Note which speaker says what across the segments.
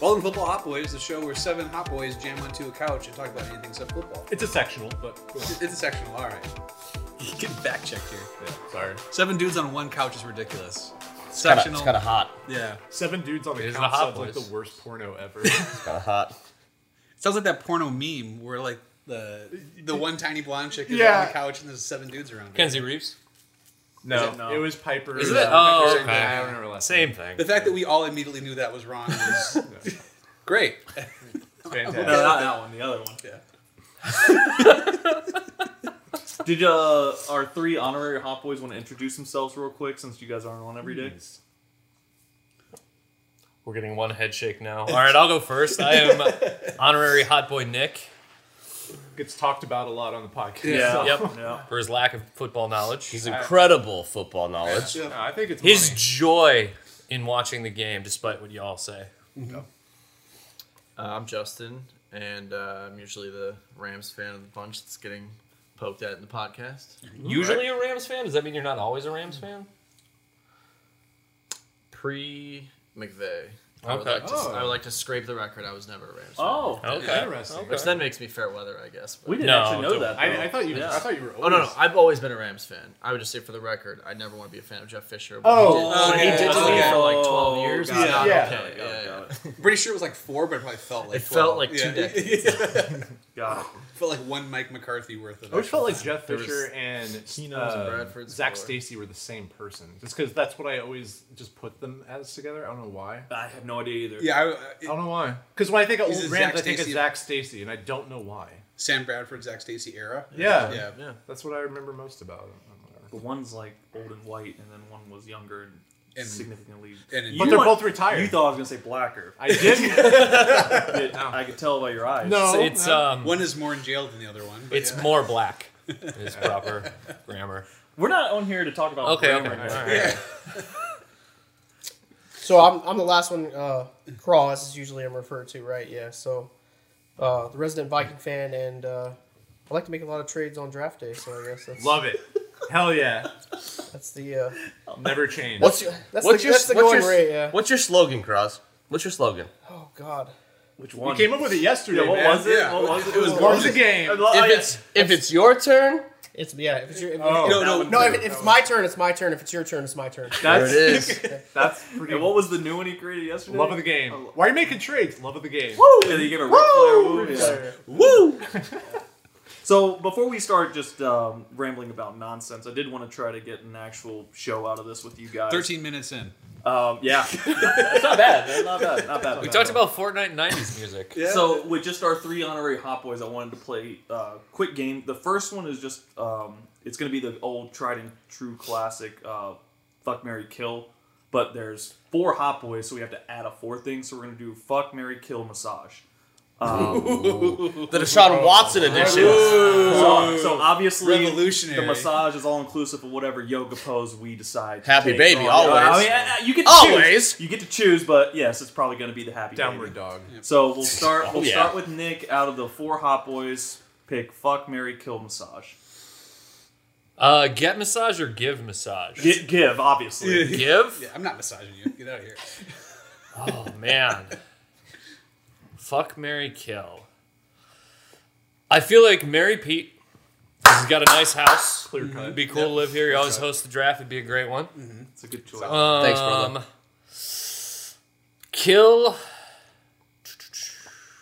Speaker 1: Golden Football Hot Boys, the show where seven hot boys jam onto a couch and talk about anything except football.
Speaker 2: It's a sectional, but
Speaker 1: It's a sectional, all right. You get back checked here.
Speaker 2: yeah, sorry.
Speaker 1: Seven dudes on one couch is ridiculous.
Speaker 3: Kinda-
Speaker 1: Sectional.
Speaker 3: it's kind of hot.
Speaker 1: yeah.
Speaker 2: Seven dudes on the
Speaker 4: It is
Speaker 2: couch
Speaker 4: the Hot
Speaker 2: sounds like
Speaker 4: Boys.
Speaker 2: the worst porno ever.
Speaker 3: It's kind of hot.
Speaker 1: Sounds like that porno meme where like the the one tiny blonde chick is on
Speaker 2: Yeah.
Speaker 1: the couch and there's seven dudes around her.
Speaker 4: Kenzie Reeves.
Speaker 2: no,
Speaker 1: it? No.
Speaker 2: it was Piper.
Speaker 1: Is it?
Speaker 2: uh,
Speaker 1: Oh,
Speaker 2: Piper
Speaker 1: okay.
Speaker 2: Sandler.
Speaker 4: I don't remember last
Speaker 2: Same
Speaker 4: name. thing.
Speaker 1: The fact that we all immediately knew that was wrong was great.
Speaker 2: Fantastic.
Speaker 5: No, not that one. The other one.
Speaker 1: Yeah.
Speaker 5: Did uh, our three honorary hot boys want to introduce themselves real quick since you guys aren't on every day?
Speaker 4: We're getting one head shake now. All right, I'll go first. I am honorary hot boy Nick
Speaker 2: Gets talked about a lot on the podcast.
Speaker 1: Yeah.
Speaker 2: so-
Speaker 4: Yep.
Speaker 5: Yeah.
Speaker 4: for his lack of football knowledge.
Speaker 3: His incredible football knowledge.
Speaker 2: No, I think it's
Speaker 4: his
Speaker 2: money.
Speaker 4: joy in watching the game, despite what y'all say.
Speaker 6: Uh, I'm Justin, and uh, I'm usually the Rams fan of the bunch that's getting poked at in the podcast.
Speaker 4: Usually a Rams fan? Does that mean you're not always a Rams fan?
Speaker 6: Pre McVeigh. I, would
Speaker 4: Okay.
Speaker 6: like to,
Speaker 2: Oh.
Speaker 6: I would like to scrape the record. I was never a Rams fan.
Speaker 5: Oh,
Speaker 4: Okay.
Speaker 2: Interesting.
Speaker 4: Okay.
Speaker 6: Which then makes me fair weather, I guess. but-
Speaker 5: we didn't
Speaker 4: No,
Speaker 5: actually know
Speaker 4: don't-
Speaker 5: that.
Speaker 2: I,
Speaker 5: though.
Speaker 2: I thought you.
Speaker 5: Yeah.
Speaker 2: I thought you were.
Speaker 6: Oh no, no!
Speaker 2: always-
Speaker 6: I've always been a Rams fan. I would just say for the record, I never want to be a fan of Jeff Fisher. but
Speaker 2: Oh,
Speaker 6: he
Speaker 1: okay.
Speaker 6: did, he did to me
Speaker 1: Okay.
Speaker 6: for like twelve years.
Speaker 5: Oh, Got
Speaker 6: It's
Speaker 5: it,
Speaker 6: not
Speaker 2: Yeah.
Speaker 6: okay.
Speaker 5: got it,
Speaker 6: Yeah, yeah.
Speaker 5: got it,
Speaker 1: I'm pretty sure it was like four, but it probably felt like
Speaker 6: It felt
Speaker 1: 12.
Speaker 6: like two
Speaker 1: Yeah. It
Speaker 5: got it.
Speaker 1: felt like one Mike McCarthy worth of.
Speaker 2: I always
Speaker 1: it.
Speaker 2: felt like Jeff
Speaker 6: There was
Speaker 2: Fisher and
Speaker 6: Keenums and
Speaker 2: uh,
Speaker 6: Bradfords
Speaker 2: Zach
Speaker 6: before.
Speaker 2: Stacy were the same person. Just because that's what I always just put them as together. I don't know why.
Speaker 5: I have no idea either.
Speaker 1: Yeah, I, uh,
Speaker 2: I don't know why. Because when I think of
Speaker 1: Is
Speaker 2: old
Speaker 1: it
Speaker 2: Rams,
Speaker 1: Zach
Speaker 2: I think of
Speaker 1: Stacy?
Speaker 2: Zach Stacy, and I don't know why.
Speaker 1: Sam Bradford, Zach Stacy era.
Speaker 2: Yeah.
Speaker 1: Yeah.
Speaker 6: Yeah.
Speaker 2: That's what I remember most about him.
Speaker 5: The one's like old and white, and then one was younger and,
Speaker 1: And-
Speaker 5: significantly.
Speaker 1: and-
Speaker 5: You
Speaker 2: But they're
Speaker 5: went-
Speaker 2: both retired.
Speaker 5: You thought I was gonna say blacker.
Speaker 2: I did.
Speaker 5: I, I could tell by your eyes.
Speaker 2: no.
Speaker 4: It's
Speaker 2: no.
Speaker 4: um
Speaker 1: One is more in jail than the other one. But
Speaker 4: it's
Speaker 1: yeah.
Speaker 4: more black. Is proper grammar.
Speaker 5: we're not on here to talk about.
Speaker 4: Okay, okay.
Speaker 5: grammar
Speaker 4: All
Speaker 5: and
Speaker 4: right.
Speaker 7: So I'm, I'm the last one. Uh, Craw, as is usually I'm referred to, right? Yeah. So uh, the resident Viking fan, and uh, I like to make a lot of trades on draft day. So I guess that's
Speaker 2: Love it. Hell yeah.
Speaker 7: that's the uh,
Speaker 2: I'll never change.
Speaker 3: What's your
Speaker 7: that's
Speaker 3: what's
Speaker 7: the,
Speaker 3: your
Speaker 7: that's the
Speaker 3: what's
Speaker 7: going
Speaker 3: your,
Speaker 7: rate. Yeah.
Speaker 3: What's your slogan, Cross? What's your slogan?
Speaker 7: Oh God.
Speaker 5: Which
Speaker 2: we
Speaker 5: one?
Speaker 2: came up with it yesterday.
Speaker 5: Yeah, what
Speaker 2: man.
Speaker 5: was it?
Speaker 1: Yeah.
Speaker 5: What was it?
Speaker 1: It was
Speaker 2: What was the game?
Speaker 5: Oh, yeah.
Speaker 3: if it's if it's your turn,
Speaker 7: It's yeah. If it's your, if,
Speaker 2: Oh.
Speaker 1: No, no,
Speaker 2: that
Speaker 7: no,
Speaker 2: one-
Speaker 7: if, it, if it's my turn, it's my turn. If it's your turn, it's my turn.
Speaker 3: there
Speaker 5: That's
Speaker 3: it is.
Speaker 5: That's pretty. what was the new one he created yesterday?
Speaker 2: Love of the game.
Speaker 5: I lo-
Speaker 2: Why are you making trades? Love of the game.
Speaker 5: Yeah, they gave a Ric Flair woo. Yeah.
Speaker 3: Woo!
Speaker 5: So before we start just um, rambling about nonsense, I did want to try to get an actual show out of this with you guys.
Speaker 1: Thirteen minutes in.
Speaker 5: Um, yeah, it's not bad. man. Not bad. Not bad.
Speaker 4: We
Speaker 5: not
Speaker 4: talked
Speaker 5: bad.
Speaker 4: about Fortnite '90s music.
Speaker 5: So with just our three honorary hot boys, I wanted to play uh, quick game. The first one is just um, it's going to be the old tried and true classic uh, fuck Mary kill. But there's four hot boys, so we have to add a fourth thing. So we're going to do fuck Mary kill massage.
Speaker 3: The Deshaun Watson edition.
Speaker 5: So, so obviously
Speaker 1: Revolutionary.
Speaker 5: the massage is all inclusive of whatever yoga pose we decide. to
Speaker 3: Happy
Speaker 5: take
Speaker 3: baby,
Speaker 5: on.
Speaker 3: always.
Speaker 5: I mean, I- I- you get to
Speaker 3: Always.
Speaker 5: Choose. You get to choose, but yes, it's probably going to be the happy baby.
Speaker 2: Downward dog.
Speaker 5: So we'll start. We'll
Speaker 3: yeah.
Speaker 5: start with Nick. Out of the four hot boys, pick fuck, Mary, kill, massage.
Speaker 4: Uh, get massage or give massage?
Speaker 5: Gi- give, obviously.
Speaker 4: give?
Speaker 1: Yeah, I'm not massaging you. Get out of here.
Speaker 4: Oh man. Fuck Mary Kill. I feel like Mary Pete. He's got a nice house.
Speaker 5: Clear cut.
Speaker 4: It'd be cool to live here. He always hosts the draft. It'd be a great one.
Speaker 5: It's a good choice.
Speaker 7: Mm.
Speaker 4: Um,
Speaker 3: Thanks, brother.
Speaker 4: Kill.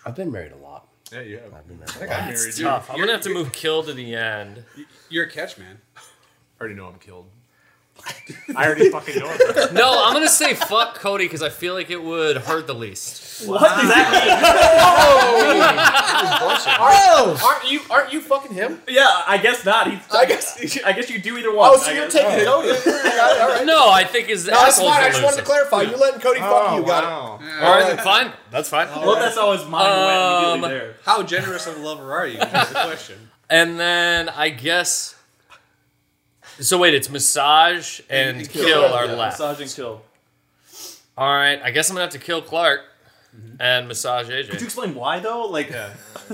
Speaker 3: I've been married a lot.
Speaker 2: Yeah, you have.
Speaker 3: I've been married. A lot.
Speaker 2: I got married. You
Speaker 4: Tough. I'm gonna have to move kill to the end.
Speaker 1: You're a catch man.
Speaker 2: already know I'm killed. I already fucking know. I'm killed.
Speaker 4: No, I'm gonna say fuck Cody because I feel like it would hurt the least.
Speaker 3: Oh,
Speaker 7: Aren't you? Aren't you fucking him?
Speaker 5: yeah, I guess not. He's, I guess. I guess you do either one.
Speaker 7: Oh, so
Speaker 5: I
Speaker 7: you're
Speaker 5: guess.
Speaker 7: taking it over. Got it, All right.
Speaker 4: No, I think is
Speaker 7: No, that's fine. I just wanted to clarify. You letting Cody
Speaker 3: Oh.
Speaker 7: fuck you? Got it.
Speaker 2: Oh, wow.
Speaker 4: All right, fine. That's fine.
Speaker 5: Well, that's how his mind went
Speaker 4: Um,
Speaker 5: immediately there.
Speaker 1: How generous of a lover are you? That's the question.
Speaker 4: And then I guess. So wait, it's massage and,
Speaker 1: And
Speaker 4: kill,
Speaker 1: kill.
Speaker 4: are
Speaker 5: Yeah,
Speaker 4: left.
Speaker 5: Massage and kill.
Speaker 4: All right, I guess I'm gonna have to kill Clark and massage
Speaker 5: Could you
Speaker 4: AJ.
Speaker 5: explain why though? Like,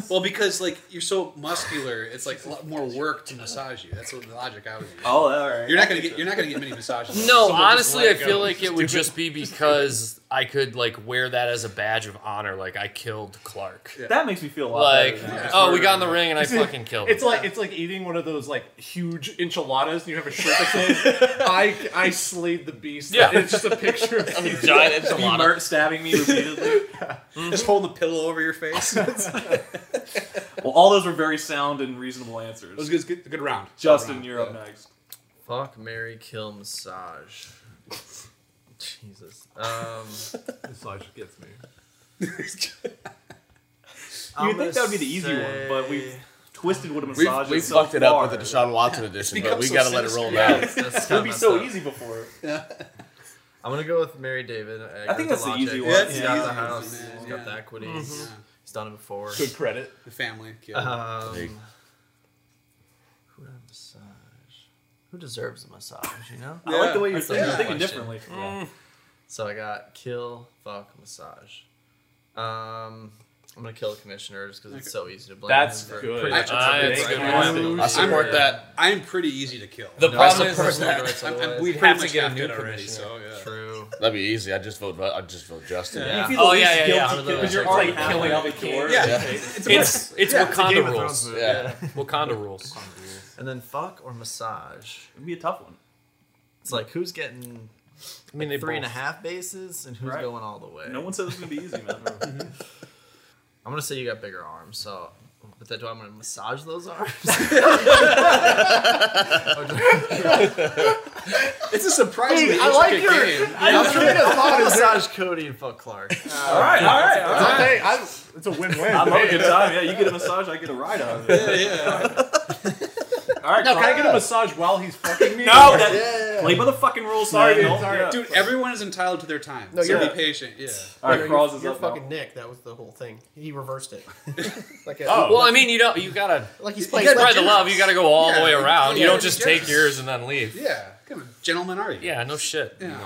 Speaker 1: Well, because like you're so muscular, it's like a lot more work to massage you. That's what the logic I would use.
Speaker 5: oh, all right.
Speaker 1: You're not gonna get you're not gonna get many massages.
Speaker 4: No,
Speaker 2: Someone just
Speaker 4: honestly,
Speaker 2: let
Speaker 4: I
Speaker 2: it
Speaker 4: feel
Speaker 2: go.
Speaker 4: like it would just be because I could like wear that as a badge of honor. Like I killed Clark.
Speaker 5: That makes me feel a lot
Speaker 4: Like,
Speaker 5: better than that.
Speaker 4: oh, we got in the ring and I fucking killed.
Speaker 2: It's
Speaker 4: him.
Speaker 2: like it's like eating one of those like huge enchiladas, and you have a shirt that says, "I I slayed the beast."
Speaker 4: Yeah.
Speaker 2: it's just a picture of
Speaker 4: I'm a giant
Speaker 5: Be
Speaker 4: enchilada.
Speaker 5: Mert stabbing me repeatedly.
Speaker 1: Just hold the pillow over your face. That's
Speaker 5: well, all those were very sound and reasonable answers.
Speaker 1: was good, good, good round.
Speaker 5: Justin,
Speaker 1: Round,
Speaker 5: you're up
Speaker 1: yeah.
Speaker 5: next.
Speaker 6: Fuck Mary Kill Massage. Jesus. Um
Speaker 2: massage gets me.
Speaker 5: You would think that would be the easy one, but we twisted what a
Speaker 3: We've,
Speaker 5: massage
Speaker 3: we've
Speaker 5: is so
Speaker 3: fucked it up with the
Speaker 5: far.
Speaker 3: Deshaun Watson edition, but
Speaker 1: become
Speaker 3: we
Speaker 1: so
Speaker 3: gotta let it
Speaker 1: sinister.
Speaker 3: roll now.
Speaker 6: that's, that's
Speaker 5: It
Speaker 6: kinda
Speaker 5: would be
Speaker 6: messed
Speaker 5: so
Speaker 6: up.
Speaker 5: easy before.
Speaker 6: I'm gonna go with Mary David. I,
Speaker 5: I think that's the easy Mm-hmm. one.
Speaker 1: That's
Speaker 6: He's
Speaker 1: the
Speaker 6: got
Speaker 1: easy
Speaker 6: the
Speaker 1: one,
Speaker 6: house.
Speaker 1: man.
Speaker 6: He's got the
Speaker 1: Yeah.
Speaker 6: equity. He's done it before.
Speaker 2: Good credit.
Speaker 1: The family. kid.
Speaker 6: Um,
Speaker 3: Big.
Speaker 6: who would I massage? Who deserves a massage? You know.
Speaker 5: I like the way you're
Speaker 1: Yeah.
Speaker 5: thinking,
Speaker 1: Yeah.
Speaker 5: thinking
Speaker 6: Question.
Speaker 5: differently.
Speaker 6: Yeah. So I got kill, fuck, massage. Um, I'm gonna kill the commissioner just because it's so easy to blame.
Speaker 2: That's
Speaker 6: him for
Speaker 2: good.
Speaker 6: pretty much
Speaker 4: Ah,
Speaker 6: everything.
Speaker 4: it's a good
Speaker 6: Right.
Speaker 2: one.
Speaker 3: I support
Speaker 6: Yeah.
Speaker 3: that.
Speaker 1: I'm pretty easy to kill.
Speaker 4: The
Speaker 1: I'm-
Speaker 6: No, I
Speaker 4: problem is,
Speaker 6: support
Speaker 4: is
Speaker 6: that.
Speaker 4: like-
Speaker 1: I'm-
Speaker 6: Otherwise-
Speaker 1: we
Speaker 4: We'd
Speaker 1: pretty
Speaker 4: have to
Speaker 1: much
Speaker 4: get a
Speaker 1: got
Speaker 4: new
Speaker 1: good already. So
Speaker 4: commissioner.
Speaker 1: yeah.
Speaker 6: True.
Speaker 3: That'd be easy. I just vote. I just vote Justin.
Speaker 6: Yeah.
Speaker 5: You feel
Speaker 4: Oh,
Speaker 5: the least
Speaker 4: yeah, yeah, yeah.
Speaker 5: guilty
Speaker 6: Yeah.
Speaker 5: because you're
Speaker 6: It's
Speaker 5: already
Speaker 4: like
Speaker 5: killing all the
Speaker 4: killing
Speaker 5: cure.
Speaker 1: Yeah.
Speaker 4: it's it's Wakanda rules.
Speaker 3: Yeah.
Speaker 4: Wakanda rules.
Speaker 6: And then fuck or massage.
Speaker 5: It'd be a tough one.
Speaker 6: It's like who's getting
Speaker 4: I mean, they
Speaker 6: three and a
Speaker 4: both-
Speaker 6: half bases and who's
Speaker 5: Right.
Speaker 6: going all the way.
Speaker 5: No one said it's gonna be easy, man.
Speaker 6: I'm gonna say you got bigger arms, so but that do I'm gonna massage those arms.
Speaker 1: It's a surprisingly
Speaker 6: I like
Speaker 1: intricate
Speaker 6: your-
Speaker 1: game.
Speaker 6: I'm trying to fuck massage Cody and fuck Clark.
Speaker 5: all right, all right, all right.
Speaker 2: Hey, I, it's a win-win.
Speaker 5: I'm having a good time. Yeah, you get a massage, I get a ride out of it.
Speaker 1: Yeah,
Speaker 5: All right,
Speaker 2: Now, can I
Speaker 5: Clark.
Speaker 2: get a massage while he's fucking me?
Speaker 5: No, that, play by the fucking rules. Sorry,
Speaker 2: Sorry,
Speaker 5: no.
Speaker 2: sorry.
Speaker 5: Yeah.
Speaker 1: dude. Everyone is entitled to their time.
Speaker 7: No,
Speaker 1: so
Speaker 7: you're-
Speaker 1: be patient. Yeah.
Speaker 5: All right,
Speaker 7: You're-
Speaker 5: Cross
Speaker 7: you're,
Speaker 5: is
Speaker 7: you're
Speaker 5: up.
Speaker 7: fucking
Speaker 5: Now.
Speaker 7: Nick. That was the whole thing. He reversed it. like a,
Speaker 2: Oh.
Speaker 4: Well, I mean, you don't. You gotta
Speaker 7: like he's
Speaker 4: you
Speaker 7: playing.
Speaker 4: spread the love. You gotta go all the
Speaker 1: Yeah,
Speaker 4: way
Speaker 1: you-
Speaker 4: around.
Speaker 1: yeah,
Speaker 4: you don't
Speaker 1: you
Speaker 4: just
Speaker 1: just-
Speaker 4: take yours and then leave.
Speaker 1: Yeah. Come on, gentlemen, are you?
Speaker 4: Yeah, no shit.
Speaker 1: Yeah.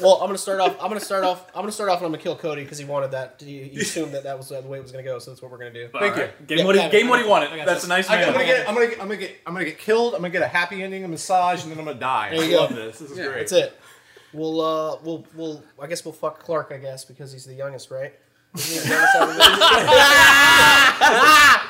Speaker 7: Well, I'm gonna start off. I'm gonna start off. I'm gonna start off, and I'm gonna kill Cody because he wanted that. He, he assumed that that was the way it was gonna go. So that's what we're gonna do.
Speaker 5: Thank
Speaker 2: you.
Speaker 5: Game
Speaker 7: Yeah,
Speaker 5: what he,
Speaker 7: yeah,
Speaker 5: game what he
Speaker 7: I
Speaker 5: wanted.
Speaker 7: got
Speaker 5: That's a
Speaker 7: this.
Speaker 5: nice
Speaker 2: I,
Speaker 5: man.
Speaker 2: am gonna get, I'm gonna, get- I'm gonna get, I'm gonna get killed. I'm gonna get a happy ending, a massage, and then I'm gonna die.
Speaker 7: There
Speaker 2: I
Speaker 7: you
Speaker 2: love
Speaker 7: go.
Speaker 2: this. This is
Speaker 1: Yeah.
Speaker 2: great.
Speaker 7: That's it. We'll uh, we'll we'll. I guess we'll fuck Clark. I guess because he's the youngest, right? Isn't he the youngest out of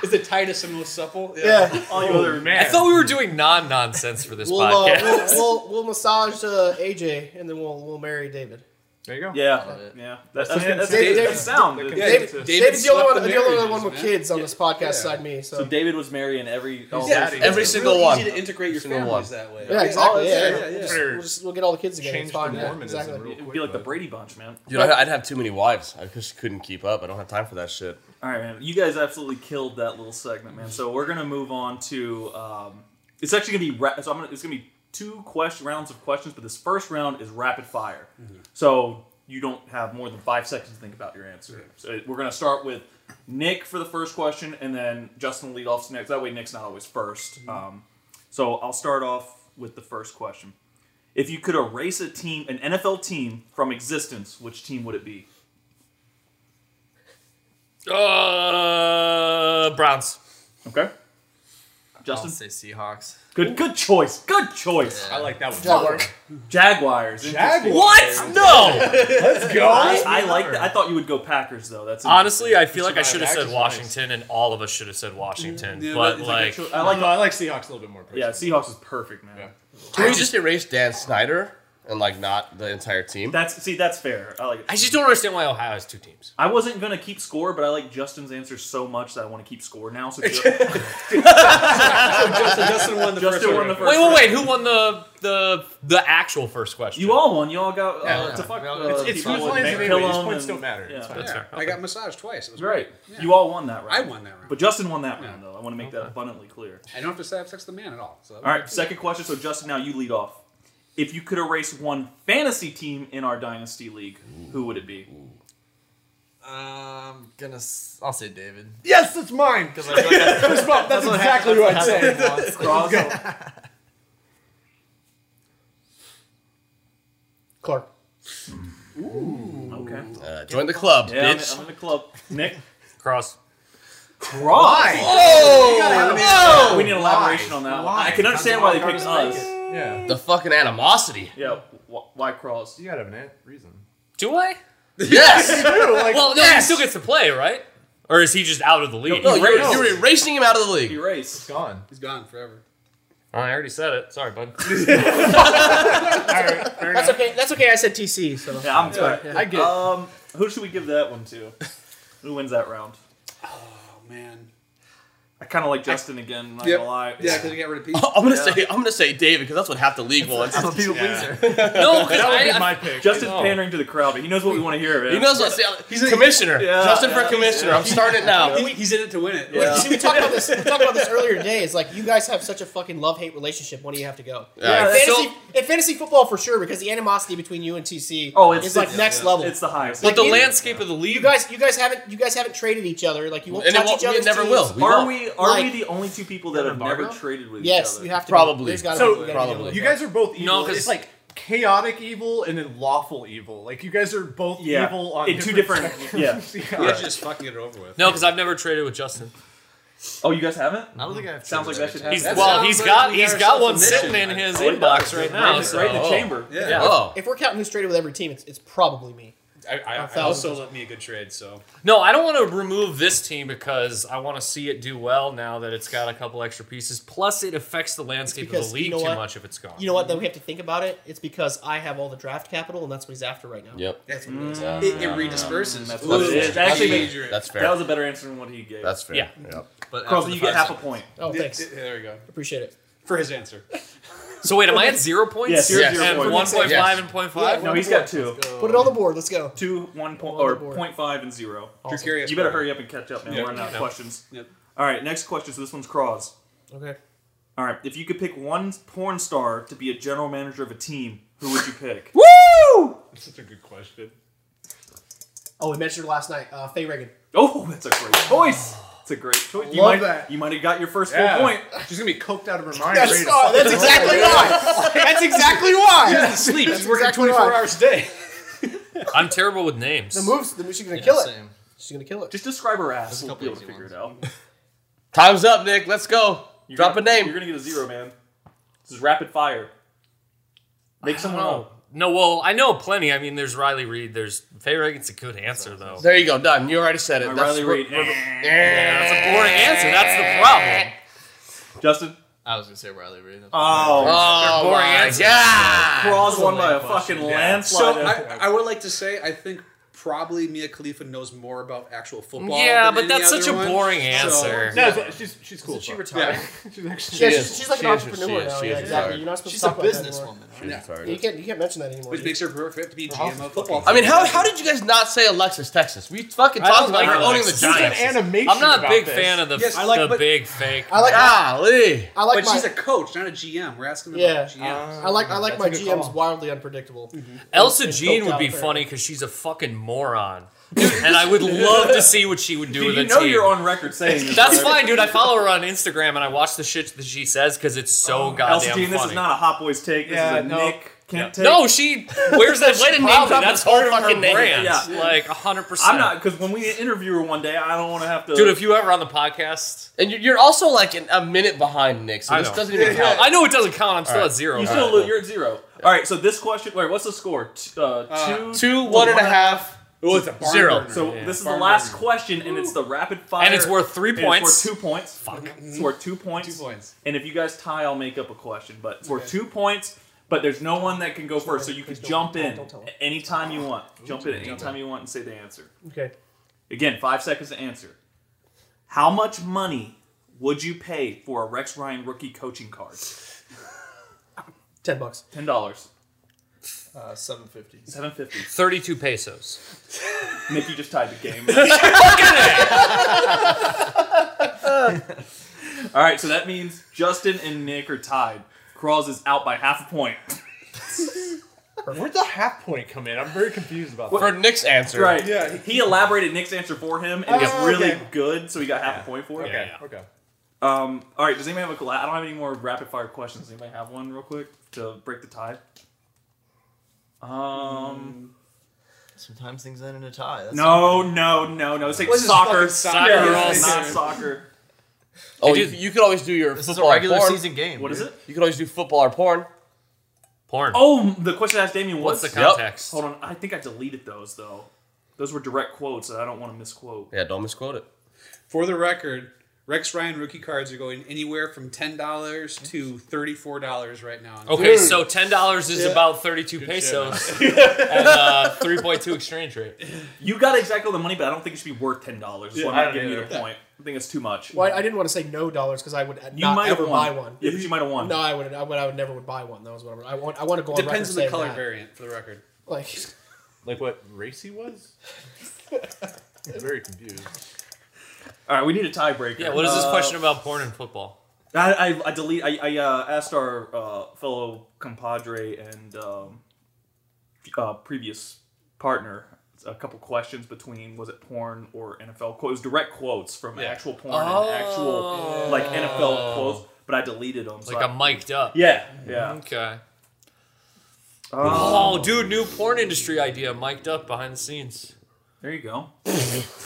Speaker 7: the-
Speaker 1: Is the tightest and most supple?
Speaker 7: yeah.
Speaker 5: all you other man.
Speaker 4: I thought we were doing non nonsense for this
Speaker 7: We'll, uh,
Speaker 4: podcast.
Speaker 7: we'll we'll we'll massage uh, AJ, and then we'll we'll marry David.
Speaker 2: There you go.
Speaker 5: yeah,
Speaker 6: Love it.
Speaker 5: yeah. That's,
Speaker 2: That's
Speaker 5: that's, that's,
Speaker 7: David-
Speaker 5: that's sound.
Speaker 1: Yeah,
Speaker 7: David,
Speaker 1: David
Speaker 7: David's the only
Speaker 1: slept
Speaker 7: one.
Speaker 1: in
Speaker 7: The only
Speaker 1: marriages,
Speaker 7: one with
Speaker 1: man.
Speaker 7: kids on this podcast
Speaker 1: Yeah.
Speaker 7: side me. So,
Speaker 5: So David was marrying every. all
Speaker 1: Yeah,
Speaker 5: those-
Speaker 1: it's
Speaker 3: Every
Speaker 1: really
Speaker 3: single one.
Speaker 1: Easy to integrate your
Speaker 3: Single
Speaker 1: families
Speaker 3: one.
Speaker 1: that way.
Speaker 7: yeah, exactly.
Speaker 1: Oh,
Speaker 7: Yeah,
Speaker 1: yeah,
Speaker 7: We'll,
Speaker 1: yeah.
Speaker 7: just, we'll just we'll get all the kids together.
Speaker 2: Change
Speaker 7: It's
Speaker 2: the
Speaker 7: fine. Yeah,
Speaker 2: Mormonism
Speaker 7: exactly.
Speaker 2: real
Speaker 5: It'd
Speaker 2: quick.
Speaker 5: be like the
Speaker 2: but-
Speaker 5: Brady Bunch, man.
Speaker 3: Dude, I, I'd have too many wives. I just couldn't keep up. I don't have time for that shit.
Speaker 5: All right, man. You guys absolutely killed that little segment, man. So we're gonna move on to. Um, it's actually gonna be ra- so. I'm gonna. It's gonna be two question rounds of questions, but this first round is rapid fire. So you don't have more than five seconds to think about your answer. So we're gonna start with Nick for the first question, and then Justin will lead off next. That way, Nick's not always 1st Um, so I'll start off with the first question. If you could erase a team, an NFL team from existence, which team would it be?
Speaker 4: uh, Browns.
Speaker 5: Okay.
Speaker 6: I'll
Speaker 5: Justin,
Speaker 6: say Seahawks.
Speaker 5: Good, good choice. Good choice.
Speaker 2: I like that one.
Speaker 7: Jaguars.
Speaker 5: Jaguars. Interesting.
Speaker 4: What? No.
Speaker 2: Let's go.
Speaker 5: I, I like that. I thought you would go Packers though. That's
Speaker 4: Honestly, I feel like I
Speaker 2: Survived
Speaker 4: should have
Speaker 2: Actors
Speaker 4: said
Speaker 2: Nice.
Speaker 4: Washington, and all of us should have said Washington.
Speaker 1: Yeah, but
Speaker 4: but
Speaker 1: it's
Speaker 4: like,
Speaker 5: like a cho- I
Speaker 2: I like,
Speaker 5: like.
Speaker 2: I like Seahawks a little bit more.
Speaker 5: Yeah, Seahawks is perfect, man.
Speaker 2: Yeah.
Speaker 3: Can we just erase Dan Snyder and like not the entire team?
Speaker 5: That's see, that's fair. I like. It.
Speaker 4: I just don't understand why Ohio has two teams.
Speaker 5: I wasn't gonna keep score, but I like Justin's answer so much that I want to keep score now. So Justin
Speaker 1: Justin, Justin won the first
Speaker 5: won
Speaker 1: one.
Speaker 5: the first.
Speaker 4: Wait, wait,
Speaker 5: round.
Speaker 4: wait. Who won the the the actual first question?
Speaker 5: You all won. You all got uh,
Speaker 4: Yeah.
Speaker 5: to fuck.
Speaker 4: Yeah.
Speaker 5: uh,
Speaker 4: It's-
Speaker 2: it's
Speaker 5: people
Speaker 2: who's
Speaker 5: with
Speaker 2: wins
Speaker 5: Nick
Speaker 2: anyway. These
Speaker 5: Pillum
Speaker 2: points
Speaker 5: and-
Speaker 2: don't matter. It's
Speaker 5: Yeah.
Speaker 2: fine.
Speaker 4: That's
Speaker 1: Yeah,
Speaker 4: fair.
Speaker 1: I got massaged twice. It was
Speaker 5: Right.
Speaker 1: Yeah.
Speaker 5: You all won that round.
Speaker 1: I won that round.
Speaker 5: But Justin won that round
Speaker 1: Yeah.
Speaker 5: though. I want to make that abundantly clear.
Speaker 1: I don't have to say I've sexed the man at all. So.
Speaker 5: All right, second question. So Justin, now you lead off. If you could erase one fantasy team in our dynasty league, who would it be?
Speaker 6: Um, gonna. s- I'll say David.
Speaker 2: Yes, it's mine.
Speaker 6: Because I feel like that's,
Speaker 2: That's, about- that's exactly what I'd say.
Speaker 5: Cross.
Speaker 7: Clark.
Speaker 5: Okay.
Speaker 3: Uh, join the club,
Speaker 5: Yeah, I'm,
Speaker 3: bitch.
Speaker 5: I'm in the club. Nick.
Speaker 4: Cross.
Speaker 5: Cross.
Speaker 2: Oh,
Speaker 5: We need elaboration on that. one. I can understand why they picked us.
Speaker 2: Yeah.
Speaker 3: the fucking animosity.
Speaker 5: Yeah. wh- Why Cross?
Speaker 2: You gotta have an reason.
Speaker 4: Do I?
Speaker 3: Yes.
Speaker 4: Well, no, he still gets to play, right? Or is he just out of the league?
Speaker 3: no, you're,
Speaker 2: No.
Speaker 3: you're erasing him out of the league.
Speaker 5: Erase.
Speaker 2: Gone.
Speaker 1: He's gone forever.
Speaker 4: Oh, I already said it. Sorry, bud.
Speaker 7: That's okay. That's okay. I said TC. So
Speaker 5: Yeah, I'm sorry.
Speaker 2: I get.
Speaker 5: Um, who should we give that one to? Who wins that round?
Speaker 1: Oh man.
Speaker 5: I kind of like Justin again. Not
Speaker 1: Yep.
Speaker 5: gonna lie.
Speaker 1: Yeah, because we got rid of Pete.
Speaker 3: I'm gonna
Speaker 5: Yeah.
Speaker 3: say I'm gonna say David because that's what half the league wants.
Speaker 6: I'm a people pleaser.
Speaker 4: No, because
Speaker 2: that would
Speaker 4: I,
Speaker 2: be
Speaker 4: I-
Speaker 2: my pick.
Speaker 5: Justin's
Speaker 4: Oh.
Speaker 5: pandering to the crowd, but he knows what we want to hear. Man.
Speaker 3: He knows what he's a commissioner.
Speaker 5: Yeah,
Speaker 3: Justin
Speaker 5: yeah.
Speaker 3: for commissioner. I'm starting it now.
Speaker 1: He- he's in it to win it.
Speaker 5: Yeah.
Speaker 7: we talked about this. We talked about this earlier today. It's like you guys have such a fucking love hate relationship. When do you have to go?
Speaker 5: Yeah,
Speaker 3: Alright.
Speaker 5: that's-
Speaker 7: Fantasy, in fantasy football for sure, because the animosity between you and TC
Speaker 5: Oh, it's-
Speaker 7: is like
Speaker 5: it's-
Speaker 7: next level.
Speaker 5: It's the highest.
Speaker 4: but the
Speaker 7: Like, you-
Speaker 4: landscape of the league.
Speaker 7: you guys, you guys haven't, you guys haven't traded each other. Like you won't
Speaker 3: And it
Speaker 7: touch
Speaker 3: won't-
Speaker 7: each other.
Speaker 3: we never will. We
Speaker 5: are
Speaker 3: won't.
Speaker 5: we are we
Speaker 7: Like-
Speaker 5: the only two people that have
Speaker 2: Embargo?
Speaker 5: never traded with each
Speaker 7: Yes,
Speaker 5: other?
Speaker 7: you have to.
Speaker 3: Probably.
Speaker 7: There's gotta
Speaker 2: So-
Speaker 7: be- gotta be
Speaker 3: Probably.
Speaker 7: like
Speaker 2: You
Speaker 7: that.
Speaker 2: guys are both evil.
Speaker 4: No, 'cause-
Speaker 2: it's like chaotic evil and then lawful evil. Like you guys are both
Speaker 5: Yeah.
Speaker 2: evil on
Speaker 5: In two different-
Speaker 2: spectrums.
Speaker 1: You guys should just fucking get it over with.
Speaker 4: No, because I've never traded with Justin.
Speaker 5: Oh, you guys haven't?
Speaker 6: I don't think I've.
Speaker 5: Sounds like that should happen.
Speaker 4: He's,
Speaker 1: That
Speaker 4: well,
Speaker 1: sounds
Speaker 4: he's
Speaker 1: like
Speaker 4: got
Speaker 1: we
Speaker 4: he's
Speaker 1: got
Speaker 4: got one
Speaker 1: ourselves a
Speaker 4: sitting
Speaker 1: mission.
Speaker 4: in his
Speaker 5: Oh, he
Speaker 4: inbox
Speaker 5: does.
Speaker 4: right
Speaker 5: Right
Speaker 4: now.
Speaker 5: in-
Speaker 4: so-
Speaker 5: right in the
Speaker 3: Oh.
Speaker 5: chamber.
Speaker 1: Yeah.
Speaker 4: Yeah.
Speaker 3: Oh,
Speaker 7: If we're counting who's traded with every team, it's, it's probably me.
Speaker 1: I, I, I
Speaker 7: thousand
Speaker 1: also love me a good trade, so
Speaker 4: No, I don't want to remove this team because I want to see it do well now that it's got a couple extra pieces. Plus, it affects the landscape of
Speaker 7: because
Speaker 4: the
Speaker 7: you
Speaker 4: league
Speaker 7: know
Speaker 4: too
Speaker 7: what?
Speaker 4: much if it's gone.
Speaker 7: You know what? Then we have to think about it. It's because I have all the draft capital, and that's what he's after right now.
Speaker 3: yep.
Speaker 1: that's what it is. it, it redisperses.
Speaker 5: That's
Speaker 1: Ooh,
Speaker 5: what it is.
Speaker 1: that's
Speaker 5: Actually,
Speaker 1: major.
Speaker 3: That's
Speaker 5: That
Speaker 3: fair.
Speaker 5: was a better answer than what he gave.
Speaker 3: That's fair.
Speaker 4: Yeah.
Speaker 3: Yep.
Speaker 6: But after
Speaker 5: Crosby,
Speaker 6: the
Speaker 5: you get
Speaker 6: five
Speaker 5: half a point.
Speaker 7: Oh, thanks.
Speaker 1: Yeah, there we go.
Speaker 7: Appreciate it.
Speaker 1: For his answer.
Speaker 4: so wait, am I at zero points?
Speaker 5: Yes, you're
Speaker 3: Yes.
Speaker 5: zero
Speaker 4: And
Speaker 5: points.
Speaker 4: one point
Speaker 3: Yes.
Speaker 4: five and point five.
Speaker 5: No, he's got two.
Speaker 7: Put it on the board. Let's go.
Speaker 5: Two, one point,
Speaker 7: on the
Speaker 5: or
Speaker 7: board.
Speaker 5: point five and zero.
Speaker 1: Drew Curious.
Speaker 5: You better hurry up and catch up, man.
Speaker 1: Yeah.
Speaker 5: We're running out of
Speaker 4: Yeah.
Speaker 5: questions.
Speaker 1: Yep.
Speaker 5: All right, next question. So this one's Cross.
Speaker 7: Okay.
Speaker 5: All right, if you could pick one porn star to be a general manager of a team, who would you pick?
Speaker 1: That's such a good question.
Speaker 7: Oh, we mentioned her last night. Uh, Faye Reagan.
Speaker 5: oh, that's a great choice. It's a great choice. you
Speaker 2: Love
Speaker 5: might,
Speaker 2: that.
Speaker 5: You might have got your first
Speaker 2: Yeah.
Speaker 5: full point.
Speaker 2: She's gonna be coked out of her mind.
Speaker 7: That's,
Speaker 2: ready to
Speaker 7: oh,
Speaker 2: fuck.
Speaker 7: that's exactly why. That's exactly why.
Speaker 1: Sleep. He's
Speaker 7: That's
Speaker 1: working
Speaker 7: exactly
Speaker 1: 24
Speaker 7: right.
Speaker 1: hours a day.
Speaker 4: I'm terrible with names.
Speaker 7: The
Speaker 4: All
Speaker 7: moves. The moves. She's gonna
Speaker 6: Yeah,
Speaker 7: kill it.
Speaker 6: same.
Speaker 7: She's gonna kill it.
Speaker 5: Just describe her ass.
Speaker 6: There's a
Speaker 5: We'll
Speaker 6: couple
Speaker 5: be able to
Speaker 6: easy
Speaker 5: figure
Speaker 6: ones.
Speaker 5: it out.
Speaker 3: Time's up, Nick. Let's go.
Speaker 5: You're
Speaker 3: Drop
Speaker 5: gonna-
Speaker 3: a name.
Speaker 5: You're gonna get a zero, man. This is rapid fire. Make
Speaker 4: I don't
Speaker 5: someone
Speaker 4: know.
Speaker 5: up.
Speaker 4: No, well, I know plenty. I mean, there's Riley Reed. There's Faye Reagan's a good answer though.
Speaker 3: There you go. Done. You already said it.
Speaker 5: I
Speaker 3: That's
Speaker 5: Riley
Speaker 3: what-
Speaker 5: Reid. Eh.
Speaker 4: Yeah, that's a boring answer. That's the problem.
Speaker 5: Justin.
Speaker 6: I was gonna say Riley Reid.
Speaker 5: Oh,
Speaker 3: Oh
Speaker 4: boring
Speaker 3: my
Speaker 4: answers.
Speaker 3: god.
Speaker 5: Cross won by a fucking landslide.
Speaker 1: So I, I would like to say I think probably Mia Khalifa knows more about actual football.
Speaker 4: Yeah,
Speaker 1: than
Speaker 4: but
Speaker 1: any
Speaker 4: that's
Speaker 1: other
Speaker 4: such a
Speaker 1: one.
Speaker 4: boring
Speaker 1: So-
Speaker 4: answer.
Speaker 2: No, it's- she's she's cool.
Speaker 7: She
Speaker 2: as fuck.
Speaker 7: retired.
Speaker 2: She's actually.
Speaker 7: Yeah,
Speaker 3: She
Speaker 7: she's,
Speaker 3: is-
Speaker 7: she's like
Speaker 3: she
Speaker 7: an
Speaker 3: is-
Speaker 7: entrepreneur
Speaker 3: she is-
Speaker 7: now.
Speaker 3: she
Speaker 7: yeah,
Speaker 3: is
Speaker 7: exactly.
Speaker 3: retired.
Speaker 7: You're not supposed
Speaker 6: She's
Speaker 7: to
Speaker 6: a
Speaker 7: talk about that anymore.
Speaker 6: businesswoman.
Speaker 1: Yeah.
Speaker 7: You can't, you can't mention that anymore.
Speaker 1: Which
Speaker 7: dude.
Speaker 1: makes her perfect to be GM of football.
Speaker 3: I mean, how, how did you guys not say Alexis Texas? We fucking
Speaker 4: I
Speaker 3: talked
Speaker 4: don't
Speaker 3: about
Speaker 4: like
Speaker 3: her owning the
Speaker 4: Alexis
Speaker 2: There's
Speaker 3: Giants.
Speaker 2: an animation.
Speaker 4: I'm not a
Speaker 2: about
Speaker 4: big
Speaker 2: this.
Speaker 4: fan of the,
Speaker 1: Yes, I like-
Speaker 4: the
Speaker 1: but-
Speaker 4: big fake.
Speaker 7: I like my,
Speaker 3: Golly.
Speaker 7: I like
Speaker 1: but
Speaker 7: my,
Speaker 1: she's a coach, not a GM. We're asking
Speaker 7: Yeah.
Speaker 1: about GMs.
Speaker 3: Uh,
Speaker 7: I like I like
Speaker 2: Ah, That's
Speaker 7: my
Speaker 2: a good
Speaker 7: GM's
Speaker 2: call. Mm-hmm.
Speaker 7: wildly unpredictable.
Speaker 4: Elsa
Speaker 7: It's
Speaker 4: Jean
Speaker 7: coked
Speaker 4: would
Speaker 7: out
Speaker 4: be
Speaker 7: there.
Speaker 4: funny because she's a fucking moron, and I would love to see what she would do
Speaker 5: Dude,
Speaker 4: with
Speaker 5: you
Speaker 4: a
Speaker 5: know
Speaker 4: team.
Speaker 5: you're on record saying this.
Speaker 4: That's
Speaker 5: right?
Speaker 4: fine, dude. I follow her on Instagram and I watch the shit that she says because it's so goddamn
Speaker 5: LCG,
Speaker 4: funny.
Speaker 5: Oh, this is not a Hot Boys take. This
Speaker 2: Yeah,
Speaker 5: is a
Speaker 2: no.
Speaker 5: Nick can't take.
Speaker 4: no, she wears that
Speaker 3: Way to
Speaker 4: shit
Speaker 3: name
Speaker 4: proudly.
Speaker 3: drop
Speaker 4: That's
Speaker 3: his whole
Speaker 4: part of her
Speaker 3: fucking name.
Speaker 4: brand.
Speaker 5: Yeah.
Speaker 4: Like hundred percent.
Speaker 5: I'm not because when we interview her one day, I don't want to have to.
Speaker 4: dude. If you ever on the podcast,
Speaker 3: And you- you're also like an, a minute behind Nick, so
Speaker 4: I
Speaker 3: this
Speaker 4: know.
Speaker 3: doesn't even count.
Speaker 4: I know it doesn't count. I'm still
Speaker 3: right.
Speaker 4: at zero.
Speaker 5: you
Speaker 4: but-
Speaker 5: still lose, you're at zero. All right, so this question. Wait, what's the score? T- uh,
Speaker 1: Uh,
Speaker 5: two,
Speaker 3: Two, one and a half.
Speaker 1: Oh, it's a barn
Speaker 3: Zero.
Speaker 1: burner.
Speaker 5: So
Speaker 4: Yeah.
Speaker 5: this is the
Speaker 1: Barn
Speaker 5: last
Speaker 1: burner.
Speaker 5: question, and it's the rapid fire,
Speaker 4: and it's worth three
Speaker 5: and it's
Speaker 4: points.
Speaker 5: worth two points. Fuck, it's
Speaker 7: Mm-hmm.
Speaker 5: worth two points.
Speaker 1: two points.
Speaker 5: And if you guys tie, I'll make up a question. But it's worth two points. But there's no one that can go first, so you can
Speaker 7: Please don't-
Speaker 5: jump
Speaker 7: don't-
Speaker 5: in
Speaker 7: don't tell him.
Speaker 5: at any time you want. Jump in at any time you want and say the answer.
Speaker 7: Okay.
Speaker 5: Again, five seconds to answer. How much money would you pay for a Rex Ryan rookie coaching card?
Speaker 7: Ten bucks.
Speaker 5: Ten dollars,
Speaker 6: Uh, Seven fifty.
Speaker 5: seven fifty.
Speaker 4: Thirty-two pesos.
Speaker 5: Nick, you just tied the game. All right, so that means Justin and Nick are tied. Crawls is out by half a point.
Speaker 2: Where'd the half point come in? I'm very confused about
Speaker 3: For
Speaker 2: that.
Speaker 3: Nick's answer.
Speaker 5: Right.
Speaker 2: Yeah.
Speaker 5: He elaborated Nick's answer for him, and it's
Speaker 2: Oh,
Speaker 5: really
Speaker 2: okay.
Speaker 5: good, so he got half a point for it.
Speaker 2: Okay.
Speaker 4: Yeah, yeah.
Speaker 2: Okay.
Speaker 5: Um. All right. Does anybody have a? colla- I don't have any more rapid fire questions. Anybody have one real quick to break the tie? Um.
Speaker 6: Sometimes things end in a tie. That's
Speaker 5: No. No. No. No. It's like
Speaker 1: This is
Speaker 5: soccer.
Speaker 1: fucking soccer.
Speaker 5: Yeah,
Speaker 4: We're all
Speaker 5: it's
Speaker 1: soccer.
Speaker 5: not soccer.
Speaker 3: Oh,
Speaker 4: They
Speaker 3: you,
Speaker 4: do-
Speaker 3: you could always do your
Speaker 6: This is a
Speaker 3: football or
Speaker 6: regular
Speaker 3: porn.
Speaker 6: season game.
Speaker 5: What is
Speaker 6: dude.
Speaker 5: it?
Speaker 3: You could always do football or porn.
Speaker 4: Porn.
Speaker 5: Oh, the question I asked Damien was.
Speaker 4: What's the context?
Speaker 5: Hold on, I think I deleted those though. Those were direct quotes that I don't want to misquote.
Speaker 3: Yeah, don't misquote it.
Speaker 1: For the record, Rex Ryan rookie cards are going anywhere from ten dollars to thirty-four dollars right now.
Speaker 4: Okay,
Speaker 7: Dude.
Speaker 4: so ten dollars is about thirty-two pesos at uh, three point two exchange rate.
Speaker 5: You got exactly the money, but I don't think it should be worth ten dollars. so
Speaker 2: Yeah,
Speaker 5: I'm
Speaker 2: I
Speaker 5: not
Speaker 2: don't
Speaker 5: giving you
Speaker 2: either.
Speaker 5: the point. I think it's too much.
Speaker 7: Well, I- I didn't want to say no dollars because I would
Speaker 5: You
Speaker 7: not
Speaker 5: might
Speaker 7: ever
Speaker 5: have won.
Speaker 7: buy one.
Speaker 5: Yeah, but you might have won.
Speaker 7: No, I would. I would. I would never would buy one. That was what I, I want. I want to go. on
Speaker 1: Depends on
Speaker 7: record
Speaker 1: the color
Speaker 7: saying that.
Speaker 1: variant. For the record,
Speaker 7: Like,
Speaker 2: Like what race he was? I'm very confused.
Speaker 5: All right, we need a tiebreaker.
Speaker 4: Yeah, what is this
Speaker 5: Uh,
Speaker 4: question about porn and football?
Speaker 5: I I, I delete. I, I uh, asked our uh, fellow compadre and um, uh, previous partner a couple questions between was it porn or NFL quotes? Direct quotes from actual porn and
Speaker 7: Oh.
Speaker 5: actual like NFL quotes, but I deleted them. so
Speaker 4: Like
Speaker 5: I-
Speaker 4: I'm mic'd up.
Speaker 5: yeah, yeah.
Speaker 4: Okay.
Speaker 5: Uh,
Speaker 4: Oh, dude, new porn industry idea, mic'd up behind the scenes.
Speaker 5: there you go.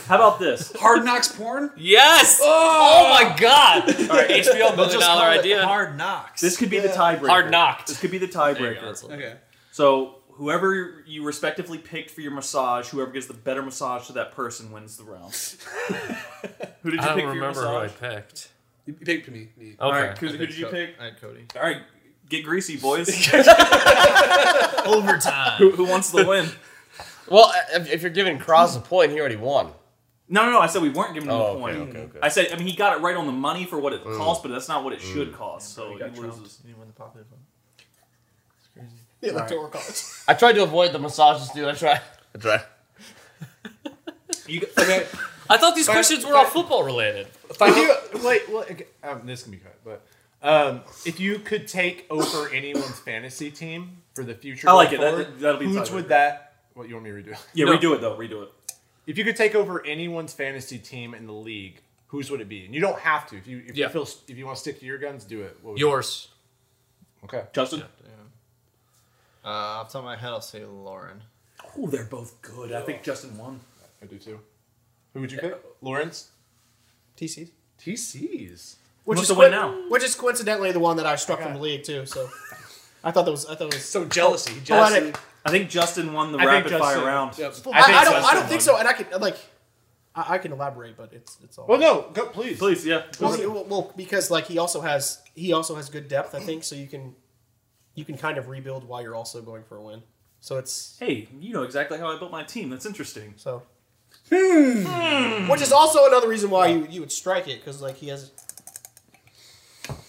Speaker 5: How about this?
Speaker 1: Hard Knocks porn.
Speaker 4: Yes! Oh, my god! All right, HBO million dollar idea. Hard,
Speaker 8: Hard knocks.
Speaker 5: This could be the tiebreaker. This
Speaker 4: knocked.
Speaker 5: could be the
Speaker 4: There you go, that's
Speaker 5: tiebreaker.
Speaker 4: a-
Speaker 1: Okay.
Speaker 5: So whoever you respectively picked for your massage, whoever gets the better massage to that person wins the round. who did you
Speaker 4: I
Speaker 5: pick
Speaker 4: don't
Speaker 5: for your
Speaker 4: remember
Speaker 5: massage?
Speaker 4: who I picked.
Speaker 1: You picked me. me.
Speaker 4: Okay.
Speaker 5: All right, who, who did you pick?
Speaker 6: I had Cody.
Speaker 5: All right, get greasy, boys.
Speaker 4: Overtime.
Speaker 5: who, who wants the win?
Speaker 3: Well, if, if you're giving Cross a point, he already won.
Speaker 5: No, no, no. I said we weren't giving him
Speaker 3: Oh,
Speaker 5: a
Speaker 3: okay,
Speaker 5: point.
Speaker 3: okay, okay.
Speaker 5: I said, I mean, he got it right on the money for what it cost, but that's not what it should cost. So he loses.
Speaker 6: Anyone the popular vote. It's crazy.
Speaker 7: the electoral college.
Speaker 3: I tried to avoid the massages, dude. I tried. I tried.
Speaker 5: You, got- okay.
Speaker 4: I thought these questions were all football related.
Speaker 2: If I do, wait, well, okay, um, this can be cut, but um, if you could take over anyone's fantasy team for the future,
Speaker 5: I like
Speaker 2: going
Speaker 5: it. That-
Speaker 2: forward,
Speaker 5: that'll be
Speaker 2: Who's
Speaker 5: tiebreaker.
Speaker 2: would that? What you want me to redo?
Speaker 5: Yeah,
Speaker 4: No.
Speaker 5: redo it though. Redo it.
Speaker 2: If you could take over anyone's fantasy team in the league, whose would it be? And you don't have to. If you if
Speaker 4: Yeah.
Speaker 2: you feel if you want to stick to your guns, do it. What would-
Speaker 4: Yours.
Speaker 2: okay.
Speaker 5: Justin.
Speaker 6: Uh, off the top of my head, I'll say Lauren.
Speaker 5: Oh, they're both good. I think Justin won.
Speaker 2: I do too. Who would you pick? Lawrence.
Speaker 7: TCs.
Speaker 2: TCs.
Speaker 7: Which
Speaker 5: What's
Speaker 7: is
Speaker 5: the win
Speaker 7: coin-
Speaker 5: now?
Speaker 7: Which is coincidentally the one that I struck from the league too. So, I thought that was. I thought it was.
Speaker 1: So jealousy.
Speaker 7: I,
Speaker 1: Jealousy.
Speaker 7: didn't-
Speaker 5: I think Justin won the
Speaker 2: I think
Speaker 5: rapid fire
Speaker 2: Justin-
Speaker 5: round.
Speaker 1: Yep.
Speaker 7: I,
Speaker 2: think
Speaker 7: I don't. I don't
Speaker 2: Justin
Speaker 7: think so. And I can like, I, I can elaborate, but it's it's all.
Speaker 2: Well, Oh, no, go, please.
Speaker 5: Please, yeah.
Speaker 7: Well, he- well, well, because like he also has he also has good depth, I think. So you can you can kind of rebuild while you're also going for a win. So it's
Speaker 5: Hey, you know exactly how I built my team. That's interesting.
Speaker 7: so.
Speaker 5: Hmm.
Speaker 7: Which is also another reason why you, you would strike it because like he has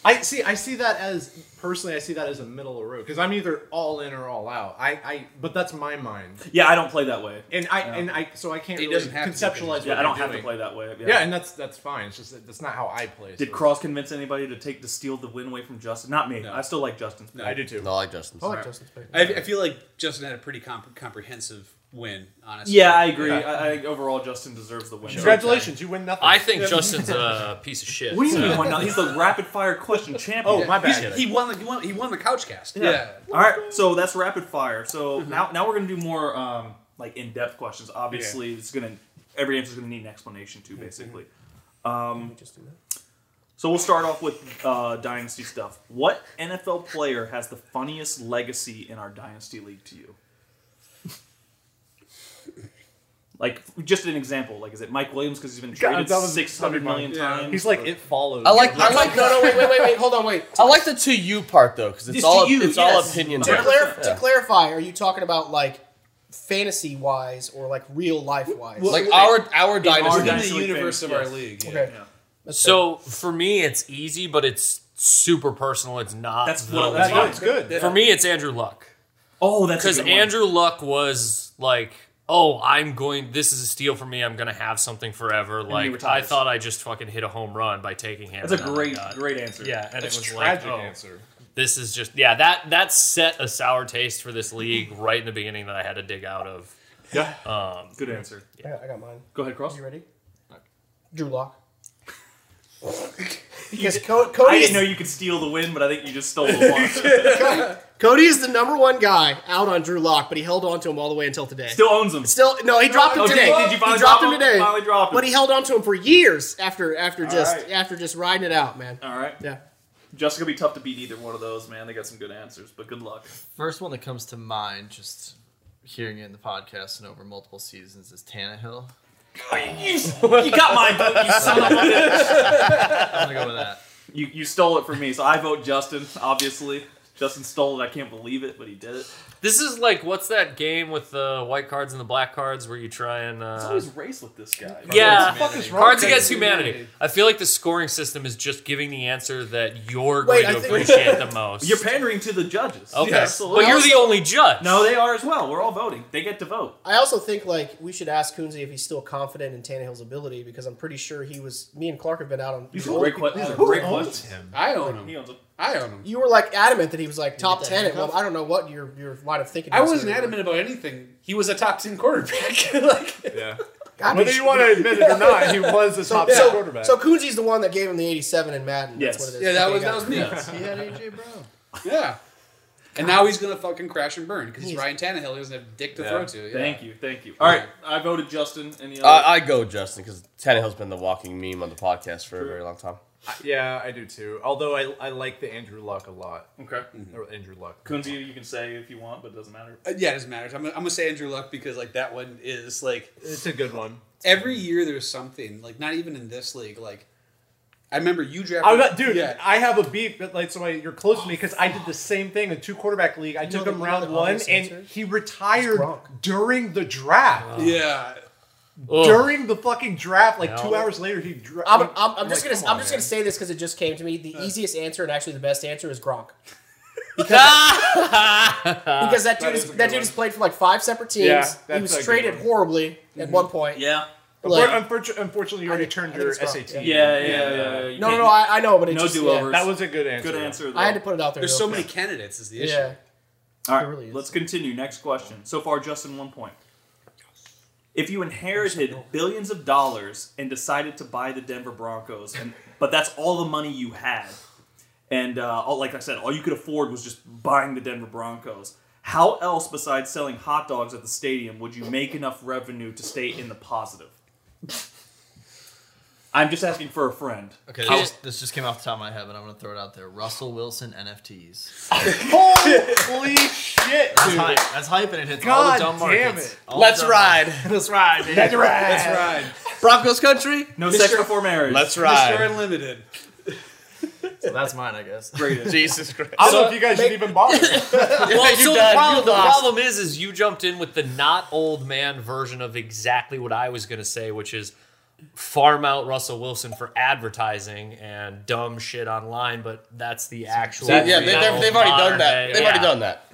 Speaker 2: I see. I see that as personally. I see that as a middle of the road because I'm either all in or all out. I, I. But that's my mind,
Speaker 5: Yeah, I don't play that way.
Speaker 2: and I and I. So I can't
Speaker 1: He
Speaker 2: really
Speaker 1: doesn't have to
Speaker 2: conceptualize. what
Speaker 5: Yeah, I don't
Speaker 2: you're
Speaker 5: have to
Speaker 2: doing.
Speaker 5: play that way. Yeah.
Speaker 2: Yeah, and that's that's fine. It's just that that's not how I play. so
Speaker 5: Did Cross convince anybody to take to steal the win away from Justin? Not me. I still like Justin.
Speaker 1: No.
Speaker 2: I do too.
Speaker 3: No, I like Justin's.
Speaker 7: I like Justin Spade.
Speaker 1: I, I feel like Justin had a pretty comp- comprehensive win. Honestly.
Speaker 5: Yeah, I agree. I, I think overall Justin deserves the win.
Speaker 2: Congratulations, you win nothing.
Speaker 4: I think Justin's a piece of shit.
Speaker 5: What do you
Speaker 4: so-
Speaker 5: mean? Why not? He's the rapid fire question champion.
Speaker 2: Oh my
Speaker 1: He's-
Speaker 2: bad.
Speaker 1: He won. the- He won. He won the couch cast.
Speaker 5: All right, so that's rapid fire. So now, now we're gonna do more um, like in depth questions. Obviously, it's gonna every answer's gonna need an explanation too, basically.
Speaker 7: Let me just do that.
Speaker 5: So we'll start off with uh, dynasty stuff. What NFL player has the funniest legacy in our dynasty league to you? Like just an example, like is it Mike Williams because he's been
Speaker 2: God,
Speaker 5: traded
Speaker 2: that was-
Speaker 5: six hundred million
Speaker 1: that'd be mine.
Speaker 5: times?
Speaker 2: He's like it follows.
Speaker 3: I like. I like.
Speaker 7: No, no, wait, wait, wait, wait. Hold on, wait.
Speaker 3: I like the to you part though, because it's
Speaker 5: It's
Speaker 3: all
Speaker 5: to you,
Speaker 3: it's all
Speaker 5: yes.
Speaker 3: opinion.
Speaker 5: To
Speaker 7: To,
Speaker 3: based.
Speaker 7: clar- to
Speaker 3: Yeah.
Speaker 7: clarify, are you talking about like fantasy wise or like real life wise?
Speaker 3: like our our
Speaker 1: He's
Speaker 3: dynasty.
Speaker 5: our
Speaker 1: in
Speaker 5: dynasty
Speaker 1: the
Speaker 5: league
Speaker 1: universe
Speaker 5: fan,
Speaker 1: of our
Speaker 5: yes.
Speaker 1: league. yeah.
Speaker 7: okay.
Speaker 5: yeah.
Speaker 7: That's
Speaker 4: So for me, it's easy, but it's super personal. It's not.
Speaker 5: That's
Speaker 4: the
Speaker 5: what-
Speaker 4: one.
Speaker 5: that's
Speaker 2: No, it's good.
Speaker 4: For me, it's Andrew Luck
Speaker 5: oh, that's a
Speaker 4: because
Speaker 5: good one.
Speaker 4: Andrew Luck was like, "Oh, I'm going. This is a steal for me. I'm gonna have something forever." Like I
Speaker 5: retires.
Speaker 4: thought I just fucking hit a home run by taking him.
Speaker 5: That's a
Speaker 4: and, oh my
Speaker 5: great,
Speaker 4: God.
Speaker 5: great answer.
Speaker 4: Yeah, and it was like,
Speaker 2: tragic
Speaker 4: oh,
Speaker 2: answer.
Speaker 4: this is just yeah. That that set a sour taste for this league right in the beginning that I had to dig out of.
Speaker 5: yeah,
Speaker 4: Um,
Speaker 5: good answer.
Speaker 7: I got, I got mine.
Speaker 5: Go ahead, Cross.
Speaker 7: You ready? Drew Lock. because Co-
Speaker 5: I
Speaker 7: Cody, is,
Speaker 5: didn't know you could steal the win, but I think you just stole the one.
Speaker 7: Cody is the number one guy out on Drew Lock, but he held on to him all the way until today.
Speaker 5: Still owns them.
Speaker 7: Still, no, he dropped him
Speaker 5: Okay,
Speaker 7: today.
Speaker 5: did you finally
Speaker 7: he dropped
Speaker 5: drop
Speaker 7: him
Speaker 5: him?
Speaker 7: today.
Speaker 5: Finally dropped him.
Speaker 7: But he held on to him for years after after just
Speaker 5: right.
Speaker 7: after just riding it out, man.
Speaker 5: All right.
Speaker 7: Yeah.
Speaker 5: Just gonna be tough to beat either one of those, man. They got some good answers, but good luck.
Speaker 6: First one that comes to mind, just hearing it in the podcast and over multiple seasons, is Tannehill.
Speaker 5: you got mine, dude, you son of a
Speaker 6: I'm gonna go with that.
Speaker 5: You, you stole it from me, so I vote Justin, obviously. Justin stole it. I can't believe it, but he did it.
Speaker 4: This is like what's that game with the white cards and the black cards where you try and
Speaker 5: It's
Speaker 4: uh,
Speaker 5: always race with this guy.
Speaker 4: yeah,
Speaker 6: What the fuck is wrong
Speaker 4: Cards
Speaker 2: with
Speaker 4: Against
Speaker 2: that?
Speaker 4: Humanity. I feel like the scoring system is just giving the answer that you're
Speaker 7: Wait,
Speaker 4: going
Speaker 7: I
Speaker 4: to
Speaker 7: think-
Speaker 4: appreciate the most.
Speaker 5: You're pandering to the judges.
Speaker 4: okay,
Speaker 5: Yeah, absolutely.
Speaker 4: but you're the only judge.
Speaker 5: No, they are as well. We're all voting. They get to vote.
Speaker 7: I also think like we should ask Coonsy if he's still confident in Tannehill's ability because I'm pretty sure he was. Me and Clark have been out on.
Speaker 5: These are great questions. These are
Speaker 2: Who
Speaker 5: great
Speaker 2: owns
Speaker 5: questions.
Speaker 2: him?
Speaker 1: I own
Speaker 5: He
Speaker 1: him.
Speaker 5: owns a-
Speaker 1: I own him.
Speaker 7: You were like adamant that he was like top
Speaker 6: that
Speaker 7: ten at
Speaker 6: handcuff?
Speaker 7: one. I don't know what your your line of thinking.
Speaker 1: I
Speaker 7: was
Speaker 1: wasn't
Speaker 7: here.
Speaker 1: adamant about anything. He was a top ten quarterback. like,
Speaker 2: Yeah.
Speaker 7: God,
Speaker 2: Whether
Speaker 7: we
Speaker 2: you
Speaker 7: should-
Speaker 2: want to admit it or not, he was the top
Speaker 7: so,
Speaker 2: quarterback.
Speaker 7: So Coonsy's the one that gave him the 87 in Madden.
Speaker 5: Yes.
Speaker 7: That's what it is.
Speaker 1: yeah, that
Speaker 7: Okay,
Speaker 1: was that
Speaker 7: got
Speaker 1: was
Speaker 7: it.
Speaker 1: me.
Speaker 2: he had AJ Brown.
Speaker 1: Yeah. And now he's gonna fucking crash and burn because he's
Speaker 7: He's-
Speaker 1: Ryan Tannehill. He doesn't have dick to
Speaker 2: Yeah.
Speaker 1: throw to. Yeah.
Speaker 5: Thank you. Thank you. All right. I voted Justin. Any other?
Speaker 3: I, I go Justin because Tannehill's been the walking meme on the podcast for a very long time.
Speaker 2: Yeah, I do too. Although I, I like the Andrew Luck a lot.
Speaker 5: okay.
Speaker 2: Or Andrew Luck.
Speaker 5: Kunzi, you can say if you want, but it doesn't matter.
Speaker 1: Uh, yeah, it doesn't matter. I'm gonna, I'm gonna say Andrew Luck because like that one is like
Speaker 2: It's a good one.
Speaker 1: every year there's something like not even in this league like. I remember you drafted.
Speaker 2: I got, dude,
Speaker 1: Yeah.
Speaker 2: I have a beef, but like, so I, you're close to me because I did the same thing in two quarterback league. I
Speaker 7: know
Speaker 2: took
Speaker 7: the-
Speaker 2: him
Speaker 7: you know
Speaker 2: round
Speaker 7: the
Speaker 2: one,
Speaker 7: obvious answer?
Speaker 2: and he retired
Speaker 7: It's Gronk.
Speaker 2: during the draft.
Speaker 1: yeah.
Speaker 4: Ugh.
Speaker 2: During the fucking draft, like two
Speaker 4: No.
Speaker 2: hours later, he. Dra-
Speaker 7: I'm, I'm, I'm just
Speaker 2: like,
Speaker 7: gonna
Speaker 2: come
Speaker 7: I'm
Speaker 2: on,
Speaker 7: just
Speaker 2: man.
Speaker 7: gonna say this because it just came to me. The easiest answer and actually the best answer is Gronk because that
Speaker 2: That
Speaker 7: dude is,
Speaker 2: is a good
Speaker 7: that dude
Speaker 2: one.
Speaker 7: has played for like five separate teams.
Speaker 2: Yeah,
Speaker 7: he
Speaker 2: that's a
Speaker 7: was
Speaker 2: good
Speaker 7: traded
Speaker 2: one.
Speaker 7: horribly at one point.
Speaker 5: Yeah.
Speaker 7: Like,
Speaker 2: Unfor- unfortu- unfortunately, you
Speaker 7: I
Speaker 2: already
Speaker 7: think- I
Speaker 2: turned
Speaker 7: think
Speaker 2: your
Speaker 7: it's Gronk,
Speaker 2: SAT.
Speaker 5: Yeah,
Speaker 7: yeah.
Speaker 5: yeah, yeah. yeah. You
Speaker 7: no, no,
Speaker 5: can't-
Speaker 7: no, I, I know, but it
Speaker 5: No
Speaker 7: just, yeah.
Speaker 5: do-overs.
Speaker 2: That was a good answer.
Speaker 5: Good answer. Though.
Speaker 7: I had to put it out there.
Speaker 1: There's
Speaker 7: real
Speaker 1: so
Speaker 7: quick.
Speaker 1: many candidates is the issue.
Speaker 7: Yeah,
Speaker 5: All right,
Speaker 7: It really is.
Speaker 5: let's continue. Next question. So far, Justin, one point. If you inherited billions of dollars and decided to buy the Denver Broncos, and but that's all the money you had, and uh, all, like I said, all you could afford was just buying the Denver Broncos. How else besides selling hot dogs at the stadium would you make enough revenue to stay in the positive? I'm just asking for a friend.
Speaker 6: Okay, this just, this just came off the top of my head, but I'm gonna throw it out there. Russell Wilson NFTs.
Speaker 2: Holy shit,
Speaker 6: That's
Speaker 2: dude.
Speaker 6: hype. That's hype, and it hits all the
Speaker 2: God
Speaker 6: dumb
Speaker 2: damn
Speaker 6: markets.
Speaker 2: it.
Speaker 6: All the
Speaker 3: Let's
Speaker 6: dumb
Speaker 3: ride.
Speaker 6: Let's ride, baby.
Speaker 2: That's right.
Speaker 1: Ryan,
Speaker 3: Broncos country.
Speaker 5: No
Speaker 1: Mr.
Speaker 5: sex before marriage.
Speaker 3: Let's
Speaker 1: Mr.
Speaker 3: ride.
Speaker 1: Unlimited.
Speaker 6: So that's mine, I guess.
Speaker 5: Great.
Speaker 3: Jesus Christ.
Speaker 2: I don't know if you guys should even bother.
Speaker 4: well, so the
Speaker 3: done,
Speaker 4: problem,
Speaker 3: you
Speaker 4: the
Speaker 3: lost.
Speaker 4: problem is, is you jumped in with the not old man version of exactly what I was going to say, which is farm out Russell Wilson for advertising and dumb shit online. But that's the actual.
Speaker 3: That- yeah, they,
Speaker 4: not
Speaker 3: have
Speaker 4: old
Speaker 3: they've already done
Speaker 4: modern
Speaker 3: that.
Speaker 4: day-
Speaker 3: They've
Speaker 4: yeah.
Speaker 3: already done that.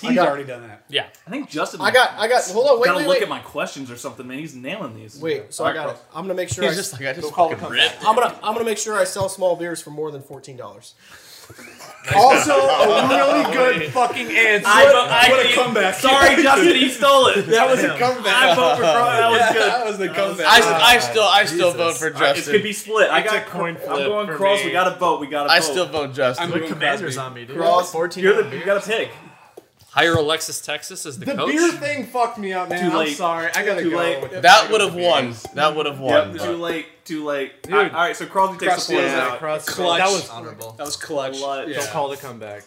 Speaker 1: He's
Speaker 7: got-
Speaker 1: already done that.
Speaker 4: Yeah,
Speaker 5: I think Justin.
Speaker 7: I got I got. Hold on, wait,
Speaker 5: gotta
Speaker 7: wait,
Speaker 5: look
Speaker 7: wait.
Speaker 5: at my questions or something, man. He's nailing these.
Speaker 7: Wait, so I got it. I'm gonna make sure. I,
Speaker 3: He's just like I just
Speaker 2: call the
Speaker 3: fucking
Speaker 2: comeback.
Speaker 3: ripped.
Speaker 7: I'm gonna I'm gonna make sure I sell small beers for more than fourteen dollars.
Speaker 2: also, a really good fucking answer.
Speaker 5: what a comeback! Sorry, Justin, he stole it. That was a comeback. I vote for Crow. That was good.
Speaker 1: That was the comeback.
Speaker 3: I, I still I still vote for
Speaker 5: All right, it's
Speaker 3: Justin.
Speaker 5: gonna be split. I
Speaker 2: It's
Speaker 5: got
Speaker 2: a coin
Speaker 5: I'm
Speaker 2: flip
Speaker 5: going
Speaker 2: for
Speaker 5: cross.
Speaker 2: me.
Speaker 5: We got to vote. We got to.
Speaker 3: I
Speaker 5: vote.
Speaker 3: still vote Justin.
Speaker 1: I'm
Speaker 6: Put
Speaker 1: going
Speaker 6: commanders
Speaker 1: Crosby.
Speaker 6: on me, dude.
Speaker 7: Cross.
Speaker 6: 14
Speaker 5: You're
Speaker 6: on
Speaker 5: the.
Speaker 6: me.
Speaker 5: You got to pick.
Speaker 4: hire Alexis Texas as the,
Speaker 2: The
Speaker 4: coach.
Speaker 2: beer thing fucked me up, man.
Speaker 5: Too
Speaker 2: I'm
Speaker 5: late.
Speaker 2: sorry. I gotta
Speaker 5: Too
Speaker 2: go.
Speaker 5: late.
Speaker 2: with the- I
Speaker 3: that
Speaker 2: gotta
Speaker 3: would
Speaker 2: go
Speaker 3: have
Speaker 2: with the
Speaker 3: won.
Speaker 2: beers.
Speaker 3: That would have won.
Speaker 5: Yep,
Speaker 3: but-
Speaker 5: too late. Too late.
Speaker 2: Dude.
Speaker 5: all right, so Crosby takes
Speaker 1: Crosby
Speaker 5: the point
Speaker 1: is
Speaker 2: Yeah,
Speaker 1: out.
Speaker 5: out.
Speaker 2: cross-
Speaker 1: Clutch.
Speaker 2: That was.
Speaker 6: Honorable.
Speaker 1: That was clutch.
Speaker 5: Clutch.
Speaker 1: Yeah.
Speaker 2: Don't call the comeback.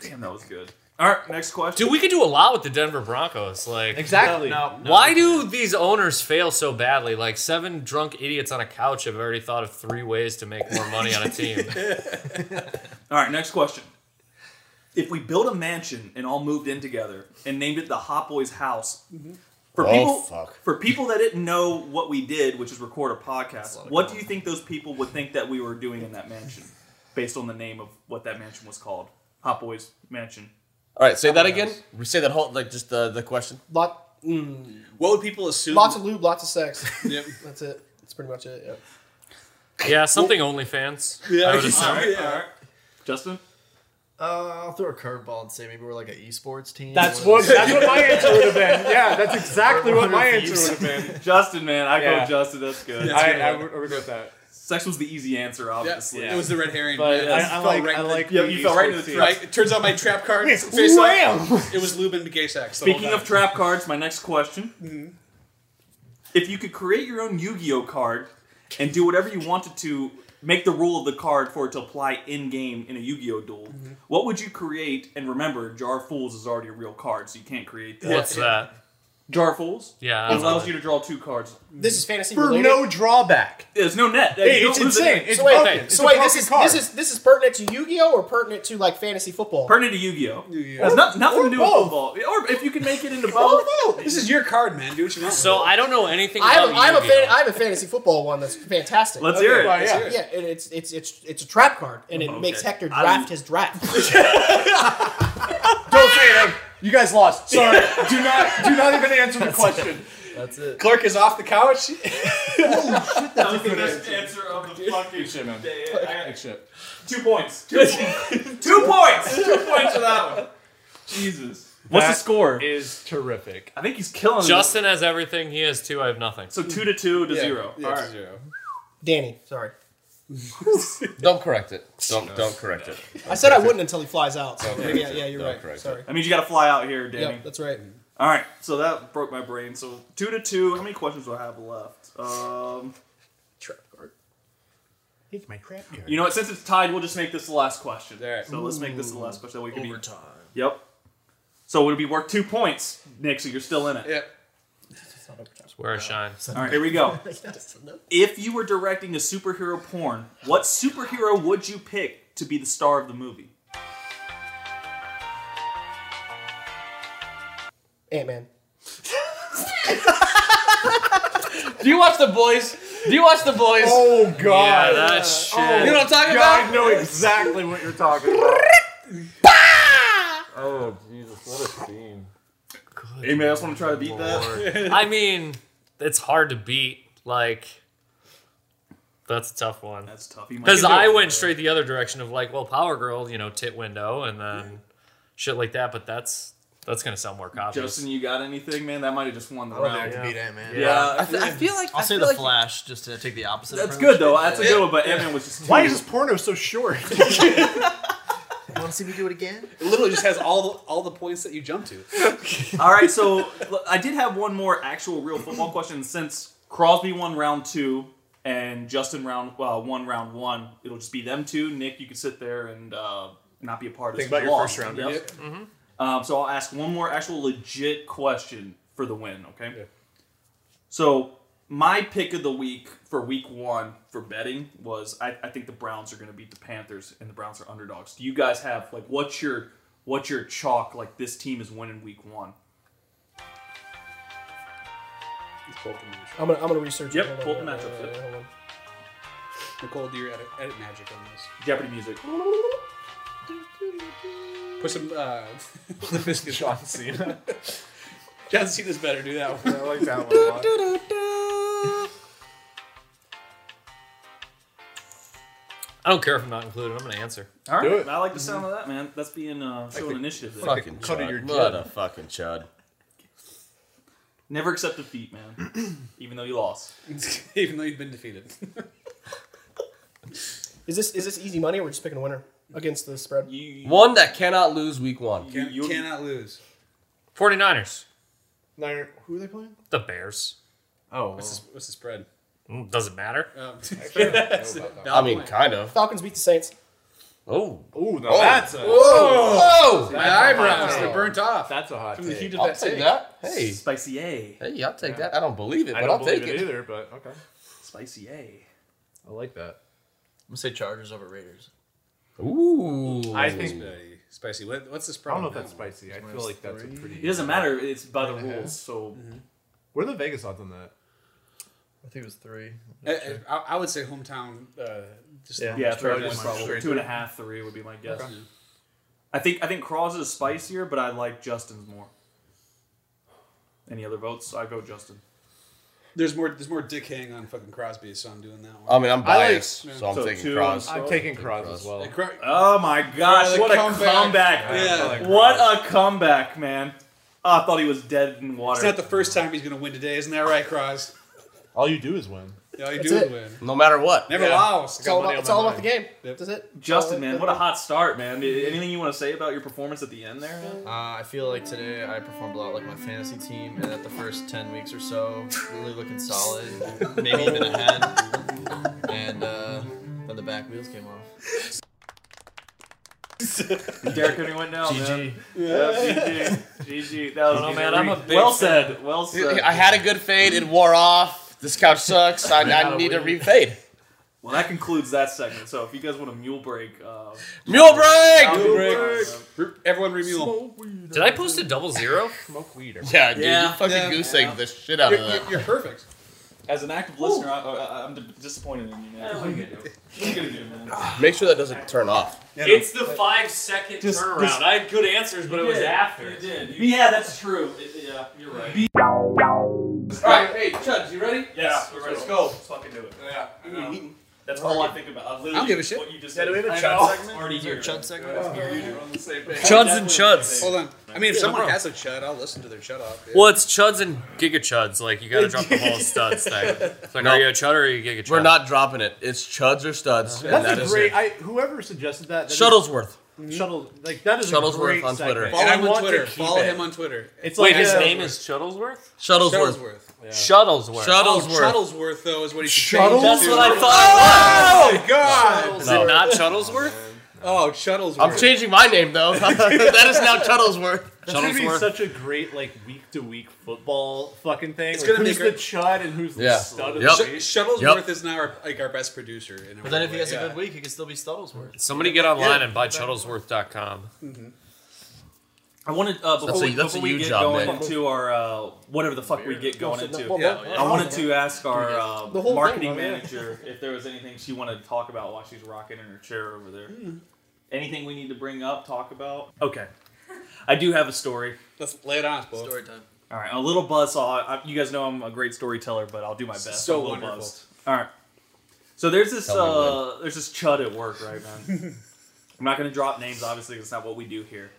Speaker 5: Damn, that was good. All right, next question.
Speaker 4: Dude, we could do a lot with the Denver Broncos. Like,
Speaker 2: Exactly.
Speaker 6: No, no.
Speaker 4: why do these owners fail so badly? Like, seven drunk idiots on a couch have already thought of three ways to make more money on a team.
Speaker 5: All right, next question. If we built a mansion and all moved in together and named it the Hot Boys House, for
Speaker 3: Oh,
Speaker 5: people
Speaker 3: fuck.
Speaker 5: for people that didn't know what we did, which is record a podcast, what do you think those people would think that we were doing in that mansion, based on the name of what that mansion was called, Hot Boys Mansion?
Speaker 3: All right, say that again. Say that whole like just the the question.
Speaker 7: Lot,
Speaker 1: What would people assume?
Speaker 7: lots of lube, lots of sex.
Speaker 1: Yep.
Speaker 7: That's it. That's pretty much it. Yeah.
Speaker 4: Yeah, something OnlyFans.
Speaker 1: Yeah,
Speaker 4: I would
Speaker 1: I guess-
Speaker 4: assume.
Speaker 1: Yeah.
Speaker 5: Justin,
Speaker 6: Uh, I'll throw a curveball and say maybe we're like an esports team.
Speaker 2: That's
Speaker 6: We're
Speaker 2: what. That's what my answer would have been. Yeah, that's exactly what my
Speaker 6: Hundred
Speaker 2: answer
Speaker 6: thieves.
Speaker 2: would have been.
Speaker 5: Justin, man, I
Speaker 2: Yeah.
Speaker 5: go Justin. That's good.
Speaker 2: I, I would I would go with that.
Speaker 5: Sex was the easy answer, obviously.
Speaker 1: It was the red herring.
Speaker 2: But
Speaker 1: yeah,
Speaker 2: I,
Speaker 1: it
Speaker 2: I
Speaker 1: fell
Speaker 2: like.
Speaker 1: right
Speaker 2: I
Speaker 1: in
Speaker 2: like.
Speaker 5: Yeah, you fell right into
Speaker 2: esports
Speaker 5: the
Speaker 2: team.
Speaker 5: trap.
Speaker 1: Right, it turns out my trap card. face up,
Speaker 2: Wham!
Speaker 1: it was lube and gay sex. the whole
Speaker 5: Speaking of
Speaker 1: time.
Speaker 5: trap cards, my next question. If you could create your own Yu Gi Oh card and do whatever you wanted to make the rule of the card for it to apply in game in a Yu-Gi-Oh duel. What would you create? And remember, Jar of Fools is already a real card, so you can't create that.
Speaker 4: What's that?
Speaker 5: Jar of Fools.
Speaker 4: Yeah,
Speaker 5: it
Speaker 4: that's
Speaker 5: allows
Speaker 4: what-
Speaker 5: you to draw two cards.
Speaker 7: This is fantasy
Speaker 2: For
Speaker 7: related.
Speaker 2: no drawback.
Speaker 5: There's no net. You
Speaker 2: Hey,
Speaker 5: don't
Speaker 2: it's
Speaker 5: lose
Speaker 2: insane.
Speaker 5: anything.
Speaker 2: It's
Speaker 7: so wait,
Speaker 2: broken. It's
Speaker 7: so
Speaker 2: a
Speaker 7: wait, this
Speaker 2: broken
Speaker 7: is
Speaker 2: card.
Speaker 7: this is this is pertinent to Yu-Gi-Oh or pertinent to like fantasy football?
Speaker 5: Pertinent to Yu-Gi-Oh.
Speaker 1: Yu-Gi-Oh.
Speaker 5: Has not, nothing
Speaker 2: or
Speaker 5: to do
Speaker 2: both.
Speaker 5: with football. Or if you can make it into
Speaker 2: Oh,
Speaker 5: both.
Speaker 2: no.
Speaker 1: This is your card, man. Do what you want.
Speaker 4: So
Speaker 1: with it.
Speaker 4: I don't know anything
Speaker 7: I
Speaker 4: about
Speaker 7: have a, I have a
Speaker 4: Yu-Gi-Oh.
Speaker 7: fan, I have a fantasy football one that's fantastic.
Speaker 5: Let's hear it.
Speaker 2: Well,
Speaker 1: Let's
Speaker 2: yeah.
Speaker 1: hear it.
Speaker 7: yeah, and it's it's it's it's a trap card, and it
Speaker 5: Okay.
Speaker 7: makes Hector
Speaker 5: I'm-
Speaker 7: draft his draft.
Speaker 2: Don't say it. You guys lost. Sorry. do not. Do not even answer the question.
Speaker 6: That's it.
Speaker 1: Clerk is off the couch.
Speaker 5: That was the best answer of the fucking
Speaker 2: Shit, man.
Speaker 5: day. I-
Speaker 2: Shit.
Speaker 5: Two points. Two, two points. Two points for that one. Jesus. What's the
Speaker 2: That
Speaker 5: score?
Speaker 2: Is terrific.
Speaker 5: I think he's killing Justin.
Speaker 4: Justin has everything. He has two. I have nothing.
Speaker 5: So two to two to zero.
Speaker 1: Yeah,
Speaker 5: All
Speaker 1: it's
Speaker 5: right.
Speaker 1: zero.
Speaker 7: Danny, sorry,
Speaker 3: Don't correct it. Don't don't correct it.
Speaker 7: I said I wouldn't until he flies out. So
Speaker 3: Okay.
Speaker 7: maybe- yeah, yeah, you're
Speaker 3: No,
Speaker 7: right.
Speaker 3: correct.
Speaker 7: Sorry.
Speaker 5: That means you got to fly out here, Danny.
Speaker 7: Yeah, that's right.
Speaker 5: All right. So that broke my brain. So two to two. How many questions do I have left? Um,
Speaker 7: Trap card.
Speaker 2: It's my crap card.
Speaker 5: you know what? Since it's tied, we'll just make this the last question.
Speaker 1: All right.
Speaker 5: So let's make this the last question. That way we can overtime. Be, yep. So it'll be worth two points, Nick. So you're still in it.
Speaker 1: Yeah.
Speaker 4: It's where I shine.
Speaker 5: All right. Here we go. If you were directing a superhero porn, what superhero would you pick to be the star of the movie?
Speaker 7: Ant Man.
Speaker 3: Do you watch the boys? Do you watch the boys?
Speaker 2: Oh God.
Speaker 4: Yeah, that shit.
Speaker 3: you know what I'm talking
Speaker 2: God, I
Speaker 3: about?
Speaker 2: know exactly what you're talking about. oh Jesus, what a scene.
Speaker 7: Oh,
Speaker 5: Anybody else want to try to beat that?
Speaker 4: I mean, it's hard to beat. Like, that's a tough one.
Speaker 5: That's tough. You might
Speaker 4: Because
Speaker 5: do
Speaker 4: I
Speaker 5: it.
Speaker 4: went straight the other direction of like, well, Power Girl, you know, tit window, and then shit like that. But that's that's gonna sound more obvious.
Speaker 5: Justin, you got anything, man? That might have just won the
Speaker 6: I
Speaker 5: round.
Speaker 6: can beat Ant Man.
Speaker 4: Yeah.
Speaker 6: I, th- I feel like
Speaker 3: I'll
Speaker 6: I
Speaker 3: say
Speaker 6: feel
Speaker 3: the
Speaker 6: like-
Speaker 3: Flash just to take the opposite.
Speaker 5: That's good though. That's a good one, but Evan was just.
Speaker 2: Why
Speaker 5: too-
Speaker 2: is this porno so short?
Speaker 6: Want to see me do it again?
Speaker 1: It literally just has all the, all the points that you jump to.
Speaker 5: All right, so look, I did have one more actual real football question. Since Crosby won round two and Justin round uh, won round one, it'll just be them two. Nick, you can sit there and uh, not be a part of
Speaker 2: Think
Speaker 5: this.
Speaker 2: about your
Speaker 5: loss.
Speaker 2: first round.
Speaker 5: Yep.
Speaker 1: Yep.
Speaker 5: Um, so I'll ask one more actual legit question for the win, okay? So my pick of the week for week one for betting was I, I think the Browns are going to beat the Panthers and the Browns are underdogs. Do you guys have like what's your what's your chalk like this team is winning week one?
Speaker 7: I'm gonna I'm gonna research.
Speaker 5: Yep,
Speaker 7: it.
Speaker 5: pull
Speaker 7: Hold on,
Speaker 5: the
Speaker 7: hold on,
Speaker 5: matchups,
Speaker 7: hold on,
Speaker 5: yep.
Speaker 7: hold on.
Speaker 1: Nicole, do your edit, edit magic on this.
Speaker 5: Jeopardy music.
Speaker 1: Put some uh, hibiscus.
Speaker 2: John Cena.
Speaker 1: John Cena's better. Do that one.
Speaker 2: I like that one a lot.
Speaker 4: I don't care if I'm not included. I'm gonna answer.
Speaker 5: All right,
Speaker 2: Do it.
Speaker 5: I like the sound of that, man. That's being uh, showing initiative. There.
Speaker 3: Fucking
Speaker 2: Cut of your
Speaker 3: chud. What a fucking chud.
Speaker 5: Never accept defeat, man. Even though you lost.
Speaker 1: Even though you've been defeated.
Speaker 7: Is this is this easy money? or We're just picking a winner against the spread.
Speaker 5: You
Speaker 3: One that cannot lose week one.
Speaker 5: you,
Speaker 1: You,
Speaker 5: you,
Speaker 1: cannot lose.
Speaker 4: 49ers,
Speaker 2: Niner, who are they playing?
Speaker 4: the Bears.
Speaker 6: Oh, well.
Speaker 1: What's the, what's the spread?
Speaker 4: Mm, Doesn't matter.
Speaker 1: Um,
Speaker 3: I mean, kind of.
Speaker 7: Falcons beat the Saints.
Speaker 3: Oh.
Speaker 2: Oh, now
Speaker 3: Oh.
Speaker 2: that's a
Speaker 3: Whoa!
Speaker 1: my eyebrows they
Speaker 2: Wow.
Speaker 1: Oh. burnt off.
Speaker 2: that's a hot
Speaker 1: From the heat
Speaker 2: take.
Speaker 1: of
Speaker 3: I'll
Speaker 1: that
Speaker 3: take
Speaker 1: take.
Speaker 3: that. Hey.
Speaker 5: spicy A,
Speaker 3: Hey, I'll take that. I don't believe it,
Speaker 2: I
Speaker 3: but
Speaker 2: don't
Speaker 3: I'll
Speaker 2: believe
Speaker 3: take
Speaker 2: it
Speaker 3: it.
Speaker 2: either, but okay.
Speaker 5: spicy A.
Speaker 2: I like that.
Speaker 6: I'm gonna say Chargers over Raiders.
Speaker 3: Ooh.
Speaker 2: I think
Speaker 1: Spicy. Spicy. What, what's the
Speaker 2: I
Speaker 1: spread?
Speaker 2: don't know
Speaker 1: on
Speaker 2: if that's
Speaker 1: that one?
Speaker 2: spicy. I feel like that's a pretty.
Speaker 5: It doesn't matter. It's by the
Speaker 2: Right.
Speaker 5: rules. So
Speaker 2: Where are the Vegas odds on that?
Speaker 6: I think it was three.
Speaker 1: Uh, uh, I, I would say hometown. Uh, just
Speaker 2: Yeah.
Speaker 5: yeah,
Speaker 2: Straight
Speaker 5: probably
Speaker 2: one,
Speaker 5: probably
Speaker 2: straight
Speaker 5: two and a half, three would be my guess.
Speaker 1: Okay.
Speaker 5: I think I think Cross is spicier, but I like Justin's more. Any other votes? I go Justin.
Speaker 1: There's more. There's more dick hang on fucking Crosby, so I'm doing that
Speaker 3: I
Speaker 1: one.
Speaker 3: mean, I'm
Speaker 2: I like-
Speaker 3: biased, so I'm
Speaker 5: So
Speaker 3: taking
Speaker 5: two
Speaker 3: Cross.
Speaker 5: and-
Speaker 2: I'm
Speaker 5: Cross.
Speaker 2: taking Cross as
Speaker 3: Cross.
Speaker 2: well.
Speaker 1: Uh, Cro-
Speaker 5: Oh my gosh!
Speaker 1: the
Speaker 5: what a
Speaker 1: comeback.
Speaker 5: comeback!
Speaker 1: Yeah.
Speaker 2: I like
Speaker 5: What
Speaker 2: Cross.
Speaker 5: a comeback, man! Oh, I thought he was dead in water.
Speaker 1: It's not the first time he's gonna win today, isn't that right, Cross?
Speaker 2: All you do is win.
Speaker 1: All you
Speaker 7: That's
Speaker 1: do is
Speaker 7: it.
Speaker 1: win.
Speaker 3: No matter what.
Speaker 1: Never
Speaker 5: Yeah.
Speaker 1: lost.
Speaker 7: It's all
Speaker 2: money
Speaker 7: about,
Speaker 2: on
Speaker 7: it's
Speaker 2: my
Speaker 7: all about the
Speaker 2: mind.
Speaker 7: game.
Speaker 1: Yep.
Speaker 7: That's it.
Speaker 5: Justin,
Speaker 7: All
Speaker 5: man,
Speaker 7: about
Speaker 5: what a
Speaker 7: the-
Speaker 5: hot start, man! Anything you want to say about your performance at the end there? man?
Speaker 6: Uh, I feel like today I performed a lot like my fantasy team, and that the first ten weeks or so, really looking solid, maybe even ahead. And uh, And the back wheels came off.
Speaker 5: Derek anyone now, man.
Speaker 6: GG.
Speaker 5: Yeah, GG. GG. That was oh,
Speaker 4: don't know, man. I'm a big
Speaker 5: well
Speaker 4: fan.
Speaker 5: said. Well said.
Speaker 3: I had a good fade. It wore off. This couch sucks. I, I
Speaker 6: Without a
Speaker 3: need to
Speaker 6: wing.
Speaker 3: refade.
Speaker 5: Well, that concludes that segment. So if you guys want a mule break, uh,
Speaker 3: Mule break.
Speaker 5: mule
Speaker 1: break.
Speaker 5: break.
Speaker 1: Re- Everyone remule.
Speaker 4: Did I post a double zero?
Speaker 2: Smoke weed or
Speaker 3: Yeah, dude,
Speaker 5: Yeah.
Speaker 3: you fucking
Speaker 1: Yeah.
Speaker 3: goose egged the shit out
Speaker 1: You're,
Speaker 3: of that.
Speaker 1: you're, you're perfect.
Speaker 5: As an active listener, I, I, I'm d- disappointed in you, man. What are you gonna do? What are you gonna do, man?
Speaker 3: Make sure that doesn't turn off.
Speaker 4: It's the five second
Speaker 5: Just-
Speaker 4: turnaround.
Speaker 5: just-
Speaker 4: I had good answers, but it was after.
Speaker 5: You did. You- yeah, that's true. It- yeah, you're right.
Speaker 3: All right, hey, Chuds, you ready?
Speaker 5: yeah, we're ready.
Speaker 3: Let's go.
Speaker 5: Let's fucking do it.
Speaker 3: Yeah.
Speaker 5: That's all I think about. I literally,
Speaker 1: I'll give a shit.
Speaker 5: What you just
Speaker 6: Yeah,
Speaker 5: said.
Speaker 6: do we have a
Speaker 5: I
Speaker 6: chud
Speaker 5: know.
Speaker 6: segment?
Speaker 5: Already
Speaker 6: Is there
Speaker 5: here.
Speaker 6: a chud segment?
Speaker 5: You're on the same page.
Speaker 4: Chuds and
Speaker 5: Definitely
Speaker 4: chuds.
Speaker 5: on
Speaker 1: Hold on. I mean, if
Speaker 4: Yeah,
Speaker 1: someone
Speaker 4: bro.
Speaker 1: has a chud, I'll listen to their chud off. yeah.
Speaker 4: Well, it's chuds and giga chuds. Like you gotta drop the whole studs thing. It's like,
Speaker 3: No.
Speaker 4: are you a chud or are you a giga chud?
Speaker 3: We're not dropping it. It's Chuds or Studs. and
Speaker 2: That's
Speaker 3: that
Speaker 2: a
Speaker 3: is
Speaker 2: great.
Speaker 3: it.
Speaker 2: I, whoever suggested that, that is-
Speaker 3: Shuttlesworth.
Speaker 2: shuttle like that is
Speaker 3: Shuttlesworth
Speaker 2: a great
Speaker 3: on Twitter.
Speaker 2: segment,
Speaker 1: Follow
Speaker 2: and I
Speaker 1: him on
Speaker 2: want to
Speaker 1: Twitter.
Speaker 2: keep
Speaker 1: Follow
Speaker 2: it.
Speaker 1: him on Twitter.
Speaker 2: It's
Speaker 4: Wait,
Speaker 2: like
Speaker 4: his
Speaker 2: a-
Speaker 4: name is Shuttlesworth.
Speaker 3: Shuttlesworth.
Speaker 1: Shuttlesworth.
Speaker 4: Shuttlesworth.
Speaker 1: Oh,
Speaker 3: Shuttlesworth.
Speaker 1: Shuttlesworth though is what he should
Speaker 2: Shuttle-
Speaker 1: change
Speaker 4: That's
Speaker 1: to.
Speaker 4: what I thought.
Speaker 1: Oh God!
Speaker 4: It was. Is it not Shuttlesworth?
Speaker 1: Oh, Shuttlesworth.
Speaker 3: I'm changing my name though. that is now Shuttlesworth.
Speaker 2: That's gonna be
Speaker 4: Shuttlesworth.
Speaker 2: such a great like week to week football fucking thing.
Speaker 1: It's
Speaker 2: Like,
Speaker 1: gonna be
Speaker 2: who's
Speaker 1: great.
Speaker 2: the chud and who's the
Speaker 3: Yeah.
Speaker 2: stud of
Speaker 3: Yep.
Speaker 2: the
Speaker 1: Sh-
Speaker 2: week?
Speaker 1: Shuttlesworth
Speaker 3: Yep.
Speaker 1: is now our, like our best producer. In
Speaker 6: But then if he has a good
Speaker 1: week.
Speaker 6: week, he can still be Stuttlesworth.
Speaker 4: Somebody get online and buy Shuttlesworth.com.
Speaker 5: I wanted uh, before,
Speaker 3: That's a-
Speaker 5: we,
Speaker 3: that's a
Speaker 5: before we
Speaker 3: you
Speaker 5: get
Speaker 3: job,
Speaker 5: going
Speaker 3: Nick.
Speaker 5: into our uh, whatever the fuck we get going into.
Speaker 7: Yeah.
Speaker 5: I wanted to ask our uh,
Speaker 7: The whole
Speaker 5: marketing
Speaker 7: thing, right?
Speaker 5: manager if there was anything she wanted to talk about while she's rocking in her chair over there.
Speaker 7: Hmm.
Speaker 5: Anything we need to bring up, talk about? Okay. I do have a story.
Speaker 1: Let's lay it on us, both.
Speaker 6: Story time.
Speaker 5: All right, a little buzz saw. I, you guys know I'm a great storyteller, but I'll do my best.
Speaker 1: So
Speaker 5: I'm a little
Speaker 1: wonderful.
Speaker 5: buzzed. All right. So there's this
Speaker 3: Tell me
Speaker 5: uh, there's this chud at work, right, man. I'm not gonna drop names, obviously, 'cause it's not what we do here.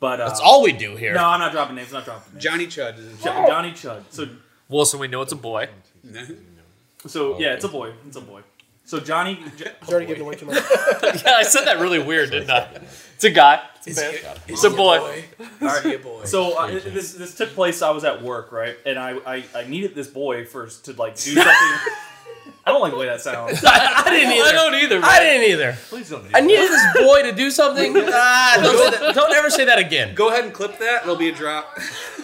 Speaker 5: But uh,
Speaker 3: That's all we do here.
Speaker 5: No, I'm not dropping names. Not dropping names.
Speaker 1: Johnny Chud. Is
Speaker 5: Jo- Johnny Chud. So
Speaker 4: Wilson, we know it's a boy.
Speaker 5: So yeah, it's a boy. It's a boy. So Johnny, Oh, J-
Speaker 7: He's already giving away too much.
Speaker 4: yeah, I said that really weird, didn't I? It's a guy. It's a, man. It's a boy.
Speaker 5: all right,
Speaker 1: a boy.
Speaker 5: so uh, this this took place. I was at work, right, and I I, I needed this boy first to like do something. I don't like the way that sounds.
Speaker 3: I, I didn't either.
Speaker 4: I don't either.
Speaker 3: I didn't either.
Speaker 2: Please don't. Do
Speaker 3: I
Speaker 2: that.
Speaker 3: needed this boy to do something. Ah, don't, say that- don't ever say that again.
Speaker 1: Go ahead and clip that. It'll be a drop.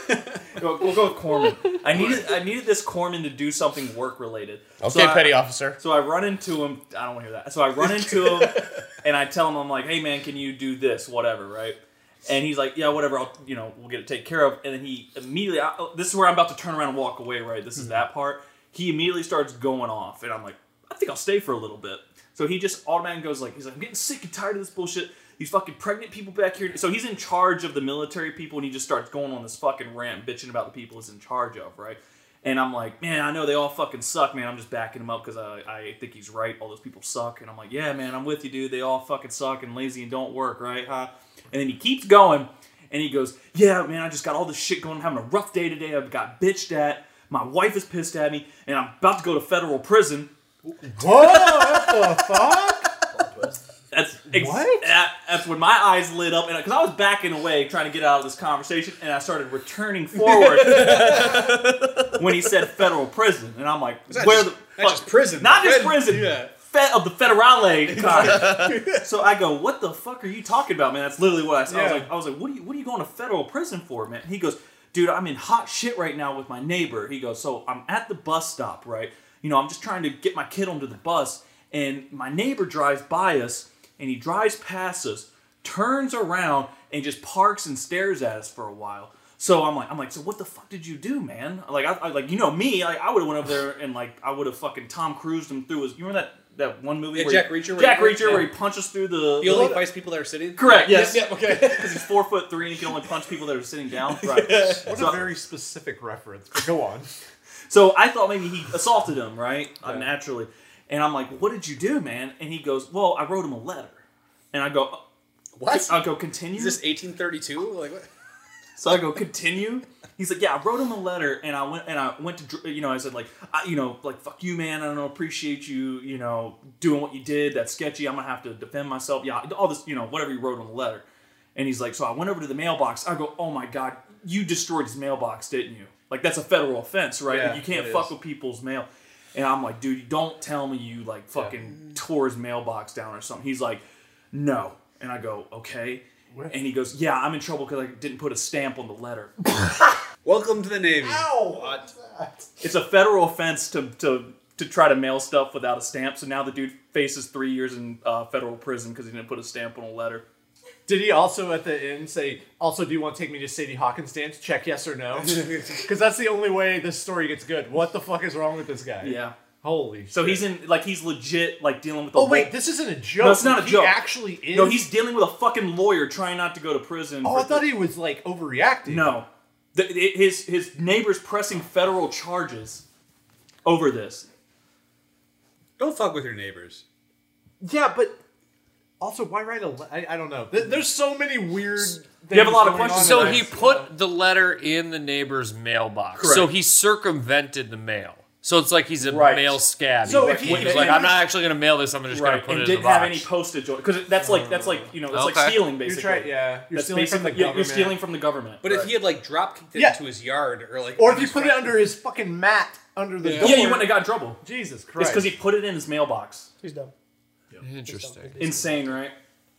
Speaker 5: Go- we'll go with Corman. I needed I needed this Corman to do something work related.
Speaker 3: Okay,
Speaker 5: I-
Speaker 3: petty officer.
Speaker 5: So I run into him. I don't want to hear that. So I run into him, and I tell him, I'm like, "Hey, man, can you do this? Whatever, right?" And he's like, "Yeah, whatever. I'll, you know, we'll get it taken care of." And then he immediately. I, oh, this is where I'm about to turn around and walk away. Right. This is that part. He immediately starts going off, and I'm like, "I think I'll stay for a little bit." So he just automatically goes like, "He's like, I'm getting sick and tired of this bullshit." These fucking pregnant people back here. So he's in charge of the military people, and he just starts going on this fucking rant, bitching about the people he's in charge of, right? And I'm like, man, I know they all fucking suck, man. I'm just backing him up because I, I think he's right. All those people suck. And I'm like, yeah, man, I'm with you, dude. They all fucking suck and lazy and don't work, right? Huh? And then he keeps going and he goes, yeah, man, I just got all this shit going. I'm having a rough day today. I've got bitched at. My wife is pissed at me and I'm about to go to federal prison.
Speaker 2: Whoa! What the fuck?
Speaker 5: That's ex-
Speaker 2: What?
Speaker 5: that- that's when my eyes lit up, and because I was backing away trying to get out of this conversation, and I started returning forward when he said federal prison, and I'm like,
Speaker 1: That's
Speaker 5: where
Speaker 1: just-
Speaker 5: the
Speaker 1: that's
Speaker 5: fuck-
Speaker 1: just prison.
Speaker 5: not just
Speaker 1: Fed-
Speaker 5: prison,
Speaker 1: Yeah.
Speaker 5: Fed of the federale kind. so I go, what the fuck are you talking about, man? That's literally what I said. I was
Speaker 1: Yeah.
Speaker 5: like, I was like, what are you, what are you going to federal prison for, man? He goes, dude, I'm in hot shit right now with my neighbor. He goes, so I'm at the bus stop, right? You know, I'm just trying to get my kid onto the bus, and my neighbor drives by us, and he drives past us, turns around, and just parks and stares at us for a while. So I'm like, I'm like, so what the fuck did you do, man? Like, I, I like, you know me, like, I would have went over there and like, I would have fucking Tom Cruised him through his. You remember that that one movie?
Speaker 1: Yeah,
Speaker 5: where
Speaker 1: Jack
Speaker 5: he-
Speaker 1: Reacher, where
Speaker 5: Jack
Speaker 1: he-
Speaker 5: Reacher, where he
Speaker 1: yeah.
Speaker 5: punches through the.
Speaker 1: He only
Speaker 5: the-
Speaker 1: fights people that are sitting.
Speaker 5: Correct. Yes.
Speaker 1: Yeah. Okay.
Speaker 5: Because he's four foot three and he can only punch people that are sitting down. Right.
Speaker 2: What
Speaker 5: So-
Speaker 2: a very specific reference. But go on.
Speaker 5: So I thought maybe he assaulted him, right? Uh, naturally. And I'm like, what did you do, man? And he goes, well, I wrote him a letter. And I go,
Speaker 1: What?
Speaker 5: I go, continue.
Speaker 1: Is this 1832? Like what?
Speaker 5: So I go, continue. He's like, yeah, I wrote him a letter, and I went and I went to, dr- you know, I said like, I, you know, like fuck you, man. I don't know, appreciate you, you know, doing what you did. That's sketchy. I'm gonna have to defend myself. Yeah, all this, you know, whatever you wrote on the letter. And he's like, so I went over to the mailbox. I go, oh my god, you destroyed his mailbox, didn't you? Like that's a federal offense, right? Like,
Speaker 2: Yeah,
Speaker 5: you can't
Speaker 2: it
Speaker 5: fuck
Speaker 2: is.
Speaker 5: with people's mail. And I'm like, dude, you don't tell me you like fucking tore his mailbox down or something. He's like, no. And I go, okay. And he goes, yeah, I'm in trouble because I didn't put a stamp on the letter.
Speaker 1: Welcome to the Navy.
Speaker 5: it's a federal offense to, to to try to mail stuff without a stamp. So now the dude faces three years in uh, federal prison because he didn't put a stamp on a letter.
Speaker 2: Did he also at the end say, "Also, do you want to take me to Sadie Hawkins dance? Check yes or no," because that's the only way this story gets good. What the fuck is wrong with this guy?
Speaker 5: Yeah.
Speaker 2: holy.
Speaker 5: So
Speaker 2: shit.
Speaker 5: he's in like he's legit like dealing with. The
Speaker 2: Oh wait,
Speaker 5: law-
Speaker 2: this isn't a joke.
Speaker 5: No, it's not a
Speaker 2: He
Speaker 5: joke.
Speaker 2: Actually, is.
Speaker 5: no, he's dealing with a fucking lawyer trying not to go to prison.
Speaker 2: Oh,
Speaker 5: for
Speaker 2: I thought
Speaker 5: the-
Speaker 2: he was like overreacting.
Speaker 5: No, The- it- his his neighbor's pressing federal charges over this.
Speaker 1: Don't fuck with your neighbors.
Speaker 2: Yeah, but also, why write a? Le- I, I don't know. There- There's so many weird. Things
Speaker 5: You have a lot of
Speaker 2: going on
Speaker 5: questions.
Speaker 4: So
Speaker 2: in
Speaker 4: he
Speaker 2: this.
Speaker 4: put the letter in the neighbor's mailbox.
Speaker 5: Correct.
Speaker 4: So he circumvented the mail. So it's like he's a
Speaker 5: Right.
Speaker 4: mail scab.
Speaker 2: So
Speaker 4: he,
Speaker 2: if he-
Speaker 4: was like, I'm not actually going to mail this. I'm just
Speaker 5: Right,
Speaker 4: going
Speaker 5: and
Speaker 4: to put it in
Speaker 5: didn't
Speaker 4: the
Speaker 5: have
Speaker 4: box.
Speaker 5: any postage because that's like that's like you know that's
Speaker 3: Okay.
Speaker 5: like stealing
Speaker 2: You're
Speaker 5: basically.
Speaker 2: trying, yeah, you're
Speaker 5: That's
Speaker 2: stealing from the
Speaker 5: basically- you're-
Speaker 2: government.
Speaker 5: you're stealing from the government.
Speaker 1: But if he had like drop kicked it
Speaker 2: Yeah.
Speaker 1: into his yard or like,
Speaker 2: or
Speaker 1: on
Speaker 2: if you
Speaker 1: his
Speaker 2: put it
Speaker 1: front-
Speaker 2: under his fucking mat under the
Speaker 1: Yeah.
Speaker 2: door.
Speaker 5: yeah, you wouldn't have got in trouble.
Speaker 2: Jesus Christ.
Speaker 5: It's because he put it in his mailbox.
Speaker 7: He's dumb.
Speaker 3: Interesting.
Speaker 5: Insane, right?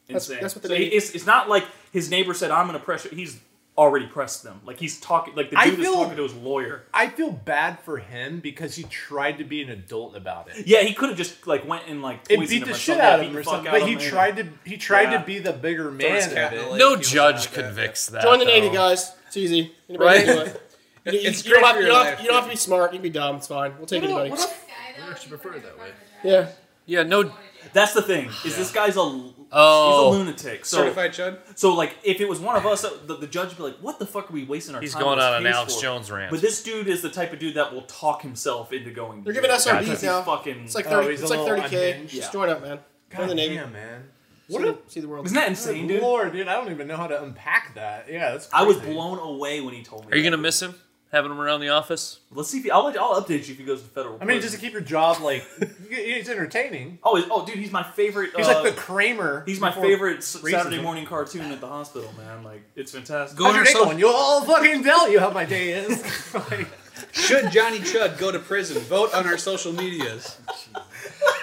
Speaker 7: That's-
Speaker 5: Insane.
Speaker 7: that's what the
Speaker 5: so
Speaker 7: lady-
Speaker 5: it's, it's not like his neighbor said, "I'm gonna press you." He's already pressed them. Like he's talking. Like the
Speaker 2: I
Speaker 5: dude is
Speaker 2: feel-
Speaker 5: talking to his lawyer.
Speaker 2: I feel bad for him because he tried to be an adult about it.
Speaker 5: Yeah, he could have just like went and like
Speaker 2: It
Speaker 5: poisoned
Speaker 2: beat
Speaker 5: him
Speaker 2: the
Speaker 5: or
Speaker 2: shit
Speaker 5: something. Yeah,
Speaker 2: out of
Speaker 5: beat
Speaker 2: him
Speaker 5: the
Speaker 2: or
Speaker 5: fuck
Speaker 2: something.
Speaker 5: out
Speaker 2: But
Speaker 5: of
Speaker 2: he
Speaker 5: him.
Speaker 2: tried to he tried
Speaker 5: Yeah.
Speaker 2: to be the bigger
Speaker 1: Throw his
Speaker 2: man.
Speaker 1: cat
Speaker 2: of
Speaker 1: in the
Speaker 2: it.
Speaker 1: lake, he
Speaker 4: no
Speaker 1: was
Speaker 4: judge
Speaker 1: like, "Yeah,
Speaker 4: could
Speaker 1: yeah."
Speaker 4: fix that.
Speaker 7: Join the Navy,
Speaker 4: though.
Speaker 7: guys. It's easy. Anybody can do
Speaker 3: Right?
Speaker 7: it. You, you-
Speaker 1: It's
Speaker 7: you don't
Speaker 1: great
Speaker 7: have,
Speaker 1: for
Speaker 7: you,
Speaker 1: your
Speaker 7: don't have,
Speaker 1: life.
Speaker 7: you don't have to be smart. You can be dumb. It's fine. We'll take anybody.
Speaker 8: I should prefer it that way.
Speaker 7: Yeah.
Speaker 4: Yeah, no.
Speaker 5: That's the thing. Is this guy's a
Speaker 4: Oh.
Speaker 5: he's a lunatic. So
Speaker 1: certified chud.
Speaker 5: so like if it was one of us, the, the judge would be like, "What the fuck are we wasting our
Speaker 4: He's
Speaker 5: time?"
Speaker 4: going
Speaker 5: this
Speaker 4: on an
Speaker 5: case
Speaker 4: Alex
Speaker 5: for?"
Speaker 4: Jones rant.
Speaker 5: But this dude is the type of dude that will talk himself into going.
Speaker 7: They're giving us
Speaker 5: our
Speaker 7: our beats now.
Speaker 5: Fucking,
Speaker 7: It's like
Speaker 2: Oh,
Speaker 7: 30,
Speaker 2: he's a
Speaker 7: it's like
Speaker 2: little
Speaker 7: 30K.
Speaker 2: unhinged.
Speaker 7: Just
Speaker 5: Yeah.
Speaker 7: join up, man. Join the
Speaker 2: God
Speaker 7: Navy.
Speaker 2: damn, man.
Speaker 7: see, the, see the world.
Speaker 5: isn't that insane, dude?
Speaker 2: Lord, dude, I don't even know how to unpack that. Yeah, that's.
Speaker 5: I was
Speaker 2: crazy.
Speaker 5: blown away when he told me.
Speaker 4: Are you
Speaker 5: that.
Speaker 4: going to miss him? Having him around the office?
Speaker 5: Let's see if he, I'll let- I'll update you if he goes to federal.
Speaker 2: I mean,
Speaker 5: prison.
Speaker 2: just to keep your job like it's entertaining.
Speaker 5: oh he- oh dude, he's my favorite.
Speaker 2: He's
Speaker 5: uh,
Speaker 2: like the Kramer.
Speaker 5: He's my
Speaker 2: before-
Speaker 5: favorite s-
Speaker 2: racism.
Speaker 5: Saturday morning cartoon at the hospital, man. Like it's fantastic.
Speaker 1: Go
Speaker 2: How's
Speaker 1: on
Speaker 2: your
Speaker 1: our
Speaker 2: day
Speaker 1: social.
Speaker 2: going? You'll all fucking tell you how my day is. Like,
Speaker 1: Should Johnny Chud go to prison? Vote on our social medias.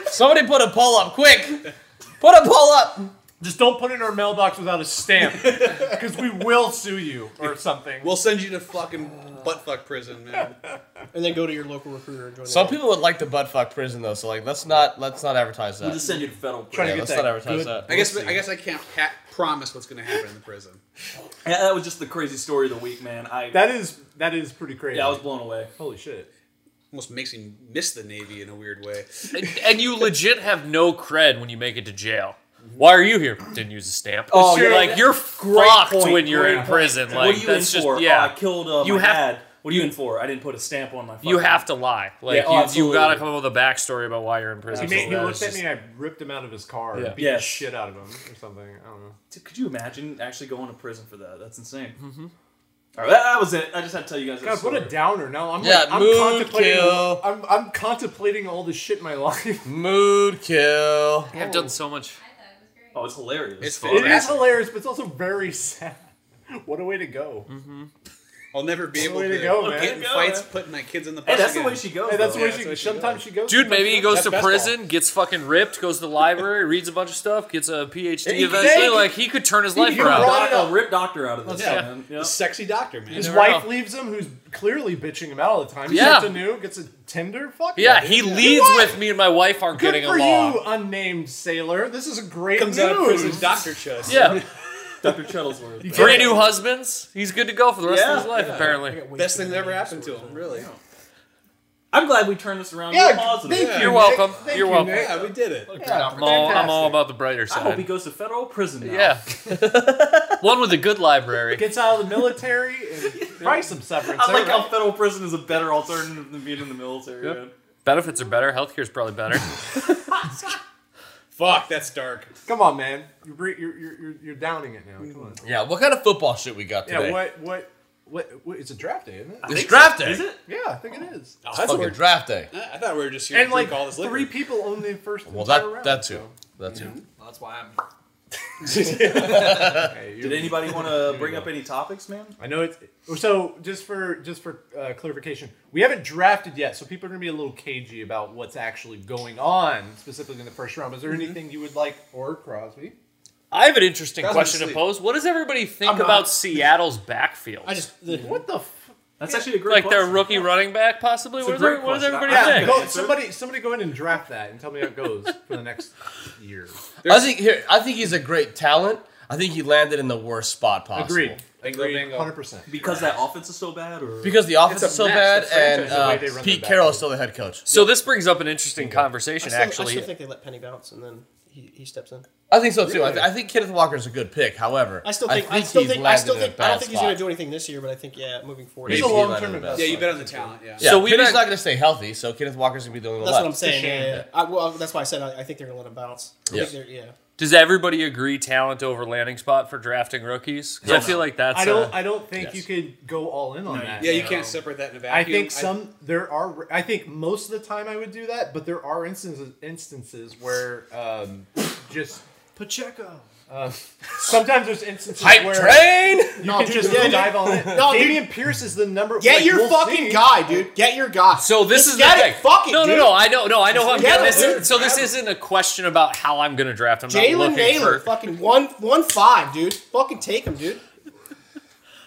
Speaker 3: Somebody put a poll up quick. Put a poll up.
Speaker 2: just don't put it in our mailbox without a stamp, because we will sue you or something.
Speaker 1: We'll send you to fucking butt fuck prison, man.
Speaker 7: And then go to your local recruiter and join the
Speaker 3: Some
Speaker 7: Navy.
Speaker 3: people would like to butt fuck prison though, so like let's not let's not advertise that.
Speaker 5: We'll just send you to federal
Speaker 3: yeah,
Speaker 5: prison.
Speaker 2: get
Speaker 3: let's
Speaker 2: that
Speaker 3: not advertise
Speaker 2: good-
Speaker 3: that.
Speaker 1: I guess
Speaker 3: We'll see.
Speaker 1: I guess I can't ha- promise what's going to happen in the prison.
Speaker 5: Yeah, that was just the crazy story of the week, man. I
Speaker 2: That is that is pretty crazy.
Speaker 5: yeah, I was blown away.
Speaker 2: holy shit.
Speaker 1: Almost makes me miss the Navy in a weird way.
Speaker 4: And, and you legit have no cred when you make it to jail. Why are you here? Didn't use a stamp.
Speaker 5: Oh,
Speaker 4: you're
Speaker 5: yeah,
Speaker 4: like
Speaker 5: that-
Speaker 4: you're fucked
Speaker 5: point,
Speaker 4: when you're
Speaker 5: great
Speaker 4: in
Speaker 5: point.
Speaker 4: prison. Like
Speaker 5: what are you in
Speaker 4: that's just
Speaker 5: for?
Speaker 4: yeah.
Speaker 5: Oh, I killed uh,
Speaker 4: You
Speaker 5: my
Speaker 4: have-
Speaker 5: dad. What are you in for? I didn't put a stamp on my. Fucking
Speaker 4: you have to lie. Like
Speaker 5: Yeah, oh,
Speaker 4: you, you
Speaker 5: absolutely.
Speaker 4: gotta come up with a backstory about why you're in prison.
Speaker 2: He, made,
Speaker 5: Absolutely.
Speaker 4: So
Speaker 2: he
Speaker 4: that
Speaker 2: looked
Speaker 4: is
Speaker 2: at
Speaker 4: just-
Speaker 2: me and I ripped him out of his car
Speaker 4: Yeah.
Speaker 2: and beat the
Speaker 5: Yes.
Speaker 2: shit out of him or something. I don't know.
Speaker 5: Dude, Could you imagine actually going to prison for that? That's insane. Mm-hmm. All right, that, that was it. I just had to tell you guys. that
Speaker 2: God, what
Speaker 5: story.
Speaker 2: a downer. No, I'm
Speaker 3: Yeah,
Speaker 2: like, I'm
Speaker 3: mood
Speaker 2: contemplating
Speaker 3: kill.
Speaker 2: I'm, I'm contemplating all the shit in my life.
Speaker 3: mood kill.
Speaker 4: I've
Speaker 2: "Oh."
Speaker 4: done so much.
Speaker 8: I thought it was great.
Speaker 5: Oh, it's hilarious.
Speaker 1: It's
Speaker 2: It is
Speaker 1: fantastic.
Speaker 2: hilarious, but it's also very sad. What a way to go.
Speaker 1: I'll never be able
Speaker 2: Way
Speaker 1: to,
Speaker 2: to go,
Speaker 1: get
Speaker 2: man.
Speaker 1: in
Speaker 5: Go,
Speaker 1: fights,
Speaker 5: man.
Speaker 1: putting my kids in the bus
Speaker 5: Hey, that's the
Speaker 1: again.
Speaker 5: way she goes.
Speaker 2: Hey, that's
Speaker 5: though.
Speaker 2: where
Speaker 1: yeah,
Speaker 2: she,
Speaker 1: that's what she
Speaker 2: sometimes she goes.
Speaker 4: Dude, maybe he goes
Speaker 2: sometimes
Speaker 4: to
Speaker 2: she
Speaker 4: prison, gets fucking ripped, goes to the library, reads a bunch of stuff, gets a PhD
Speaker 2: He-
Speaker 4: eventually.
Speaker 2: he-
Speaker 4: like he could turn his life
Speaker 2: he
Speaker 4: around.
Speaker 2: brought-
Speaker 5: Doc- a rip doctor out of this.
Speaker 1: Yeah.
Speaker 5: man.
Speaker 1: The
Speaker 5: Yeah.
Speaker 1: sexy doctor, man.
Speaker 2: His
Speaker 4: never
Speaker 2: wife
Speaker 4: know.
Speaker 2: leaves him, who's clearly bitching him out all the time.
Speaker 4: Yeah.
Speaker 2: Gets a new, gets a Tinder. Fuck
Speaker 4: yeah,
Speaker 2: dude.
Speaker 4: he leads with me and my wife aren't
Speaker 2: Good
Speaker 4: getting
Speaker 2: for
Speaker 4: along.
Speaker 2: you, unnamed sailor. This is great
Speaker 1: Comes
Speaker 2: news.
Speaker 1: out of prison, Doctor Chud.
Speaker 4: Yeah,
Speaker 5: Dr. Chuttlesworth.
Speaker 4: three new husbands. He's good to go for the rest
Speaker 5: Yeah,
Speaker 4: of his life,
Speaker 7: I
Speaker 4: apparently.
Speaker 7: got way
Speaker 1: Best
Speaker 7: too
Speaker 1: thing that
Speaker 7: many
Speaker 1: ever happened
Speaker 7: stories.
Speaker 1: to him, really.
Speaker 5: I'm glad we turned this around.
Speaker 2: Yeah,
Speaker 5: We're positive.
Speaker 2: thank
Speaker 1: Yeah.
Speaker 2: you.
Speaker 4: You're
Speaker 2: Nick.
Speaker 4: welcome.
Speaker 2: Thank
Speaker 4: You're
Speaker 2: you,
Speaker 4: welcome.
Speaker 2: Nick.
Speaker 1: Yeah, we did it.
Speaker 2: Yeah,
Speaker 4: I'm all, I'm all
Speaker 2: fantastic.
Speaker 4: about the brighter
Speaker 5: I hope he
Speaker 4: side.
Speaker 5: goes to federal prison now.
Speaker 4: Yeah. One with a good library.
Speaker 2: Gets out of the military and probably some severance.
Speaker 5: I like
Speaker 2: there,
Speaker 5: how federal prison is a better alternative than being in the military.
Speaker 4: Yep.
Speaker 5: man.
Speaker 4: Benefits are better. Healthcare's probably better.
Speaker 1: Fuck, that's dark.
Speaker 2: Come on, man. You're, re- you're, you're, you're, you're downing it now. Come on.
Speaker 1: Mm.
Speaker 3: Yeah, what kind of football shit we got
Speaker 2: Yeah,
Speaker 3: today?
Speaker 2: what, what, what, what, it's a draft day, isn't it?
Speaker 3: It's draft day.
Speaker 5: Is it?
Speaker 2: Yeah, I think it is.
Speaker 1: Oh,
Speaker 3: It's
Speaker 1: that's
Speaker 3: fucking
Speaker 1: weird.
Speaker 3: draft day.
Speaker 1: I I thought we were just here
Speaker 2: And
Speaker 1: to drink
Speaker 2: like
Speaker 1: all this liquor.
Speaker 2: three people own the first
Speaker 3: Well,
Speaker 2: entire
Speaker 3: that
Speaker 2: round.
Speaker 3: that's who.
Speaker 2: so.
Speaker 3: That's who.
Speaker 6: That's why I'm
Speaker 5: Did anybody want to bring up any topics, man?
Speaker 2: I know it's so. Just for just for uh, clarification, we haven't drafted yet, so people are going to be a little cagey about what's actually going on, specifically in the first round. Is
Speaker 1: Mm-hmm.
Speaker 2: there anything you would like, or Crosby?
Speaker 4: I have an interesting
Speaker 1: Doesn't
Speaker 4: question to
Speaker 1: sleep.
Speaker 4: pose. What does everybody think
Speaker 2: I'm not-
Speaker 4: about Seattle's backfield?
Speaker 7: I just the,
Speaker 2: What the? F-
Speaker 5: That's actually a great
Speaker 4: like their
Speaker 5: question.
Speaker 4: rookie running back, possibly.
Speaker 5: It's a
Speaker 4: What, is every-
Speaker 5: great
Speaker 4: what does
Speaker 5: question.
Speaker 4: everybody
Speaker 5: I- I-
Speaker 2: yeah,
Speaker 4: think?
Speaker 2: go, somebody somebody go in and draft that and tell me how it goes for the next year.
Speaker 1: There's-
Speaker 3: I think here. I think he's a great talent. I think he landed in the worst spot possible.
Speaker 1: Bingo, bingo.
Speaker 2: hundred percent.
Speaker 5: because that offense is so bad, or
Speaker 3: Because the offense
Speaker 1: It's a
Speaker 3: is so
Speaker 1: mess.
Speaker 3: bad,
Speaker 1: The franchise,
Speaker 3: and
Speaker 2: the way
Speaker 3: uh,
Speaker 2: they run their
Speaker 3: Pete
Speaker 2: backfield.
Speaker 3: Carroll is still the head coach.
Speaker 4: So this brings up an interesting
Speaker 7: I
Speaker 4: conversation,
Speaker 7: still, I
Speaker 4: actually.
Speaker 7: still think they let Penny bounce and then he, he steps in.
Speaker 3: I think so too. I,
Speaker 2: Really?
Speaker 3: th- I think Kenneth Walker is a good pick. However,
Speaker 7: I still think I,
Speaker 3: he's
Speaker 7: still think I
Speaker 3: landed
Speaker 7: still
Speaker 3: in a
Speaker 7: think I
Speaker 3: bad
Speaker 7: don't think he's going to
Speaker 3: spot.
Speaker 7: do anything this year, but I think yeah, moving forward.
Speaker 2: He's
Speaker 7: That's
Speaker 2: a
Speaker 3: Maybe he landed
Speaker 2: long-term
Speaker 3: in a bad
Speaker 1: Yeah,
Speaker 2: investment.
Speaker 3: spot.
Speaker 1: you bet on the talent. Yeah.
Speaker 3: Yeah,
Speaker 4: So
Speaker 3: so
Speaker 4: we
Speaker 3: Penny's
Speaker 4: bet-
Speaker 3: not going to stay healthy, so Kenneth Walker's going to be the only one
Speaker 7: what I'm
Speaker 3: left.
Speaker 7: saying.
Speaker 2: shame.
Speaker 7: Yeah, yeah, yeah. I, well, that's why I said I, I think they're going to let him bounce. I think
Speaker 3: Yes.
Speaker 7: they're- yeah.
Speaker 4: Does everybody agree talent over landing spot for drafting rookies? 'Cause I feel like that's
Speaker 2: I don't.
Speaker 4: a-
Speaker 2: I don't think
Speaker 3: yes.
Speaker 2: you could go all in on that.
Speaker 1: Yeah, you can't separate that in a
Speaker 2: I
Speaker 1: vacuum.
Speaker 2: think some there are. I think most of the time I would do that, but there are instances instances where um, just
Speaker 6: Pacheco.
Speaker 2: uh, sometimes there's instances
Speaker 3: Hype
Speaker 2: where
Speaker 3: train.
Speaker 2: you can just
Speaker 7: yeah, dude.
Speaker 2: dive on it.
Speaker 7: No, dude.
Speaker 2: Damian Pierce is the number.
Speaker 7: Get
Speaker 2: like,
Speaker 7: your
Speaker 2: we'll
Speaker 7: fucking
Speaker 2: see.
Speaker 7: guy, dude. Get your guy.
Speaker 4: So this
Speaker 7: Just
Speaker 4: is
Speaker 7: get
Speaker 4: the
Speaker 7: it.
Speaker 4: thing.
Speaker 7: Fuck it,
Speaker 4: no,
Speaker 7: dude.
Speaker 4: no, no. I know, no, I know how I'm
Speaker 7: Get
Speaker 4: getting
Speaker 7: it,
Speaker 4: this.
Speaker 7: dude.
Speaker 4: So this isn't a question about how I'm going to draft. I'm not
Speaker 7: Jalen
Speaker 4: looking
Speaker 7: Naylor,
Speaker 4: for.
Speaker 7: fucking one one five, dude. Fucking take him, dude.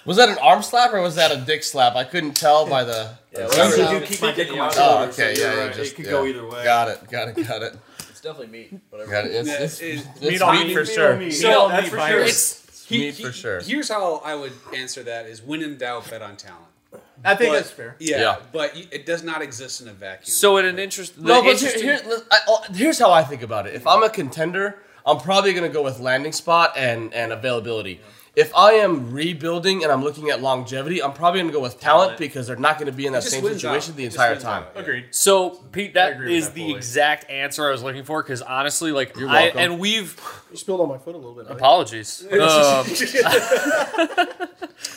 Speaker 3: Was that an arm slap or was that a dick slap? I couldn't tell by the.
Speaker 5: Sometimes
Speaker 7: Yeah.
Speaker 5: you do keep my dick on my
Speaker 3: Oh,
Speaker 5: shoulder.
Speaker 3: okay,
Speaker 5: so you're
Speaker 3: yeah, you
Speaker 5: right.
Speaker 3: just-
Speaker 5: it could go
Speaker 3: yeah.
Speaker 5: either way.
Speaker 3: Got it, got it, got it,
Speaker 6: It's definitely meat. Whatever.
Speaker 3: got it. It's,
Speaker 1: Yeah,
Speaker 3: it's,
Speaker 1: it-
Speaker 3: it's
Speaker 2: Meat on
Speaker 3: meat
Speaker 2: meat,
Speaker 3: for
Speaker 2: meat
Speaker 3: sure.
Speaker 2: on meat.
Speaker 3: It's
Speaker 1: So,
Speaker 2: Meat
Speaker 5: that's for sure.
Speaker 2: virus.
Speaker 4: It's
Speaker 3: meat for sure.
Speaker 1: Here's how I would answer that: is when in doubt, bet on talent.
Speaker 2: I think
Speaker 1: But-
Speaker 2: that's fair.
Speaker 1: Yeah,
Speaker 3: Yeah.
Speaker 1: but y- it does not exist in a vacuum.
Speaker 4: so in an interest. the
Speaker 3: No, but here,
Speaker 4: interesting-
Speaker 3: here, let- I, oh, here's how I think about it. If I'm a contender, I'm probably going to go with landing spot and, and availability. If I am rebuilding and I'm looking at longevity, I'm probably going to go with talent, because they're not going to be in
Speaker 1: It
Speaker 3: that
Speaker 1: just
Speaker 3: same
Speaker 1: wins out.
Speaker 3: situation the
Speaker 1: It just
Speaker 3: entire
Speaker 1: wins
Speaker 3: time.
Speaker 1: out, yeah.
Speaker 2: Agreed.
Speaker 4: So Pete,
Speaker 2: I
Speaker 4: that
Speaker 2: agree with
Speaker 4: is
Speaker 2: that
Speaker 4: the
Speaker 2: fully.
Speaker 4: exact answer I was looking for. Because honestly, like
Speaker 3: You're
Speaker 4: I
Speaker 3: welcome.
Speaker 4: and we've
Speaker 7: You spilled on my foot a little bit. buddy.
Speaker 4: apologies. Um,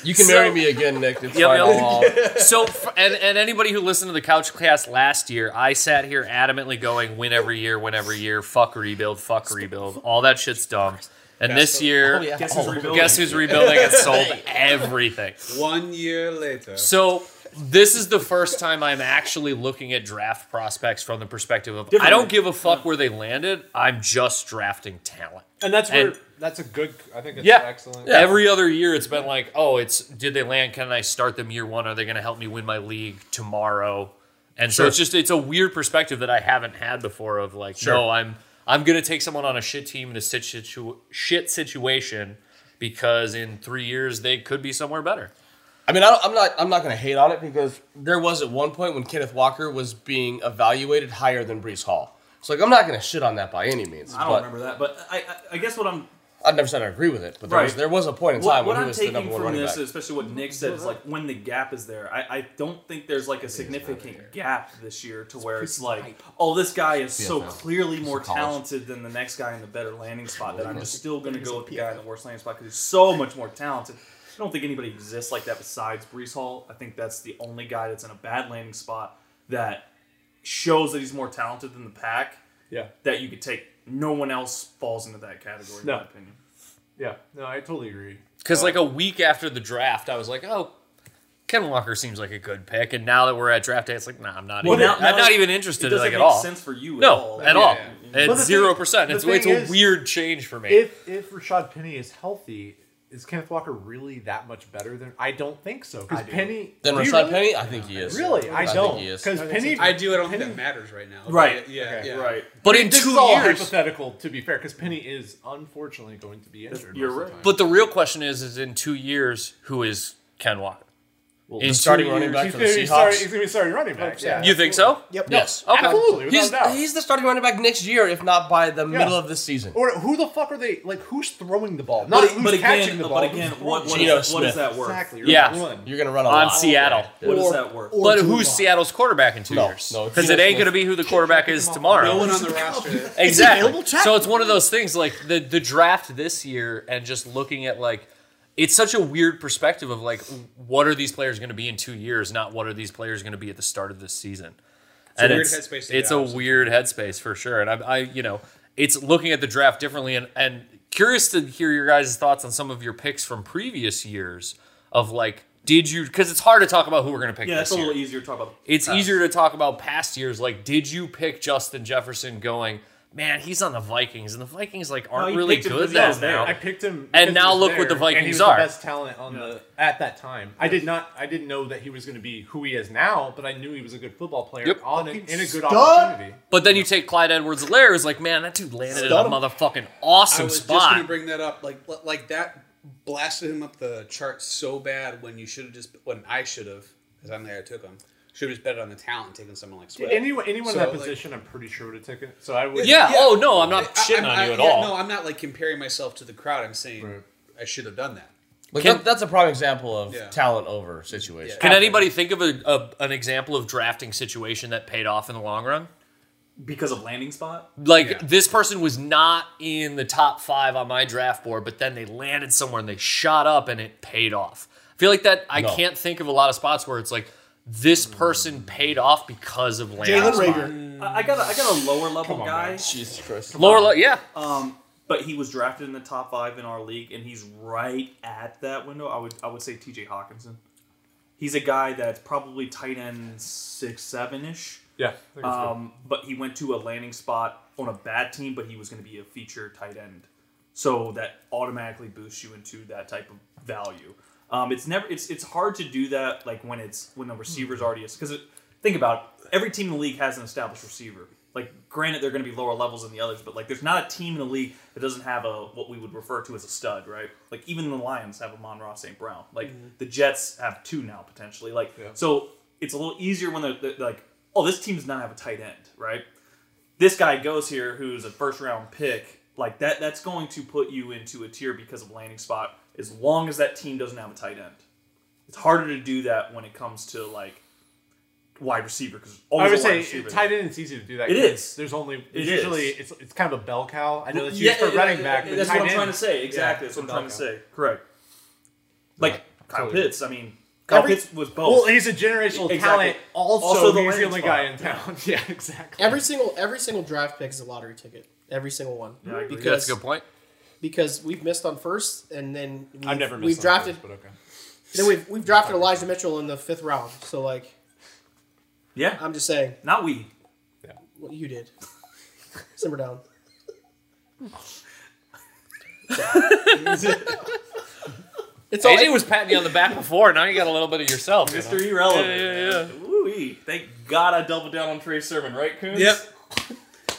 Speaker 3: You can
Speaker 4: So-
Speaker 3: marry me again, Nick. It's
Speaker 4: Yep,
Speaker 3: fine.
Speaker 4: yep.
Speaker 3: I'll-
Speaker 4: so f- and and anybody who listened to the couch class last year, I sat here adamantly going, win every year, win every year, fuck rebuild, fuck rebuild, all that shit's dumb. And this year,
Speaker 3: Oh, yeah.
Speaker 5: Guess who's
Speaker 3: Oh.
Speaker 5: rebuilding?
Speaker 4: guess who's rebuilding? It sold everything.
Speaker 1: one year later,
Speaker 4: So this is the first time I'm actually looking at draft prospects from the perspective of I don't give a fuck where they landed. I'm just drafting talent.
Speaker 2: And that's where
Speaker 4: And-
Speaker 2: that's a good. I think it's
Speaker 4: Yeah.
Speaker 2: excellent.
Speaker 4: Every other year, it's been like, oh, it's did they land? Can I start them year one? Are they going to help me win my league tomorrow? And so
Speaker 3: Sure.
Speaker 4: it's just it's a weird perspective that I haven't had before. Of like, no, I'm I'm going to take someone on a shit team in a sit situ- shit situation because in three years they could be somewhere better.
Speaker 3: I mean, I don't, I'm not. I'm not going to hate on it because there was at one point when Kenneth Walker was being evaluated higher than Brees Hall. So like, I'm not going to shit on that by any means.
Speaker 5: I don't
Speaker 3: but
Speaker 5: remember that, but I, I, I guess what I'm
Speaker 3: I've never said I agree with it. But there, was,
Speaker 5: Right.
Speaker 3: there was a point in
Speaker 5: what,
Speaker 3: time
Speaker 5: what
Speaker 3: when he
Speaker 5: I'm
Speaker 3: was the
Speaker 5: taking
Speaker 3: number one
Speaker 5: from
Speaker 3: running
Speaker 5: this,
Speaker 3: back.
Speaker 5: especially what Nick said, is like when the gap is there. I, I don't think there's like a significant gap this year to where it's like, oh, this guy is so
Speaker 3: PFF.
Speaker 5: clearly more
Speaker 3: college.
Speaker 5: talented than the next guy in the better landing spot that I'm just still going to go with the guy in the worst landing spot because he's so much more talented. I don't think anybody exists like that besides Brees Hall. I think that's the only guy that's in a bad landing spot that shows that he's more talented than the pack
Speaker 2: Yeah.
Speaker 5: that you could take. No one else falls into that category, in
Speaker 2: No.
Speaker 5: my opinion.
Speaker 2: Yeah. No, I totally agree.
Speaker 4: Because like a week after the draft, I was like, oh. Ken Walker seems like a good pick, and now that we're at draft day, it's like, nah, I'm not.
Speaker 5: Well,
Speaker 4: even,
Speaker 5: now-
Speaker 4: I'm
Speaker 5: now
Speaker 4: not even
Speaker 5: It
Speaker 4: interested
Speaker 5: doesn't
Speaker 4: like
Speaker 5: make
Speaker 4: at all.
Speaker 5: sense for you. at
Speaker 4: No,
Speaker 5: all.
Speaker 4: at
Speaker 5: Yeah.
Speaker 4: all.
Speaker 2: Well,
Speaker 4: It's
Speaker 2: the
Speaker 4: zero
Speaker 2: thing-
Speaker 4: percent.
Speaker 2: the
Speaker 4: It's it's
Speaker 2: thing
Speaker 4: a
Speaker 2: is-
Speaker 4: weird change for me.
Speaker 2: If if Rashad Penny is healthy, is Kenneth Walker really that much better than? I don't think so. Because Penny.
Speaker 3: Then
Speaker 2: do you
Speaker 3: Rashad
Speaker 2: really?
Speaker 3: Penny, I think he is.
Speaker 2: Really, I,
Speaker 3: think
Speaker 2: don't.
Speaker 3: he is.
Speaker 2: Because Penny,
Speaker 1: I do. I don't think that matters right now.
Speaker 5: Right.
Speaker 1: Yeah.
Speaker 2: Okay.
Speaker 1: yeah.
Speaker 5: Right.
Speaker 4: but in
Speaker 2: this
Speaker 4: two
Speaker 2: is all
Speaker 4: years,
Speaker 2: hypothetical, to be fair, because Penny is unfortunately going to be injured.
Speaker 5: You're
Speaker 2: most of
Speaker 5: right.
Speaker 2: the time.
Speaker 4: but the real question is: is in two years, who is Ken Walker?
Speaker 3: the
Speaker 4: two
Speaker 3: starting running
Speaker 4: years-
Speaker 3: back
Speaker 2: He's
Speaker 3: for
Speaker 2: gonna
Speaker 3: the
Speaker 2: be starting- he's
Speaker 3: Seahawks.
Speaker 2: going to be starting running back. Yeah.
Speaker 4: You think so?
Speaker 7: Yep.
Speaker 3: Yes.
Speaker 4: Okay.
Speaker 2: Absolutely, without
Speaker 3: He's,
Speaker 2: doubt.
Speaker 3: he's the starting running back next year, if not by the middle of the season.
Speaker 2: Or who the fuck are they? Like, who's throwing the ball? Not who's catching the ball.
Speaker 5: but again,
Speaker 2: who's
Speaker 5: what, what,
Speaker 2: throwing
Speaker 3: Geno
Speaker 5: is, what is
Speaker 3: Smith.
Speaker 5: that worth?
Speaker 2: Exactly.
Speaker 4: Yeah.
Speaker 2: gonna run.
Speaker 3: You're going to run a
Speaker 4: On
Speaker 3: lot.
Speaker 4: Seattle.
Speaker 5: What does that worth?
Speaker 4: But who's Seattle's quarterback in two
Speaker 3: No,
Speaker 4: years?
Speaker 3: no,
Speaker 4: Because
Speaker 3: Geno
Speaker 4: it ain't
Speaker 3: Smith.
Speaker 4: going to be who the quarterback is tomorrow.
Speaker 1: No one on the roster.
Speaker 4: exactly. So it's one of those things like the the draft this year and just looking at like it's such a weird perspective of like what are these players going to be in 2 years, not what are these players going to be at the start of this season. and
Speaker 1: weird
Speaker 4: it's
Speaker 1: headspace to get
Speaker 4: it's
Speaker 1: out
Speaker 4: a
Speaker 1: of sometimes.
Speaker 4: weird headspace for sure and I I you know, it's looking at the draft differently and and curious to hear your guys' thoughts on some of your picks from previous years of like, did you? Because it's hard to talk about who we're going to pick
Speaker 5: Yeah,
Speaker 4: this
Speaker 5: that's a
Speaker 4: year.
Speaker 5: little easier to talk about.
Speaker 4: It's easier to talk about past years. Like, did you pick Justin Jefferson going, man, he's on the Vikings, and the Vikings like aren't
Speaker 5: you
Speaker 4: really
Speaker 5: picked him
Speaker 4: good
Speaker 5: because he
Speaker 4: that
Speaker 5: was there.
Speaker 4: now.
Speaker 2: I picked him,
Speaker 4: And
Speaker 2: because he
Speaker 4: now
Speaker 2: was
Speaker 4: look what the
Speaker 2: there, and he was
Speaker 4: Vikings are.
Speaker 2: The best talent on the at that time. I did not. I didn't know that he was going to be who he is now, but I knew he was a good football player
Speaker 4: Yep.
Speaker 2: on a, in a good
Speaker 7: stud.
Speaker 2: opportunity.
Speaker 4: But then you take Clyde Edwards Alaire, who's like, man, that dude landed in a
Speaker 7: Stud him.
Speaker 4: motherfucking
Speaker 1: I
Speaker 4: awesome
Speaker 1: was just
Speaker 4: spot.
Speaker 1: gonna bring that up. Like like that blasted him up the chart so bad when you should have just when I should have because I'm there I took him should have just bet on the talent taking someone like Swift.
Speaker 2: Anyone, anyone in
Speaker 1: So,
Speaker 2: that
Speaker 1: like-
Speaker 2: position, I'm pretty sure would have taken. it. So I would.
Speaker 4: yeah,
Speaker 1: Yeah.
Speaker 4: oh no, I'm not
Speaker 1: I'm-
Speaker 4: shitting on
Speaker 1: I-
Speaker 4: you at
Speaker 1: yeah,
Speaker 4: all.
Speaker 1: No, I'm not like comparing myself to the crowd. I'm saying I should have done that.
Speaker 3: Like
Speaker 4: Can-
Speaker 3: that, that's a prime example of
Speaker 1: Yeah.
Speaker 3: talent over situation.
Speaker 4: Can anybody think of a, a, an example of drafting situation that paid off in the long run?
Speaker 5: Because of landing spot?
Speaker 4: Like
Speaker 1: Yeah.
Speaker 4: this person was not in the top five on my draft board, but then they landed somewhere and they shot up and it paid off. I feel like that I
Speaker 3: No.
Speaker 4: can't think of a lot of spots where it's like this person paid off because of landing.
Speaker 7: Jalen
Speaker 4: spot.
Speaker 7: Rager.
Speaker 5: I, I got a, I got a lower level
Speaker 2: on,
Speaker 5: guy,
Speaker 6: Jesus Christ.
Speaker 4: Lower, le- yeah,
Speaker 7: Uh,
Speaker 5: um, but he was drafted in the top five in our league, and he's right at that window. I would I would say T.J. Hawkinson. He's a guy that's probably tight end six seven ish.
Speaker 2: yeah. I think it's good.
Speaker 5: Um, but he went to a landing spot on a bad team, but he was going to be a feature tight end, so that automatically boosts you into that type of value. Um, it's never it's it's hard to do that like when it's when the receiver's already because think about it, every team in the league has an established receiver. Like granted, they're going to be lower levels than the others, but like there's not a team in the league that doesn't have a what we would refer to as a stud, right? Like even the Lions have a Monroe St. Brown. Like the Jets have two now potentially. Like so it's a little easier when they're, they're like, oh, this team does not have a tight end, right? This guy goes here, who's a first round pick. Like that, that's going to put you into a tier because of landing spot. As long as that team doesn't have a tight end, it's harder to do that when it comes to like wide receiver because
Speaker 2: I would
Speaker 5: always a wide
Speaker 2: say
Speaker 5: receiver
Speaker 2: tight end. It's easy to do that.
Speaker 5: It
Speaker 2: 'cause
Speaker 5: is.
Speaker 2: There's only.
Speaker 5: It
Speaker 2: It's
Speaker 5: is.
Speaker 2: usually it's it's kind of a bell cow. I know that's
Speaker 5: Yeah,
Speaker 2: used for
Speaker 5: yeah,
Speaker 2: running
Speaker 5: yeah,
Speaker 2: back.
Speaker 5: yeah,
Speaker 2: but
Speaker 5: That's
Speaker 2: tight
Speaker 5: what I'm
Speaker 2: end-
Speaker 5: trying to say.
Speaker 2: yeah,
Speaker 5: Exactly.
Speaker 2: it's
Speaker 5: that's what
Speaker 2: a
Speaker 5: I'm
Speaker 2: bell
Speaker 5: trying to
Speaker 2: cow.
Speaker 5: say. Correct. Like Kyle
Speaker 2: totally.
Speaker 5: Pitts. I mean, Kyle
Speaker 2: Every-
Speaker 5: Pitts was both.
Speaker 2: Well, he's a generational
Speaker 5: Exactly.
Speaker 2: talent. Also,
Speaker 5: Also the
Speaker 2: he's the
Speaker 5: landing
Speaker 2: only
Speaker 5: spot.
Speaker 2: guy in town. Yeah, exactly.
Speaker 7: Every single every single draft pick is a lottery ticket. Every single one.
Speaker 5: I agree.
Speaker 7: because
Speaker 4: that's a good point.
Speaker 7: because we've missed on first, and then we've,
Speaker 2: I've never missed.
Speaker 7: we've
Speaker 2: on
Speaker 7: drafted.
Speaker 2: first, but okay.
Speaker 7: Then we've we've drafted Elijah Mitchell in the fifth round. So like,
Speaker 5: yeah,
Speaker 7: I'm just saying,
Speaker 5: not we.
Speaker 7: what you did. Simmer down. it's all
Speaker 4: AJ was patting you on the back before. Now you got a little bit of yourself. you know?
Speaker 5: Mr. Irrelevant.
Speaker 4: Yeah, yeah,
Speaker 5: man. Woo-wee. Thank God I doubled down on Trey Sermon, right, Coons?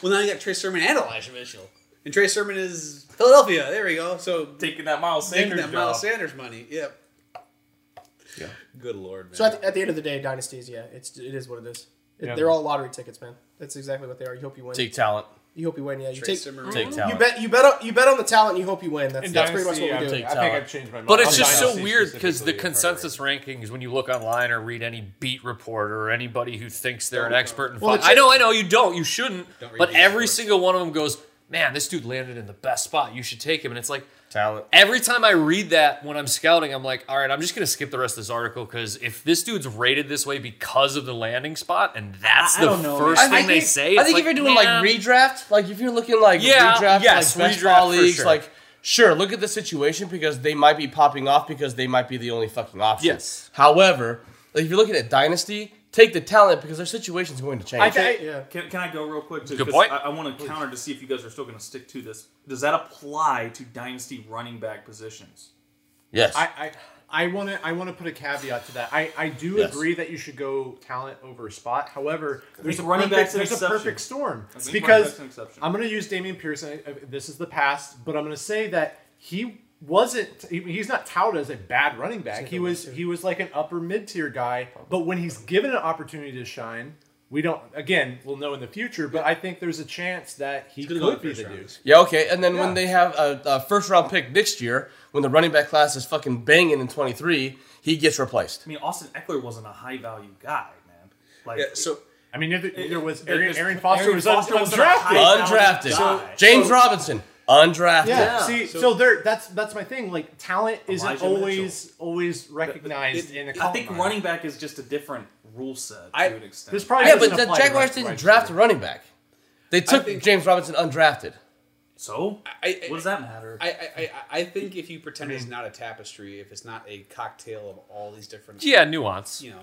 Speaker 1: Well, now you got Trey Sermon and Elijah Mitchell, and Trey Sermon is Philadelphia. There we go. So
Speaker 5: Taking that Miles
Speaker 1: taking
Speaker 5: Sanders
Speaker 1: that Miles
Speaker 5: job.
Speaker 1: Sanders money. Yep. Yeah. Good lord, man.
Speaker 7: So at the, at the end of the day, dynasties, yeah, it's it is what it is. It-
Speaker 2: Yeah.
Speaker 7: They're all lottery tickets, man. That's exactly what they are. You hope you win.
Speaker 3: Take talent.
Speaker 7: You hope you win. Yeah, you
Speaker 1: Trey
Speaker 7: take.
Speaker 1: Sermon-
Speaker 3: Take talent.
Speaker 7: You bet. You bet. On, you bet on the talent. You hope you win. That's,
Speaker 2: In
Speaker 7: that's pretty much
Speaker 2: Dynasty,
Speaker 7: what we
Speaker 2: I've-
Speaker 7: do.
Speaker 3: taking-
Speaker 2: I think I've changed my mind.
Speaker 4: But
Speaker 2: on
Speaker 4: it's just so
Speaker 2: Dynasty
Speaker 4: weird because the
Speaker 2: specifically, I'm sorry.
Speaker 4: consensus rankings, when you look online or read any beat reporter or anybody who thinks they're an expert in
Speaker 7: Well,
Speaker 4: fi-
Speaker 7: the
Speaker 4: I
Speaker 7: chi-
Speaker 4: know, I know, you don't, you shouldn't.
Speaker 1: Don't read
Speaker 4: but
Speaker 1: beat
Speaker 4: every
Speaker 1: reports.
Speaker 4: single one of them goes, man, this dude landed in the best spot. You should take him. And it's like,
Speaker 3: Talent.
Speaker 4: every time I read that when I'm scouting, I'm like, all right, I'm just going to skip the rest of this article because if this dude's rated this way because of the landing spot and that's
Speaker 5: I- I
Speaker 4: the
Speaker 5: don't know,
Speaker 4: first
Speaker 5: man.
Speaker 4: thing they say,
Speaker 3: I
Speaker 4: it's
Speaker 3: think
Speaker 4: like,
Speaker 3: if you're doing
Speaker 4: man,
Speaker 3: like redraft, like if you're looking like
Speaker 4: Yeah,
Speaker 3: redraft,
Speaker 4: yes,
Speaker 3: like best
Speaker 4: redraft
Speaker 3: ball
Speaker 4: for
Speaker 3: leagues,
Speaker 4: sure.
Speaker 3: like sure, look at the situation because they might be popping off because they might be the only fucking option.
Speaker 4: Yes.
Speaker 3: However, like if you're looking at dynasty, take the talent because their situation's going to change.
Speaker 2: I think-
Speaker 7: Yeah.
Speaker 5: Can, can I go real quick? too?
Speaker 4: Good
Speaker 5: 'Cause
Speaker 4: point.
Speaker 5: I, I want to counter to see if you guys are still going to stick to this. Does that apply to dynasty running back positions?
Speaker 3: yes.
Speaker 2: I, I, I want to I want to put a caveat to that. I, I do
Speaker 3: Yes.
Speaker 2: agree that you should go talent over spot. However, there's a
Speaker 5: think running
Speaker 2: running
Speaker 5: back's
Speaker 2: perfect,
Speaker 5: an
Speaker 2: there's a
Speaker 5: exception.
Speaker 2: perfect storm
Speaker 5: think running back's
Speaker 2: because
Speaker 5: an exception.
Speaker 2: I'm going to use Damian Pierce. And I, I- this is the past, but I'm going to say that he wasn't. he- he's not touted as a bad running back. He was he was like an upper mid tier guy. But when he's given an opportunity to shine. We don't. Again, we'll know in the future, but I think there's a chance that he
Speaker 1: gonna go
Speaker 2: could
Speaker 1: in
Speaker 2: be
Speaker 1: first
Speaker 2: the
Speaker 1: round.
Speaker 2: dude.
Speaker 3: yeah, okay. And then
Speaker 2: Yeah.
Speaker 3: when they have a, a first round pick next year, when the running back class is fucking banging in 23, he gets replaced.
Speaker 5: I mean, Austin Eckler wasn't a high value guy, man. Like,
Speaker 1: yeah, so
Speaker 2: I mean, neither, neither was
Speaker 5: There-
Speaker 2: Aaron,
Speaker 5: there's-
Speaker 2: Aaron Foster
Speaker 5: Aaron
Speaker 2: was
Speaker 5: Foster
Speaker 2: un-
Speaker 5: wasn't a high-
Speaker 2: undrafted.
Speaker 3: Undrafted.
Speaker 5: So-
Speaker 3: James Robinson, undrafted.
Speaker 2: Yeah.
Speaker 5: Yeah.
Speaker 2: See,
Speaker 1: So-
Speaker 2: so, there. That's that's my thing. Like talent isn't
Speaker 5: Elijah
Speaker 2: always always recognized
Speaker 1: it-
Speaker 2: in the.
Speaker 5: I think
Speaker 2: combine.
Speaker 5: running back is just a different rule set to
Speaker 1: Oh I-
Speaker 5: an extent.
Speaker 2: This probably
Speaker 3: Yeah,
Speaker 2: doesn't
Speaker 3: but the
Speaker 2: apply to
Speaker 3: Jaguars
Speaker 2: running-
Speaker 3: didn't
Speaker 2: running
Speaker 3: draft a
Speaker 2: back.
Speaker 3: running back. They took
Speaker 1: think-
Speaker 3: James Robinson undrafted.
Speaker 5: So
Speaker 1: I, I,
Speaker 5: what does that matter?
Speaker 1: I, I, I, I think if you pretend it's not a tapestry, if it's not a cocktail of all these different,
Speaker 4: Yeah, nuance.
Speaker 1: you know,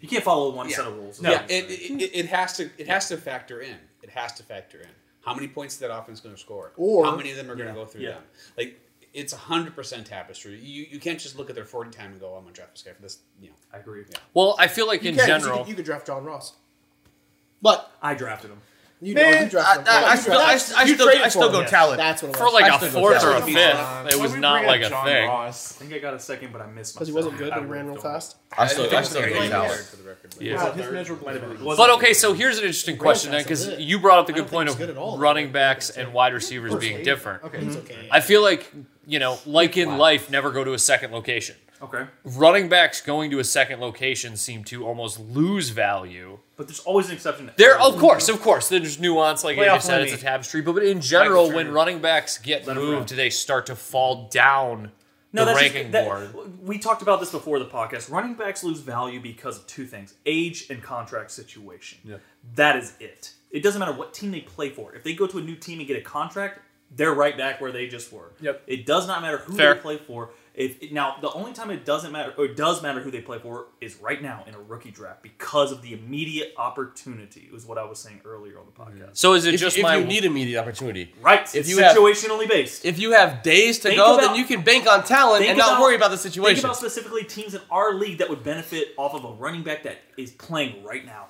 Speaker 5: you can't follow one
Speaker 1: Yeah.
Speaker 5: set of rules.
Speaker 1: yeah, it, it, it, it has to it has to factor in. It has to factor in how many points that offense is going to score,
Speaker 2: Or-
Speaker 1: how many of them are going to
Speaker 5: Yeah,
Speaker 1: go through
Speaker 5: yeah.
Speaker 1: them. Like it's hundred percent tapestry. You you can't just look at their forty time and go, "Oh, I'm going to draft this guy for this." You know,
Speaker 5: I agree.
Speaker 4: Well, I feel like in
Speaker 7: Yeah, 'cause you
Speaker 4: general,
Speaker 7: could- you could draft John Ross, but
Speaker 5: I drafted him.
Speaker 7: you
Speaker 2: Man,
Speaker 7: know you drafted
Speaker 3: I,
Speaker 7: him.
Speaker 3: I, I still, I, I
Speaker 7: You
Speaker 3: still,
Speaker 7: traded
Speaker 3: I still
Speaker 7: for
Speaker 3: go
Speaker 7: him.
Speaker 3: talent.
Speaker 7: That's what it was.
Speaker 4: for like
Speaker 3: I
Speaker 4: a
Speaker 3: still go
Speaker 4: fourth or a
Speaker 3: John
Speaker 4: fifth, it was not like a thing.
Speaker 5: I think I got a second, but I missed my
Speaker 7: because he wasn't good
Speaker 5: I
Speaker 7: and ran
Speaker 5: really
Speaker 7: real
Speaker 5: don't.
Speaker 7: fast.
Speaker 3: I still, I
Speaker 1: think
Speaker 3: still
Speaker 1: it's
Speaker 3: go
Speaker 1: like-
Speaker 3: talent.
Speaker 1: for the record. but-
Speaker 4: Yeah.
Speaker 2: his measurable
Speaker 5: Was
Speaker 4: But
Speaker 5: it-
Speaker 4: okay, so here's an interesting question then,
Speaker 7: Grant's
Speaker 4: because
Speaker 7: not so good.
Speaker 4: you brought up the
Speaker 7: I don't
Speaker 4: good
Speaker 7: think
Speaker 4: point
Speaker 7: he's good
Speaker 4: of
Speaker 7: at all.
Speaker 4: running backs and wide receivers being different.
Speaker 2: Okay.
Speaker 7: It's okay.
Speaker 4: I feel like you know, like in life, never go to a second location.
Speaker 5: Okay,
Speaker 4: Running backs going to a second location seem to almost lose value.
Speaker 5: but there's always an exception. to
Speaker 4: There,
Speaker 5: every
Speaker 4: of
Speaker 5: rule.
Speaker 4: course, of course, there's nuance, like I
Speaker 2: Playoff
Speaker 4: said, it's a
Speaker 2: Lemmy.
Speaker 4: tapestry. But in general,
Speaker 5: Michael
Speaker 4: when
Speaker 5: Turner.
Speaker 4: running backs get
Speaker 5: Let him
Speaker 4: moved,
Speaker 5: run.
Speaker 4: they start to fall down
Speaker 5: No,
Speaker 4: the
Speaker 5: that's just-
Speaker 4: ranking
Speaker 5: that-
Speaker 4: board.
Speaker 5: We talked about this before the podcast. Running backs lose value because of two things: age and contract situation. Yeah. That is it. It doesn't matter what team they play for. If they go to a new team and get a contract, they're right back where they just were.
Speaker 2: Yep.
Speaker 5: It does not matter who
Speaker 4: Fair.
Speaker 5: they play for. If now the only time it doesn't matter or it does matter who they play for is right now in a rookie draft because of the immediate opportunity. Was what I was saying earlier on the podcast.
Speaker 4: So is it
Speaker 3: If,
Speaker 4: just
Speaker 3: if
Speaker 4: my
Speaker 3: you need immediate opportunity,
Speaker 5: Right.
Speaker 3: If
Speaker 5: it's
Speaker 3: you have-
Speaker 5: situationally based.
Speaker 3: if you have days to
Speaker 5: Think
Speaker 3: go,
Speaker 5: about-
Speaker 3: then you can bank on talent
Speaker 5: Think
Speaker 3: and not
Speaker 5: about-
Speaker 3: worry about the
Speaker 5: Think
Speaker 3: situation.
Speaker 5: about specifically teams in our league that would benefit off of a running back that is playing right now.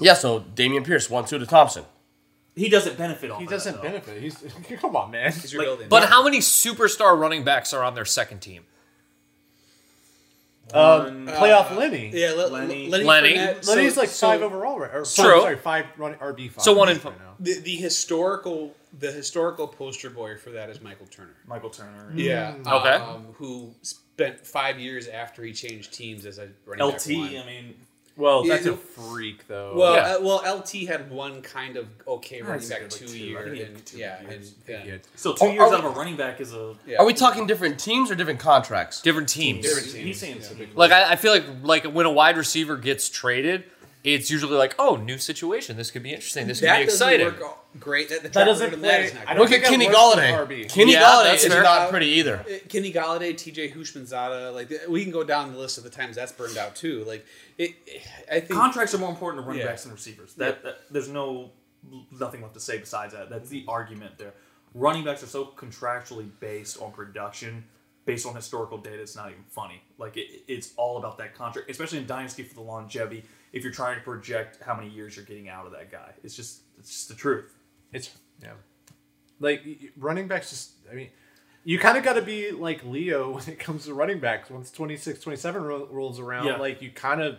Speaker 3: yeah, so Damian Pierce, one two to Thompson.
Speaker 5: He doesn't benefit off.
Speaker 2: He
Speaker 5: of
Speaker 2: doesn't
Speaker 5: that, though.
Speaker 2: benefit. He's come on, man.
Speaker 1: Because you're
Speaker 5: Like-
Speaker 1: building.
Speaker 4: But how many superstar running backs are on their second team?
Speaker 2: Um, playoff Lenny.
Speaker 1: yeah, let,
Speaker 5: Lenny-
Speaker 1: Lenny.
Speaker 4: Lenny.
Speaker 1: Fournette- so-
Speaker 2: Lenny's like
Speaker 1: so
Speaker 2: five overall, right? Or five,
Speaker 4: True.
Speaker 2: Sorry, five run RB five.
Speaker 4: So one in-
Speaker 2: right now.
Speaker 1: The, the historical the historical poster boy for that is Michael Turner.
Speaker 5: Michael Turner.
Speaker 1: Yeah.
Speaker 4: Okay.
Speaker 1: Um, who spent five years after he changed teams as a running back
Speaker 5: LT.
Speaker 1: one.
Speaker 5: I mean,
Speaker 6: Well,
Speaker 5: Oh,
Speaker 1: that's a
Speaker 6: freak though.
Speaker 1: Well,
Speaker 4: Yeah.
Speaker 1: uh, well, LT had one kind of okay running
Speaker 5: he's
Speaker 1: back
Speaker 5: good, like,
Speaker 1: two,
Speaker 5: two. I
Speaker 1: year,
Speaker 5: think he had
Speaker 1: and
Speaker 5: two
Speaker 1: yeah,
Speaker 5: years.
Speaker 1: and, yeah.
Speaker 5: so two
Speaker 3: Are-
Speaker 5: years
Speaker 3: are
Speaker 5: out
Speaker 3: we-
Speaker 5: of a running back is a.
Speaker 1: yeah.
Speaker 3: Are we talking different teams or different contracts?
Speaker 4: Different teams.
Speaker 1: Different teams.
Speaker 5: He's saying it's a big
Speaker 4: Like I, I feel like like when a wide receiver gets traded, it's usually like, oh, new situation. This could be interesting. This could
Speaker 1: that
Speaker 4: be
Speaker 1: doesn't
Speaker 4: exciting.
Speaker 1: work all- great. That, the
Speaker 2: That
Speaker 1: track
Speaker 2: doesn't
Speaker 1: record of that
Speaker 2: play-
Speaker 1: is not
Speaker 2: I
Speaker 1: great.
Speaker 2: don't
Speaker 3: Look at
Speaker 2: think
Speaker 3: Kenny
Speaker 2: that works with
Speaker 3: Galladay.
Speaker 2: RB.
Speaker 3: Kenny
Speaker 4: Yeah,
Speaker 3: Galladay
Speaker 4: that's
Speaker 3: is
Speaker 4: fair.
Speaker 3: not pretty either.
Speaker 1: Uh, Kenny Galladay, T.J. Hushmanzada, like th- we can go down the list of the times that's burned out too. Like it, I think
Speaker 5: Contracts are more important to running
Speaker 1: Yeah.
Speaker 5: backs than receivers. That, that there's no nothing left to say besides that. That's the argument there. Running backs are so contractually based on production, based on historical data. It's not even funny. Like it, it's all about that contract, especially in dynasty for the longevity. If you're trying to project how many years you're getting out of that guy, it's just it's just the truth.
Speaker 2: It's yeah. Like y- y- running backs, just I mean, you kind of got to be like Leo when it comes to running backs. Once 26, 27 ro- rolls around,
Speaker 5: Yeah.
Speaker 2: like you kind of,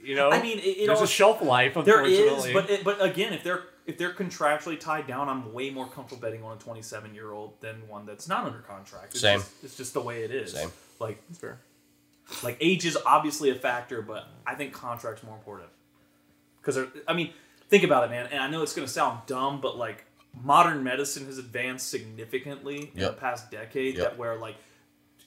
Speaker 2: you know,
Speaker 5: I mean, it- it
Speaker 2: there's
Speaker 5: all-
Speaker 2: a shelf life.
Speaker 5: There
Speaker 2: Unfortunately,
Speaker 5: is, but it, but again, if they're if they're contractually tied down, I'm way more comfortable betting on a 27 year old than one that's not under contract. It's
Speaker 3: Same.
Speaker 5: Just, it's just the way it is.
Speaker 3: Same.
Speaker 5: Like Like age is obviously a factor, but I think contracts more important. Because I mean, think about it, man. And I know it's going to sound dumb, but like modern medicine has advanced significantly in the
Speaker 3: Yep.
Speaker 5: past decade.
Speaker 3: Yep.
Speaker 5: That where like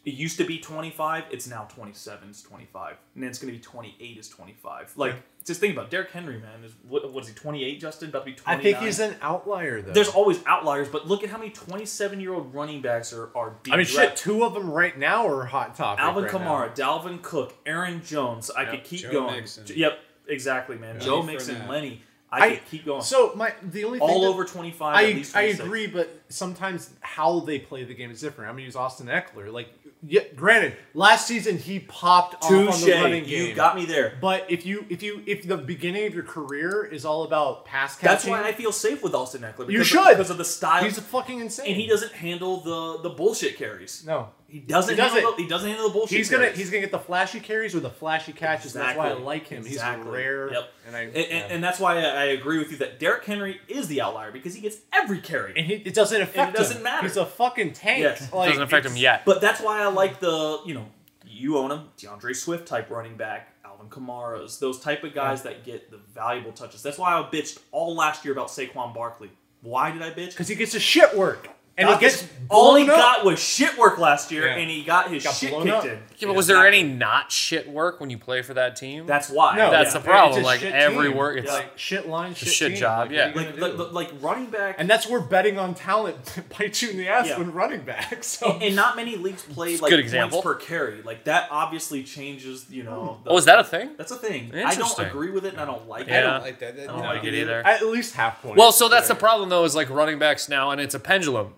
Speaker 5: it used to be 25 it's now 27 is 25 and then it's going to be 28 is 25 like just think about it. Derrick henry man is what, what is he 28 justin about to be
Speaker 2: I
Speaker 5: 29
Speaker 2: think he's an outlier though.
Speaker 5: there's always outliers but look at how many 27 year old running backs are are deep
Speaker 2: I mean, shit. Two of them right now are hot topic.
Speaker 5: alvin
Speaker 2: right now.
Speaker 5: kamara dalvin cook aaron jones i could keep
Speaker 1: Joe
Speaker 5: going
Speaker 1: Mixon.
Speaker 5: J- yep exactly man joe
Speaker 1: Lenny
Speaker 5: mixon
Speaker 1: Fournette.
Speaker 5: lenny i,
Speaker 2: I
Speaker 5: could keep going
Speaker 2: So my the only thing
Speaker 5: all
Speaker 2: that-
Speaker 5: over 25 at
Speaker 2: I,
Speaker 5: least
Speaker 2: I
Speaker 5: 26.
Speaker 2: agree, but sometimes how they play the game is different. I'm gonna use Austin Eckler. Like, yeah, granted, last season he popped off on
Speaker 5: Touche.
Speaker 2: the running game.
Speaker 5: You got me there.
Speaker 2: But if you if you if the beginning of your career is all about pass catching,
Speaker 5: That's why I feel safe with Austin Eckler. Because
Speaker 2: You
Speaker 5: of-
Speaker 2: should.
Speaker 5: because of the style.
Speaker 2: he's a fucking insane.
Speaker 5: and he doesn't handle the the bullshit carries.
Speaker 2: no.
Speaker 5: He
Speaker 2: He
Speaker 5: doesn't.
Speaker 2: does
Speaker 5: handle
Speaker 2: it.
Speaker 5: The, he doesn't handle the bullshit.
Speaker 2: He's gonna
Speaker 5: carries.
Speaker 2: he's gonna get the flashy carries or the flashy catches. That's why I
Speaker 5: Exactly.
Speaker 2: like him.
Speaker 5: Exactly.
Speaker 2: He's rare.
Speaker 5: Yep.
Speaker 2: And I
Speaker 5: And, and, and that's why I, I agree with you that Derrick Henry is the outlier because he gets every carry.
Speaker 2: and he, it doesn't affect
Speaker 5: it doesn't
Speaker 2: him.
Speaker 5: matter.
Speaker 2: He's a fucking tank.
Speaker 5: Yeah. It
Speaker 2: Like,
Speaker 4: Doesn't affect him
Speaker 2: it's-
Speaker 4: yet.
Speaker 5: but that's why I like the you know you own him DeAndre Swift type running back Alvin Kamara's those type of guys that get the valuable touches. That's why I bitched all last year about Saquon Barkley. Why did I bitch?
Speaker 2: because he gets his shit work. and it gets
Speaker 5: all he
Speaker 2: blown up.
Speaker 5: got was shit work last year,
Speaker 1: Yeah.
Speaker 5: and he got his
Speaker 2: Got
Speaker 5: shit
Speaker 2: blown
Speaker 5: kicked
Speaker 2: up.
Speaker 5: in.
Speaker 4: Yeah, but was there any not shit work when you play for that team?
Speaker 5: That's why.
Speaker 2: No,
Speaker 4: That's
Speaker 2: yeah.
Speaker 4: the problem,
Speaker 2: It's a
Speaker 4: like,
Speaker 2: shit
Speaker 4: every
Speaker 2: team.
Speaker 4: work- it's-
Speaker 2: like shit line, shit,
Speaker 4: shit
Speaker 2: team.
Speaker 4: job,
Speaker 2: Like, what
Speaker 4: yeah.
Speaker 2: are you
Speaker 5: like,
Speaker 2: gonna
Speaker 5: like,
Speaker 2: do?
Speaker 5: like, like running back,
Speaker 2: and that's where betting on talent bites you in the ass
Speaker 5: Yeah.
Speaker 2: when running back. So
Speaker 5: and, and not many leagues play
Speaker 4: a
Speaker 5: like
Speaker 4: good
Speaker 5: points
Speaker 4: example.
Speaker 5: per carry. Like that obviously changes. You know. the-
Speaker 4: Oh, is that a thing?
Speaker 5: That's a thing. I don't
Speaker 4: Interesting.
Speaker 5: agree with it, and I don't like
Speaker 1: I
Speaker 5: it.
Speaker 4: Yeah.
Speaker 1: don't like that. That-
Speaker 5: I don't
Speaker 1: no.
Speaker 5: like it
Speaker 4: either.
Speaker 2: at least half point.
Speaker 4: Well, so that's the problem though, is like running backs now, and it's a pendulum.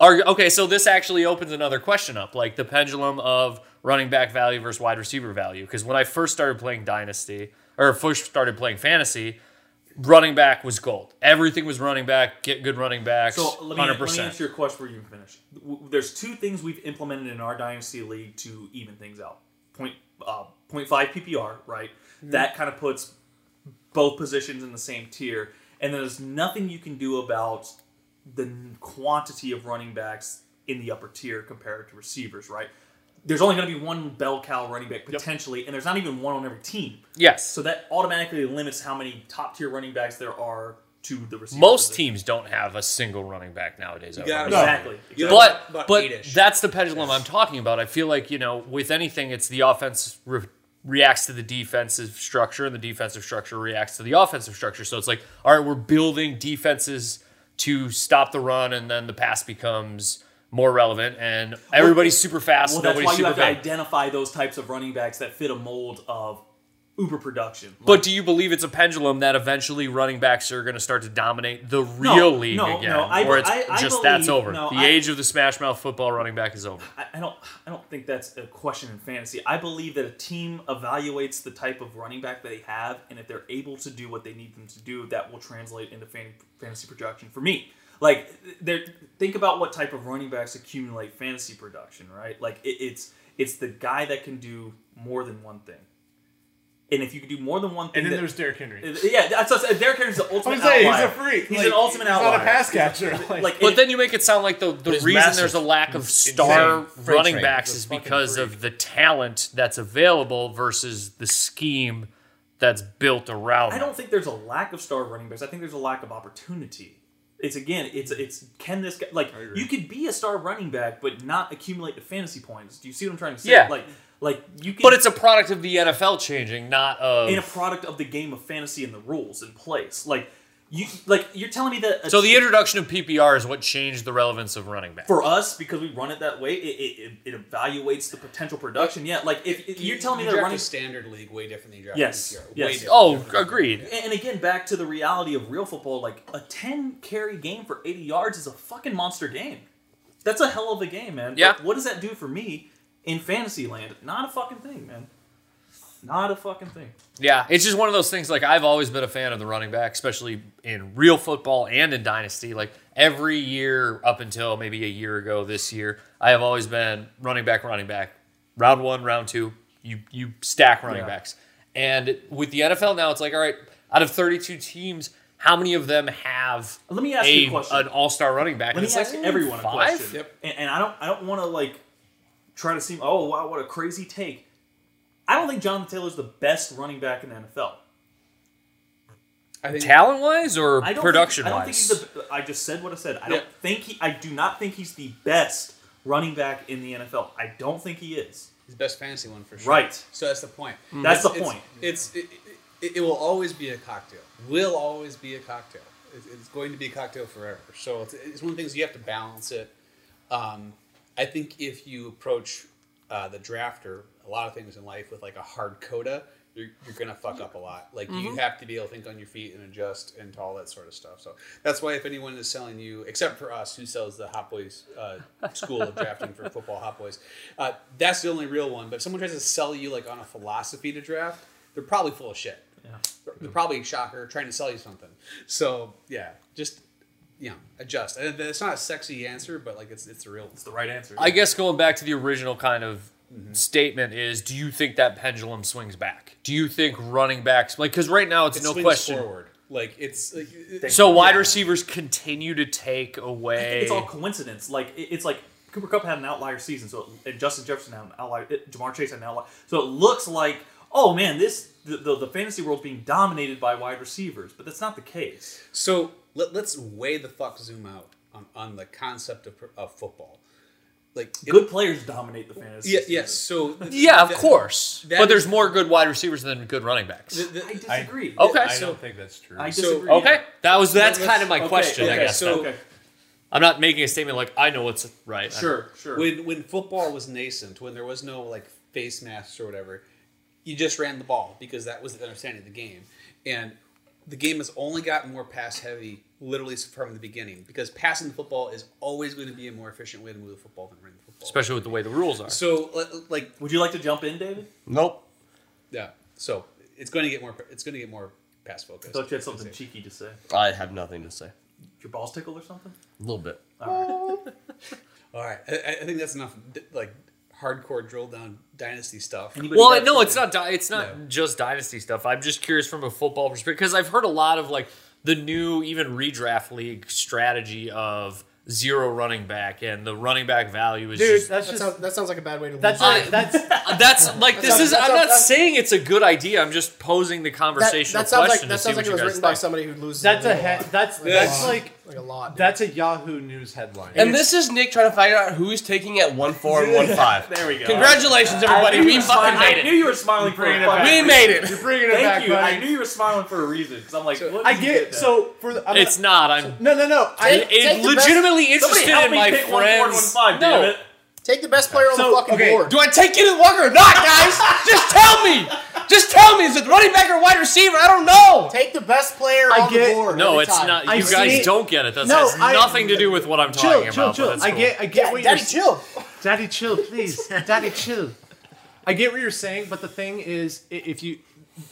Speaker 4: Are okay, so this actually opens another question up, like the pendulum of running back value versus wide receiver value. Because when I first started playing Dynasty or first started playing fantasy, running back was gold. Everything was running back. Get good running backs.
Speaker 5: So let me,
Speaker 4: Hundred
Speaker 5: let me
Speaker 4: percent.
Speaker 5: answer your question before you even finish. W- There's two things we've implemented in our dynasty league to even things out. Point uh, 0.5 PPR, right? That kind of puts both positions in the same tier, and there's nothing you can do about the n- quantity of running backs in the upper tier compared to receivers, right? There's only going to be one bell cow running back potentially, and there's not even one on every team.
Speaker 4: Yes.
Speaker 5: So that automatically limits how many top tier running backs there are to the receiver.
Speaker 4: Most
Speaker 5: position.
Speaker 4: teams don't have a single running back nowadays. I would
Speaker 1: gotta-
Speaker 4: imagine.
Speaker 2: No.
Speaker 5: Exactly.
Speaker 1: You gotta-
Speaker 4: but
Speaker 1: about
Speaker 4: but
Speaker 1: eight-ish.
Speaker 4: that's the pendulum I'm talking about. I feel like you know, with anything, it's the offense re- reacts to the defensive structure, and the defensive structure reacts to the offensive structure. So it's like, all right, we're building defenses to stop the run, and then the pass becomes more relevant, and everybody's super fast,
Speaker 5: Well, that's
Speaker 4: nobody's
Speaker 5: why you
Speaker 4: super
Speaker 5: have to
Speaker 4: big.
Speaker 5: identify those types of running backs that fit a mold of uber production.
Speaker 4: But do you believe it's a pendulum that eventually running backs are going to start to dominate the real league
Speaker 5: no,
Speaker 4: again,
Speaker 5: no, I-
Speaker 4: or it's
Speaker 5: I- I
Speaker 4: just
Speaker 5: believe-
Speaker 4: that's over?
Speaker 5: no,
Speaker 4: the
Speaker 5: I-
Speaker 4: age of the smash mouth football running back is over.
Speaker 5: I, I don't, I don't think that's a question in fantasy. I believe that a team evaluates the type of running back that they have, and if they're able to do what they need them to do, that will translate into fan, fantasy production. For me, like, there, think about what type of running backs accumulate fantasy production, right? Like, it, it's it's the guy that can do more than one thing. And if you can do more than one thing,
Speaker 2: And then
Speaker 5: that-
Speaker 2: there's Derrick Henry.
Speaker 5: Yeah, that's us. Derrick Henry's the ultimate
Speaker 2: I'm saying he's
Speaker 5: outlier.
Speaker 2: a freak.
Speaker 5: He's
Speaker 2: Like,
Speaker 5: an ultimate
Speaker 2: he's
Speaker 5: outlier.
Speaker 2: Not a pass catcher. Like,
Speaker 5: Like,
Speaker 4: But
Speaker 5: it-
Speaker 4: then you make it sound like the, the
Speaker 3: he's
Speaker 4: reason
Speaker 3: massive.
Speaker 4: there's a lack of star
Speaker 3: insane. Freight
Speaker 4: running
Speaker 3: train.
Speaker 4: backs
Speaker 3: He's a
Speaker 4: is because of the talent that's available versus the scheme that's built around.
Speaker 5: I
Speaker 4: them.
Speaker 5: don't think there's a lack of star running backs. I think there's a lack of opportunity. It's again, it's it's can this guy like you could be a star running back but not accumulate the fantasy points. Do you see what I'm trying to say?
Speaker 4: Yeah.
Speaker 5: Like like you can
Speaker 4: But it's a product of the NFL changing, not of.
Speaker 5: in a product of the game of fantasy and the rules in place. Like you like you're telling me that a
Speaker 4: so the
Speaker 5: team-
Speaker 4: introduction of PPR is what changed the relevance of running back.
Speaker 5: for us because we run it that way, it, it, it evaluates the potential production. Yeah, like if, if you're telling me
Speaker 1: you
Speaker 5: that
Speaker 1: draft
Speaker 5: running
Speaker 1: a standard league way different than you draft
Speaker 5: Yes,
Speaker 1: a PPR. Way
Speaker 5: yes.
Speaker 1: different.
Speaker 4: oh,
Speaker 1: Different.
Speaker 4: agreed.
Speaker 5: And and again, back to the reality of real football, like a 10 carry game for 80 yards is a fucking monster game. That's a hell of a game, man. But
Speaker 4: Yeah.
Speaker 5: what does that do for me in fantasy land? Not a fucking thing, man. Not a fucking thing.
Speaker 4: Yeah, it's just one of those things. Like I've always been a fan of the running back, especially in real football and in dynasty. Like every year up until maybe a year ago, this year, I have always been running back, running back, round one, round two. You you stack running backs, and with the NFL now, it's like all right, out of thirty two teams, how many of them have
Speaker 5: Let me ask
Speaker 4: a-
Speaker 5: you a question.
Speaker 4: an all star running back? And
Speaker 5: Let me
Speaker 4: it's
Speaker 5: ask
Speaker 4: like,
Speaker 5: everyone
Speaker 4: five?
Speaker 5: a question.
Speaker 1: Yep.
Speaker 5: And, and I don't I don't want to like try to seem oh wow what a crazy take. I don't think Jonathan Taylor's the best running back in the NFL.
Speaker 1: I think
Speaker 4: Talent wise or
Speaker 5: I don't
Speaker 4: production
Speaker 5: Think, I don't think
Speaker 4: wise?
Speaker 5: he's the. I just said what I said. I
Speaker 1: Yeah.
Speaker 5: don't think he. I do not think he's the best running back in the NFL. I don't think he is.
Speaker 1: his best fantasy one for sure.
Speaker 5: Right.
Speaker 1: So that's the point.
Speaker 5: That's the
Speaker 1: It's- it's-
Speaker 5: point.
Speaker 1: It's it, it, it will always be a cocktail. Will always be a cocktail. It's, it's going to be a cocktail forever. So it's, it's one of the things you have to balance it. Um, I think if you approach uh, the drafter, a lot of things in life with like a hard coda, you're, you're gonna fuck up a lot. Like you have to be able to think on your feet and adjust and all that sort of stuff. So that's why if anyone is selling you, except for us who sells the Hot Boys uh, school of drafting for football Hot Boys, uh, that's the only real one. But if someone tries to sell you like on a philosophy to draft, they're probably full of shit. Yeah. They're probably shocker trying to sell you something. So yeah, just you know, adjust. And it's not a sexy answer, but like it's it's the real.
Speaker 5: It's the right answer.
Speaker 4: I guess going back to the original kind of
Speaker 1: Mm-hmm.
Speaker 4: statement is: Do you think that pendulum swings back? Do you think running backs like because right now it's
Speaker 1: It
Speaker 4: no
Speaker 1: swings
Speaker 4: question.
Speaker 1: Forward. Like it's like, it-
Speaker 4: So wide receivers continue to take away.
Speaker 5: it's all coincidence. Like it- it's like Cooper Cup had an outlier season, so it, and Justin Jefferson had an outlier. It, Jamar Chase had an outlier. So it looks like oh man, this the, the, the fantasy world's being dominated by wide receivers, but that's not the case.
Speaker 1: so. Let, let's way the fuck zoom out on, on the concept of, of football. Like it-
Speaker 5: Good players dominate the fantasy.
Speaker 1: Yeah,
Speaker 5: season.
Speaker 1: yes. So
Speaker 4: Yeah, of
Speaker 1: that-
Speaker 4: course.
Speaker 1: that
Speaker 4: but there's
Speaker 1: is-
Speaker 4: more good wide receivers than good running backs.
Speaker 1: the- the-
Speaker 5: I disagree.
Speaker 4: Okay.
Speaker 2: I
Speaker 1: so-
Speaker 2: don't think that's true.
Speaker 5: I
Speaker 1: So-
Speaker 5: disagree.
Speaker 4: Okay, that was that's
Speaker 1: Let's-
Speaker 4: kind of my
Speaker 5: okay,
Speaker 4: question. I
Speaker 5: okay,
Speaker 4: guess.
Speaker 1: so-
Speaker 4: though.
Speaker 5: Okay.
Speaker 4: I'm not making a statement like I know what's right. I-
Speaker 5: Sure. Sure.
Speaker 1: when when football was nascent, when there was no like face masks or whatever, you just ran the ball because that was the understanding of the game. And the game has only gotten more pass heavy literally from the beginning because passing the football is always going to be a more efficient way to move the football than running the football.
Speaker 4: especially with the way the rules are.
Speaker 1: so li- like
Speaker 5: Would you like to jump in, David?
Speaker 3: Nope.
Speaker 1: yeah, so it's going to get more it's going to get more pass focused.
Speaker 5: I thought you had something cheeky to say.
Speaker 3: I have nothing to say.
Speaker 5: Your balls tickle or something?
Speaker 3: A little bit.
Speaker 1: All right, I, I think that's enough d- like hardcore drill down dynasty stuff.
Speaker 5: Anybody
Speaker 4: Well,
Speaker 5: got
Speaker 4: no, it's
Speaker 5: something?
Speaker 4: not. Di- it's not
Speaker 1: No.
Speaker 4: just dynasty stuff. I'm just curious from a football perspective because I've heard a lot of like the new even redraft league strategy of zero running back and the running back value is
Speaker 2: Dude,
Speaker 4: just.
Speaker 2: that's
Speaker 7: That
Speaker 2: just
Speaker 7: sounds, that sounds like a bad way to
Speaker 2: that's
Speaker 7: lose.
Speaker 4: I-
Speaker 2: not, that's
Speaker 4: That's like this
Speaker 7: sounds-
Speaker 4: is.
Speaker 7: that
Speaker 4: I'm
Speaker 7: sounds-
Speaker 4: not
Speaker 7: that-
Speaker 4: saying it's a good idea. I'm just posing the
Speaker 7: That,
Speaker 4: conversation.
Speaker 7: that sounds like
Speaker 4: question
Speaker 7: that sounds like it was written by somebody who loses.
Speaker 2: that's a
Speaker 7: lot.
Speaker 2: he- that's
Speaker 1: Yes.
Speaker 2: that's like
Speaker 7: like a lot.
Speaker 2: that's a Yahoo News headline.
Speaker 3: And this is Nick trying to figure out who he's taking at one four and one five.
Speaker 5: There we go.
Speaker 3: Congratulations, everybody.
Speaker 5: I knew
Speaker 3: We
Speaker 5: you were smiling-
Speaker 3: fucking made
Speaker 5: I
Speaker 3: it.
Speaker 5: knew you were smiling for a
Speaker 2: Bringing it
Speaker 5: fucking-
Speaker 2: back.
Speaker 3: We made it.
Speaker 2: bringing it
Speaker 5: Thank
Speaker 2: back,
Speaker 5: you.
Speaker 2: buddy.
Speaker 5: I knew you were smiling for a reason because I'm like, what
Speaker 2: I
Speaker 5: did you
Speaker 2: get
Speaker 5: that?
Speaker 2: so for the, I'm
Speaker 4: It's not. I'm.
Speaker 2: no no no. I,
Speaker 7: Take-
Speaker 4: it-
Speaker 7: take the best-
Speaker 4: legitimately
Speaker 5: Somebody
Speaker 4: interested
Speaker 5: help
Speaker 4: in
Speaker 5: me
Speaker 4: my
Speaker 5: pick one four and one
Speaker 4: friends.
Speaker 5: five.
Speaker 4: no,
Speaker 5: Damn it.
Speaker 7: Take the best player on
Speaker 2: So,
Speaker 7: the fucking
Speaker 2: okay,
Speaker 7: board.
Speaker 3: Do I take Kenneth Walker or not, guys? Just tell me. Just tell me. Is it running back or wide receiver? I don't know.
Speaker 7: Take the best player
Speaker 2: I
Speaker 7: on
Speaker 2: get-
Speaker 7: the board.
Speaker 4: no,
Speaker 7: every
Speaker 4: it's
Speaker 7: time.
Speaker 4: not. You
Speaker 2: I
Speaker 4: guys
Speaker 2: see-
Speaker 4: don't get it. That
Speaker 2: No,
Speaker 4: has
Speaker 2: I-
Speaker 4: nothing to do with what I'm
Speaker 2: chill
Speaker 4: talking
Speaker 2: chill
Speaker 4: about.
Speaker 2: chill.
Speaker 4: but that's
Speaker 2: I
Speaker 4: cool.
Speaker 2: get I get
Speaker 7: Yeah,
Speaker 2: what
Speaker 7: Daddy,
Speaker 2: you're
Speaker 7: chill.
Speaker 2: Daddy, chill, please. Daddy, chill. I get what you're saying, but the thing is, i- if you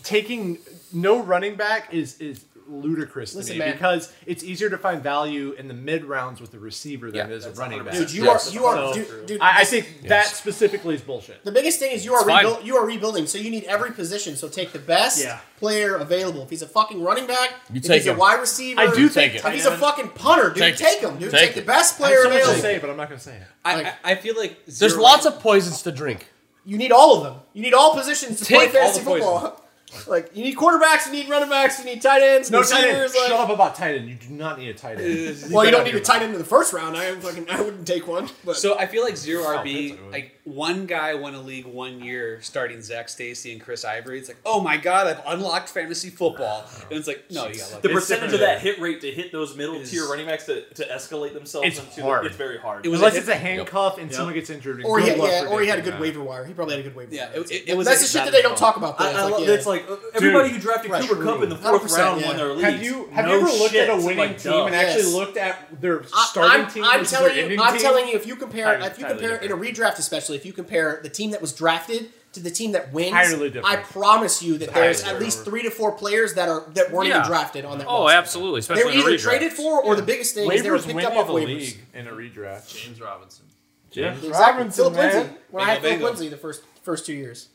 Speaker 2: taking no running back is is ludicrous to
Speaker 7: Listen,
Speaker 2: me
Speaker 7: man.
Speaker 2: because it's easier to find value in the mid rounds with the receiver than
Speaker 4: Yeah,
Speaker 2: it is a running back.
Speaker 7: Dude, you
Speaker 3: Yes.
Speaker 7: are you
Speaker 2: So,
Speaker 7: are dude, dude,
Speaker 2: I, I
Speaker 7: this-
Speaker 2: think that specifically is bullshit.
Speaker 7: the biggest thing is you are
Speaker 4: It's fine.
Speaker 7: rebuil- you are rebuilding, so you need every position. So take the best
Speaker 5: Yeah.
Speaker 7: player available. If he's a fucking running back,
Speaker 3: You
Speaker 7: if
Speaker 3: take
Speaker 7: he's
Speaker 3: him.
Speaker 7: a wide receiver,
Speaker 2: I do
Speaker 3: take
Speaker 7: If
Speaker 3: it.
Speaker 7: he's a fucking punter, dude,
Speaker 3: Take
Speaker 7: take,
Speaker 3: it.
Speaker 7: him, dude.
Speaker 3: Take
Speaker 7: Take,
Speaker 3: it.
Speaker 7: the best
Speaker 2: I have
Speaker 7: player
Speaker 2: so much to
Speaker 7: available.
Speaker 2: say, but I'm not going to say it.
Speaker 1: I, I,
Speaker 7: Like-
Speaker 1: I feel like
Speaker 3: There's
Speaker 1: zero-
Speaker 3: lots of poisons to drink.
Speaker 7: You need all of them. You need all positions to play
Speaker 1: Take all
Speaker 7: fantasy
Speaker 1: the poison.
Speaker 7: football. like you need quarterbacks, you need running backs, you need tight ends,
Speaker 2: No tight end.
Speaker 7: receivers.
Speaker 2: Shut
Speaker 7: like-
Speaker 2: up about tight end. You do not need a tight end.
Speaker 7: Well, you don't need
Speaker 2: your
Speaker 7: a tight end in the first round. I fucking I wouldn't take one. But
Speaker 1: So I feel like zero
Speaker 7: Oh,
Speaker 2: that's a
Speaker 1: RB,
Speaker 2: good
Speaker 1: like one guy won a league one year starting Zach Stacy and Chris Ivory. It's like, oh my god, I've unlocked fantasy football, and it's like, no, you got
Speaker 5: The
Speaker 1: lucky.
Speaker 2: It's
Speaker 5: percentage
Speaker 2: different
Speaker 5: of that
Speaker 2: there.
Speaker 5: hit rate to hit those middle tier
Speaker 1: Is-
Speaker 5: running backs to, to escalate themselves
Speaker 2: It's
Speaker 5: into
Speaker 2: hard.
Speaker 5: it's very hard.
Speaker 1: It was
Speaker 2: Unless
Speaker 1: a-
Speaker 2: it's a handcuff and
Speaker 5: Yep.
Speaker 2: someone gets injured. and
Speaker 7: or he
Speaker 2: good
Speaker 7: had,
Speaker 2: luck
Speaker 7: yeah,
Speaker 2: for
Speaker 7: or he had a
Speaker 2: taking
Speaker 7: good
Speaker 2: that.
Speaker 7: waiver wire. He probably had a good waiver.
Speaker 1: Yeah,
Speaker 7: wire.
Speaker 1: it, it, it was.
Speaker 7: That's
Speaker 1: a-
Speaker 7: the shit that they don't talk about. Though.
Speaker 5: I,
Speaker 7: It's
Speaker 5: I
Speaker 7: like,
Speaker 5: love,
Speaker 7: yeah.
Speaker 5: It's like uh, everybody who drafted
Speaker 7: Right.
Speaker 5: Cooper Cup in the fourth
Speaker 7: 100%,
Speaker 5: round
Speaker 7: yeah.
Speaker 5: won their leagues.
Speaker 2: Have you have
Speaker 5: No
Speaker 2: you ever looked
Speaker 5: shit.
Speaker 2: at a
Speaker 5: It's
Speaker 2: winning
Speaker 5: like,
Speaker 2: team
Speaker 5: duh.
Speaker 2: and
Speaker 7: Yes.
Speaker 2: actually looked at their
Speaker 7: I-
Speaker 2: starting
Speaker 7: I'm,
Speaker 2: team
Speaker 7: I'm
Speaker 2: versus
Speaker 7: telling
Speaker 2: their
Speaker 7: you,
Speaker 2: ending
Speaker 7: I'm
Speaker 2: team?
Speaker 7: telling you, if you compare,
Speaker 2: Entirely-
Speaker 7: if you compare in a
Speaker 2: entirely
Speaker 7: redraft, especially if you compare the team that was drafted to the team that wins,
Speaker 2: Entirely different.
Speaker 7: I promise you that there's
Speaker 2: Entirely
Speaker 7: at least
Speaker 2: different.
Speaker 7: three to four players that are that weren't
Speaker 4: Yeah.
Speaker 7: even drafted on that.
Speaker 4: Oh,
Speaker 7: roster.
Speaker 4: absolutely. Especially
Speaker 7: They were
Speaker 4: in a
Speaker 7: either
Speaker 4: redraft.
Speaker 7: traded for, or the biggest thing is they were
Speaker 2: Waivers
Speaker 7: picked
Speaker 2: win
Speaker 7: up off
Speaker 2: the
Speaker 7: waivers.
Speaker 2: league in a redraft.
Speaker 6: James Robinson.
Speaker 5: Yeah.
Speaker 7: Exactly. Philip
Speaker 2: man.
Speaker 7: Lindsay. When
Speaker 1: Bingo,
Speaker 7: I had Philip
Speaker 1: bingo.
Speaker 7: Lindsay the first first two years,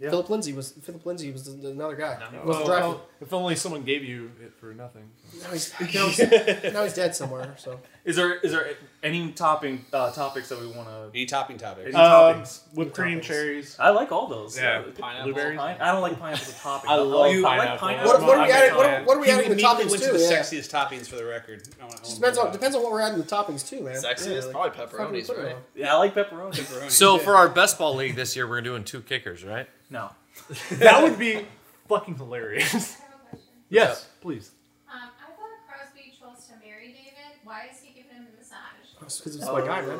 Speaker 2: Yeah.
Speaker 7: Philip Lindsay was Philip Lindsay was another guy. He
Speaker 2: Well,
Speaker 7: wasn't drafted.
Speaker 2: well, if only someone gave you it for nothing.
Speaker 7: Now he's, now he's- now he's dead somewhere. So
Speaker 5: Is there is there any topping uh, topics that we want to?
Speaker 1: Any topping topics?
Speaker 5: Uh, toppings.
Speaker 2: whipped cream,
Speaker 7: Toppings.
Speaker 2: cherries.
Speaker 5: I like all those.
Speaker 2: Yeah.
Speaker 6: Pineapple.
Speaker 5: Blueberry.
Speaker 6: Blueberry.
Speaker 5: Pine- I don't like pineapple as a topping.
Speaker 2: I love
Speaker 5: like- I
Speaker 2: pineapple.
Speaker 5: like pineapple.
Speaker 7: what, what
Speaker 5: I'm
Speaker 7: are we adding?
Speaker 5: not
Speaker 7: What, what are we
Speaker 1: He
Speaker 7: adding to the
Speaker 1: immediately
Speaker 7: toppings
Speaker 1: went
Speaker 7: too?
Speaker 1: to the
Speaker 7: yeah.
Speaker 1: sexiest toppings for the record. I wanna- I wanna
Speaker 7: Depends
Speaker 1: know
Speaker 7: on
Speaker 1: that.
Speaker 7: depends on what we're adding to the toppings too, man.
Speaker 6: Sexy
Speaker 7: Yeah,
Speaker 6: is
Speaker 7: like,
Speaker 6: probably
Speaker 7: fuck we
Speaker 6: pepperonis,
Speaker 7: put it
Speaker 6: right?
Speaker 7: on.
Speaker 5: Yeah, I like pepperoni.
Speaker 1: uh, Pepperoni.
Speaker 4: So
Speaker 7: Yeah.
Speaker 4: for our best ball league this year, we're doing two kickers, right?
Speaker 5: No.
Speaker 2: That would be fucking hilarious.
Speaker 8: I have a question.
Speaker 2: yes, please.
Speaker 8: Um, I thought Crosby chose to marry David. Why is he giving him a massage?
Speaker 7: Because it's my guy, man.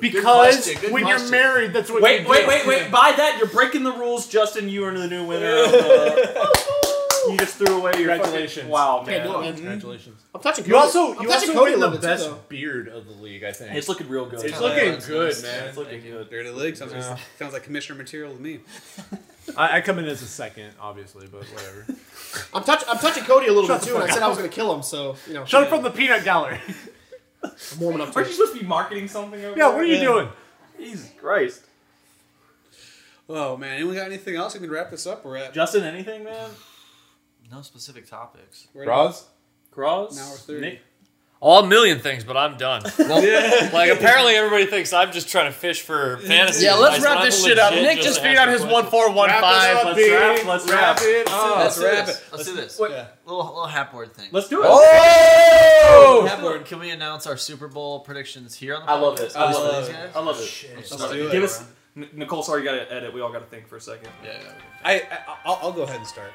Speaker 2: Because
Speaker 6: question, good
Speaker 2: when you're
Speaker 6: question.
Speaker 2: married, that's what.
Speaker 5: Wait,
Speaker 2: you
Speaker 5: wait,
Speaker 2: do.
Speaker 5: wait, wait. By that, you're breaking the rules, Justin. You are the new winner. Of, uh, you just threw away your fucking-
Speaker 2: Congratulations.
Speaker 5: Wow,
Speaker 7: Can't do it,
Speaker 5: man.
Speaker 7: man.
Speaker 2: Congratulations.
Speaker 7: I'm touching.
Speaker 2: You also
Speaker 7: I'm
Speaker 2: you
Speaker 7: touching
Speaker 2: also
Speaker 7: Cody
Speaker 2: win
Speaker 7: a
Speaker 2: the
Speaker 7: little bit,
Speaker 2: best
Speaker 7: too, though.
Speaker 2: beard of the league. I think.
Speaker 5: It's looking real good.
Speaker 2: It's
Speaker 5: Tyler.
Speaker 2: looking
Speaker 5: It's
Speaker 2: good,
Speaker 5: nice.
Speaker 2: man.
Speaker 5: It's looking good.
Speaker 1: Dirty League sounds like,
Speaker 2: Yeah.
Speaker 1: sounds like commissioner material to me.
Speaker 2: I, I come in as a second, obviously, but whatever.
Speaker 7: I'm touching. I'm touching Cody a little
Speaker 2: Shut
Speaker 7: bit
Speaker 2: the
Speaker 7: too, and I
Speaker 2: fuck
Speaker 7: said
Speaker 2: up.
Speaker 7: I was going to kill him. So you know,
Speaker 2: Shut up from the peanut gallery.
Speaker 7: I'm warming up. To
Speaker 5: Aren't you
Speaker 7: it.
Speaker 5: supposed to be marketing something over
Speaker 2: yeah, what are you
Speaker 7: Yeah.
Speaker 2: doing?
Speaker 5: there? Jesus Christ.
Speaker 1: Oh man, anyone got anything else? We can wrap this up. We're at
Speaker 5: Justin, anything, man?
Speaker 6: No specific topics.
Speaker 1: we're at
Speaker 2: Roz,
Speaker 5: Cross?
Speaker 1: An hour thirty.
Speaker 5: Nick?
Speaker 4: All a million things, but I'm done. Like apparently everybody thinks I'm just trying to fish for fantasy.
Speaker 3: Yeah, let's
Speaker 4: advice,
Speaker 3: wrap
Speaker 4: when
Speaker 3: this
Speaker 4: I'm
Speaker 3: shit up.
Speaker 4: legit
Speaker 3: Nick just figured out
Speaker 4: answering
Speaker 3: his
Speaker 4: questions.
Speaker 3: one four one five.
Speaker 5: Let's wrap. Let's wrap.
Speaker 2: it up.
Speaker 1: Let's
Speaker 6: do
Speaker 1: wrap
Speaker 6: this.
Speaker 1: it.
Speaker 6: Let's do this.
Speaker 1: Yeah.
Speaker 6: Little little hap word thing.
Speaker 5: Let's do it.
Speaker 3: Oh,
Speaker 6: Hap word. Can we announce our Super Bowl predictions here on the?
Speaker 5: I love
Speaker 6: podcast?
Speaker 5: it. Oh. I
Speaker 6: At least for
Speaker 1: love
Speaker 6: these
Speaker 1: it.
Speaker 6: guys?
Speaker 5: I love it.
Speaker 1: Let's do
Speaker 5: Give
Speaker 1: it.
Speaker 5: us N- Nicole. Sorry, you got to edit. We all got to think for a second.
Speaker 6: Yeah. yeah, yeah.
Speaker 1: I, I I'll, I'll go ahead and start.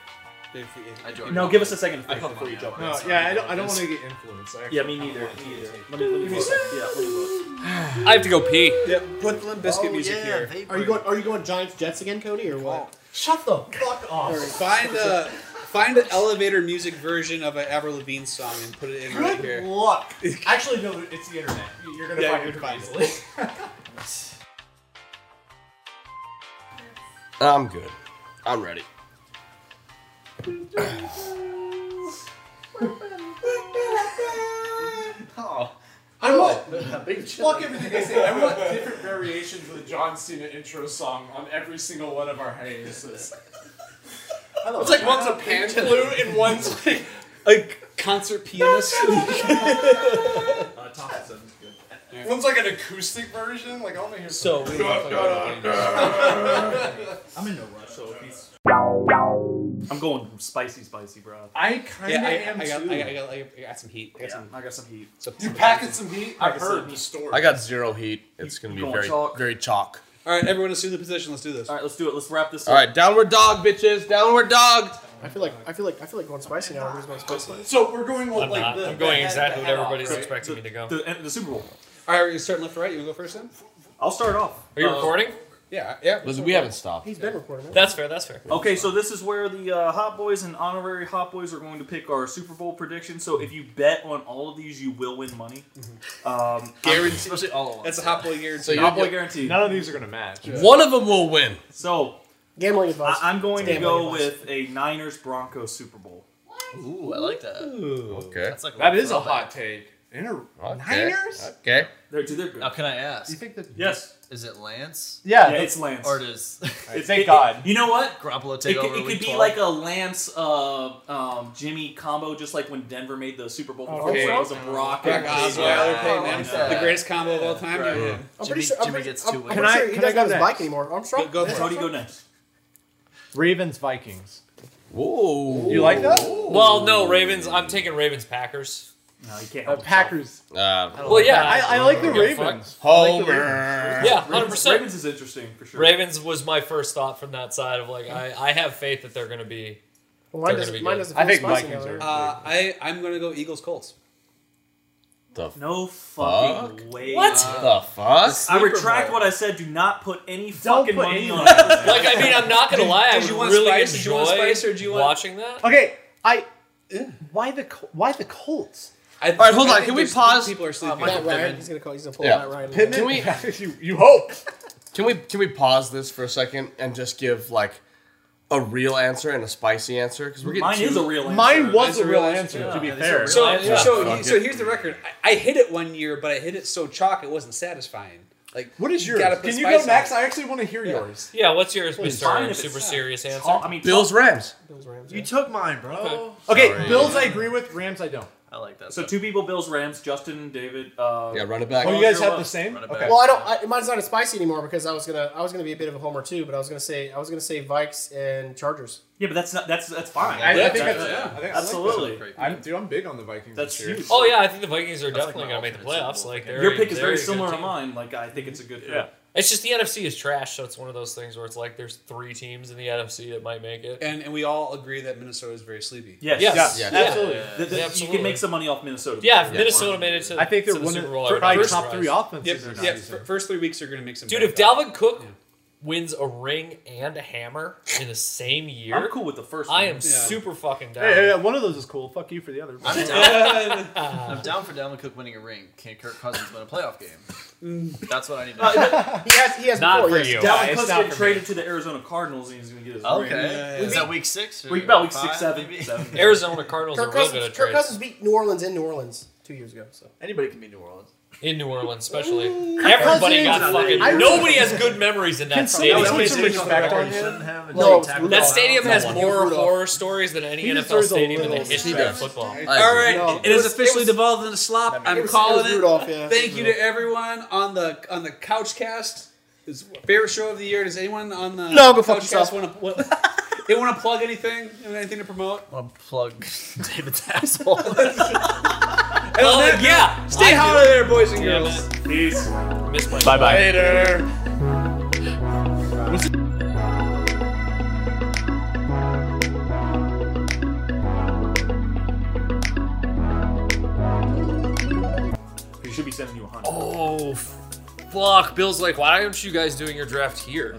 Speaker 1: If- if-
Speaker 6: I
Speaker 1: if-
Speaker 6: joined.
Speaker 5: No, give us a second to
Speaker 6: I
Speaker 5: think
Speaker 6: come
Speaker 5: before you
Speaker 6: on,
Speaker 5: jump in.
Speaker 6: yeah.
Speaker 2: No, yeah, I don't, I don't want to get influenced. I
Speaker 5: Yeah, me neither. Me neither. Let me, let me vote. Yeah, let me vote.
Speaker 4: I have to go pee.
Speaker 1: Yeah, put the Limp
Speaker 2: Oh,
Speaker 1: Biscuit music here.
Speaker 7: Are you going? Are you going Giants Jets again, Cody, or what?
Speaker 2: Shut the fuck
Speaker 7: Or-
Speaker 2: off.
Speaker 1: Find a find an elevator music version of an Avril Lavigne song and put it in right here.
Speaker 2: Good luck. Actually, no, it's the internet. You're gonna
Speaker 1: Yeah,
Speaker 2: find
Speaker 1: you're
Speaker 2: it
Speaker 1: gonna
Speaker 2: pretty
Speaker 1: find
Speaker 2: easily.
Speaker 3: I'm good. I'm ready.
Speaker 2: I want fuck everything they say. I want different variations of the John Cena intro song on every single one of our hiatuses. It's like one's a pan flute and one's like
Speaker 1: A concert pianist.
Speaker 5: Uh, top seven.
Speaker 2: one's like an acoustic version. Like I want to hear.
Speaker 1: so we
Speaker 5: I'm in no rush, so if he's. I'm going spicy, spicy, bro.
Speaker 2: I kind of
Speaker 1: yeah, I,
Speaker 2: am
Speaker 1: I, got,
Speaker 2: too.
Speaker 1: I, got, I, got, I got some heat. I got
Speaker 5: Yeah,
Speaker 1: some,
Speaker 5: I got some heat.
Speaker 1: some,
Speaker 2: you packing some heat? I've heard the story.
Speaker 3: I got zero heat. It's gonna be
Speaker 6: Going
Speaker 3: very
Speaker 6: chalk.
Speaker 3: very chalk.
Speaker 1: All right, everyone assume the position. Let's do this.
Speaker 5: All right, let's do it. Let's wrap this
Speaker 3: All
Speaker 5: up.
Speaker 3: right, downward dog, bitches. Downward dog.
Speaker 4: Oh.
Speaker 7: I feel like I feel like I feel like going spicy now. Who's going spicy?
Speaker 2: So we're going with
Speaker 4: I'm
Speaker 2: like
Speaker 4: not.
Speaker 2: the.
Speaker 4: I'm going
Speaker 2: the head- the
Speaker 4: exactly what
Speaker 2: head off,
Speaker 4: everybody's
Speaker 2: right?
Speaker 4: expecting me to go.
Speaker 5: The, and the Super Bowl.
Speaker 1: All right, we're starting left to right. You wanna go first then?
Speaker 5: I'll start off.
Speaker 4: Are you
Speaker 5: Uh,
Speaker 4: recording?
Speaker 1: Yeah, yeah.
Speaker 3: Listen, we haven't stopped.
Speaker 7: He's been recording. Right?
Speaker 4: That's fair. That's fair.
Speaker 5: Okay, so this is where the uh, Hot Boys and honorary Hot Boys are going to pick our Super Bowl predictions. So if you bet on all of these, you will win money. Um,
Speaker 1: Guaranteed.
Speaker 6: Especially all of us.
Speaker 1: That's a hot boy guarantee.
Speaker 3: So you-
Speaker 5: Hot Boy guaranteed.
Speaker 2: None of these are gonna match.
Speaker 3: One of them will win.
Speaker 5: So
Speaker 7: Gambling advice.
Speaker 5: I- I'm going to
Speaker 7: Damn,
Speaker 5: go
Speaker 7: I guess.
Speaker 5: with a Niners Broncos Super Bowl.
Speaker 8: What?
Speaker 6: Ooh, I like that.
Speaker 3: Okay.
Speaker 6: That's like
Speaker 2: That is a hot take. Inter- Niners?
Speaker 3: Okay.
Speaker 5: They're, dude, they're good.
Speaker 6: Now, can I ask?
Speaker 2: think that?
Speaker 5: Yes.
Speaker 6: Is it Lance
Speaker 2: Yeah.
Speaker 5: Yeah,
Speaker 2: that's-
Speaker 5: it's Lance.
Speaker 6: or does
Speaker 5: It's-
Speaker 2: Thank
Speaker 5: it- it-
Speaker 2: God.
Speaker 5: you know what?
Speaker 6: Garoppolo
Speaker 5: It
Speaker 6: take
Speaker 5: could,
Speaker 6: over?
Speaker 5: it
Speaker 6: week
Speaker 5: could be
Speaker 6: 12?
Speaker 5: like a Lance uh, um, Jimmy combo, just like when Denver made the Super Bowl. before
Speaker 2: okay.
Speaker 5: It was a Brock
Speaker 1: Brock
Speaker 5: and
Speaker 1: Osweiler,
Speaker 5: Peyton.
Speaker 1: Peyton
Speaker 6: I like
Speaker 1: Manning,
Speaker 6: that.
Speaker 1: the greatest combo of all time.
Speaker 5: Right.
Speaker 1: Yeah.
Speaker 7: I'm
Speaker 6: Jimmy-
Speaker 7: pretty sure. I'm
Speaker 6: Jimmy
Speaker 7: pretty-
Speaker 6: gets
Speaker 7: I'm-
Speaker 6: two
Speaker 7: I'm
Speaker 6: wins.
Speaker 7: pretty
Speaker 2: Can I-
Speaker 7: sure he
Speaker 2: can I
Speaker 7: doesn't
Speaker 2: go
Speaker 7: have his bike
Speaker 2: next?
Speaker 7: anymore. Armstrong.
Speaker 1: Go, go for
Speaker 5: Tony,
Speaker 1: it.
Speaker 5: go next.
Speaker 2: Ravens Vikings.
Speaker 3: Whoa.
Speaker 2: You like that?
Speaker 4: Well, no, Ravens. I'm taking Ravens Packers.
Speaker 5: No, you can't.
Speaker 2: Uh, Packers.
Speaker 3: Uh,
Speaker 4: Well, yeah,
Speaker 2: I, I like the
Speaker 4: Give a fuck.
Speaker 2: Ravens.
Speaker 3: Homer.
Speaker 4: Yeah, hundred
Speaker 5: Ravens,
Speaker 4: percent.
Speaker 5: Ravens is interesting for sure.
Speaker 4: Ravens was my first thought from that side of like I, I have faith that they're gonna be
Speaker 7: Well, mine
Speaker 4: They're
Speaker 7: doesn't.
Speaker 4: gonna be
Speaker 7: Mine
Speaker 4: good.
Speaker 7: doesn't.
Speaker 2: I
Speaker 7: feel
Speaker 2: think
Speaker 7: spicy
Speaker 2: Vikings
Speaker 7: now,
Speaker 2: are-
Speaker 7: though.
Speaker 1: Uh, I I'm gonna go Eagles Colts.
Speaker 3: The f-
Speaker 5: No fucking way.
Speaker 4: What?
Speaker 3: the fuck?
Speaker 5: I retract what I said. Do not put any fucking
Speaker 2: put
Speaker 5: money
Speaker 2: any
Speaker 5: on
Speaker 2: money.
Speaker 5: it.
Speaker 4: like I mean I'm not gonna lie, I
Speaker 1: did
Speaker 4: would
Speaker 1: you want
Speaker 4: really
Speaker 1: spice? Did you
Speaker 4: enjoy
Speaker 1: want spice or do you want-
Speaker 4: watching that.
Speaker 2: Okay, I. Why the Col- why the Colts?
Speaker 1: I, All
Speaker 3: right, hold on, can we pause?
Speaker 1: People are sleeping.
Speaker 7: Matt Ryan.
Speaker 6: Pittman.
Speaker 7: He's gonna call. He's gonna pull
Speaker 3: Yeah.
Speaker 7: Matt Ryan.
Speaker 3: Can we
Speaker 2: you, you hope.
Speaker 3: can we can we pause this for a second and just give like a real answer and a spicy answer because we're getting
Speaker 5: Mine
Speaker 3: too-
Speaker 5: is a real answer.
Speaker 2: Mine was
Speaker 1: That's a
Speaker 2: a real
Speaker 1: real
Speaker 2: answer,
Speaker 5: answer.
Speaker 2: to be
Speaker 6: Yeah, that's a
Speaker 2: fair.
Speaker 6: real
Speaker 1: so
Speaker 6: answer.
Speaker 1: so
Speaker 3: Yeah.
Speaker 1: so here's the record. I, I hit it one year, but I hit it so chalk it wasn't satisfying. Like
Speaker 2: what is
Speaker 1: you
Speaker 2: yours?
Speaker 1: gotta put
Speaker 2: Can you
Speaker 1: spice
Speaker 2: go
Speaker 1: on
Speaker 2: next?
Speaker 1: it.
Speaker 2: I actually want to hear yours.
Speaker 4: Yeah, what's yours,
Speaker 5: fine
Speaker 4: Mr.
Speaker 5: if
Speaker 4: Super
Speaker 5: it's-
Speaker 4: serious answer?
Speaker 5: Talk- I mean,
Speaker 3: Bills
Speaker 5: talk-
Speaker 3: Rams.
Speaker 7: Bills Rams.
Speaker 6: You
Speaker 7: yeah.
Speaker 6: took mine, bro.
Speaker 2: Okay,
Speaker 3: Sorry.
Speaker 2: Bills I agree with. Rams I don't.
Speaker 6: I like that.
Speaker 5: So two people, Bills, Rams, Justin, and David. Uh,
Speaker 3: Yeah, run it back.
Speaker 2: Oh,
Speaker 5: Well,
Speaker 2: you guys
Speaker 5: you're
Speaker 2: have the
Speaker 5: up.
Speaker 2: same.
Speaker 6: Run it
Speaker 2: Okay.
Speaker 6: back.
Speaker 7: Well, I don't. I, mine's not as spicy anymore because I was gonna. I was gonna be a bit of a homer too, but I was gonna say. I was gonna say Vikes and Chargers.
Speaker 5: yeah, but that's not that's that's fine.
Speaker 2: I, I
Speaker 5: That's-
Speaker 2: think
Speaker 5: that's-
Speaker 2: that's, yeah, I think I Like
Speaker 5: absolutely.
Speaker 2: that. I'm, dude, I'm big on the Vikings.
Speaker 5: That's
Speaker 2: this year.
Speaker 5: huge.
Speaker 4: Oh yeah, I think the Vikings are
Speaker 6: That's
Speaker 4: definitely
Speaker 6: like my
Speaker 4: gonna make the
Speaker 6: alternate
Speaker 4: playoffs.
Speaker 6: Super Bowl
Speaker 4: Like
Speaker 6: pick.
Speaker 4: they're
Speaker 5: Your pick is
Speaker 4: they're a
Speaker 5: very
Speaker 4: good
Speaker 5: similar to
Speaker 4: team.
Speaker 5: mine. Like I think it's a good fit.
Speaker 2: Yeah.
Speaker 4: It's just the NFC is trash, so it's one of those things where it's like there's three teams in the NFC that might make it.
Speaker 1: And and we all agree that Minnesota is very sleepy.
Speaker 5: Yes.
Speaker 4: Yes.
Speaker 3: Yes.
Speaker 4: Yeah.
Speaker 2: Absolutely.
Speaker 5: The- the- You
Speaker 4: Absolutely.
Speaker 5: can make some money off Minnesota.
Speaker 4: Yeah, if
Speaker 3: Yeah.
Speaker 4: Minnesota made it to
Speaker 2: I think they're
Speaker 4: to the
Speaker 2: one of
Speaker 4: Super Bowl,
Speaker 2: the
Speaker 4: I'd
Speaker 2: probably
Speaker 4: be
Speaker 2: top three
Speaker 4: surprised.
Speaker 1: Yep.
Speaker 2: offenses.
Speaker 1: Yeah.
Speaker 2: Yeah,
Speaker 1: f- first three weeks are gonna make some.
Speaker 4: Dude,
Speaker 1: bad
Speaker 4: if
Speaker 1: calls.
Speaker 4: Dalvin Cook wins a ring and a hammer in the same year,
Speaker 5: I'm cool with the first.
Speaker 4: I
Speaker 5: one.
Speaker 4: am super fucking down.
Speaker 2: Hey, hey, hey, one of those is cool. Fuck you for the other.
Speaker 6: I'm down. I'm down for Dalvin Cook winning a ring. Can Kirk Cousins win a playoff game? That's what I need. to know.
Speaker 7: He has. He has.
Speaker 4: Not
Speaker 7: before,
Speaker 4: for
Speaker 7: Oh, yes.
Speaker 4: you.
Speaker 2: Yeah,
Speaker 5: Dalvin
Speaker 2: it's
Speaker 5: Cook's
Speaker 2: not
Speaker 5: getting
Speaker 2: for
Speaker 5: traded to the Arizona Cardinals, and he's going to get his
Speaker 4: Oh.
Speaker 6: Okay.
Speaker 5: ring.
Speaker 6: Is that week six? Or
Speaker 5: Week, about week six,
Speaker 6: five,
Speaker 5: seven,
Speaker 6: maybe?
Speaker 5: seven.
Speaker 4: Arizona Cardinals
Speaker 7: Kirk
Speaker 4: are real good
Speaker 7: Cousins,
Speaker 4: at trades.
Speaker 7: Kirk Cousins beat New Orleans in New Orleans two years ago. So
Speaker 6: Anybody can be New Orleans.
Speaker 4: in New Orleans, especially. Everybody got
Speaker 6: Cousins.
Speaker 4: fucking.
Speaker 6: I
Speaker 2: really-
Speaker 4: Nobody has good memories in that stadium.
Speaker 2: someone-
Speaker 6: That was
Speaker 2: respect
Speaker 6: a-
Speaker 2: on
Speaker 6: you
Speaker 2: him?
Speaker 6: shouldn't have a
Speaker 7: No,
Speaker 6: tackle.
Speaker 7: Rudolph.
Speaker 4: That stadium has
Speaker 7: No one.
Speaker 4: more
Speaker 7: Rudolph.
Speaker 4: horror stories than any
Speaker 2: He
Speaker 4: NFL
Speaker 2: deserves a
Speaker 4: stadium in the
Speaker 2: little
Speaker 4: history of
Speaker 3: respect.
Speaker 4: football.
Speaker 3: I
Speaker 1: All
Speaker 3: agree.
Speaker 1: right,
Speaker 7: No.
Speaker 1: it was- it was-
Speaker 6: devolved into slop.
Speaker 7: It was- it was Rudolph, yeah.
Speaker 1: Thank you to everyone on the on the Couchcast. It's favorite show of the year. Does anyone on the
Speaker 7: No, go fuck yourself.
Speaker 1: want to what, they want to plug anything? Anything to promote?
Speaker 6: I'll plug David's asshole.
Speaker 1: And on
Speaker 4: Oh,
Speaker 1: that note,
Speaker 4: yeah, I
Speaker 1: stay
Speaker 4: do.
Speaker 1: hot out there, boys and
Speaker 4: Damn
Speaker 1: girls.
Speaker 4: it.
Speaker 5: Peace.
Speaker 4: Missed my
Speaker 6: bye bye.
Speaker 5: He should be sending you a hundred.
Speaker 4: Oh, f- fuck. Bill's like, why aren't you guys doing your draft here?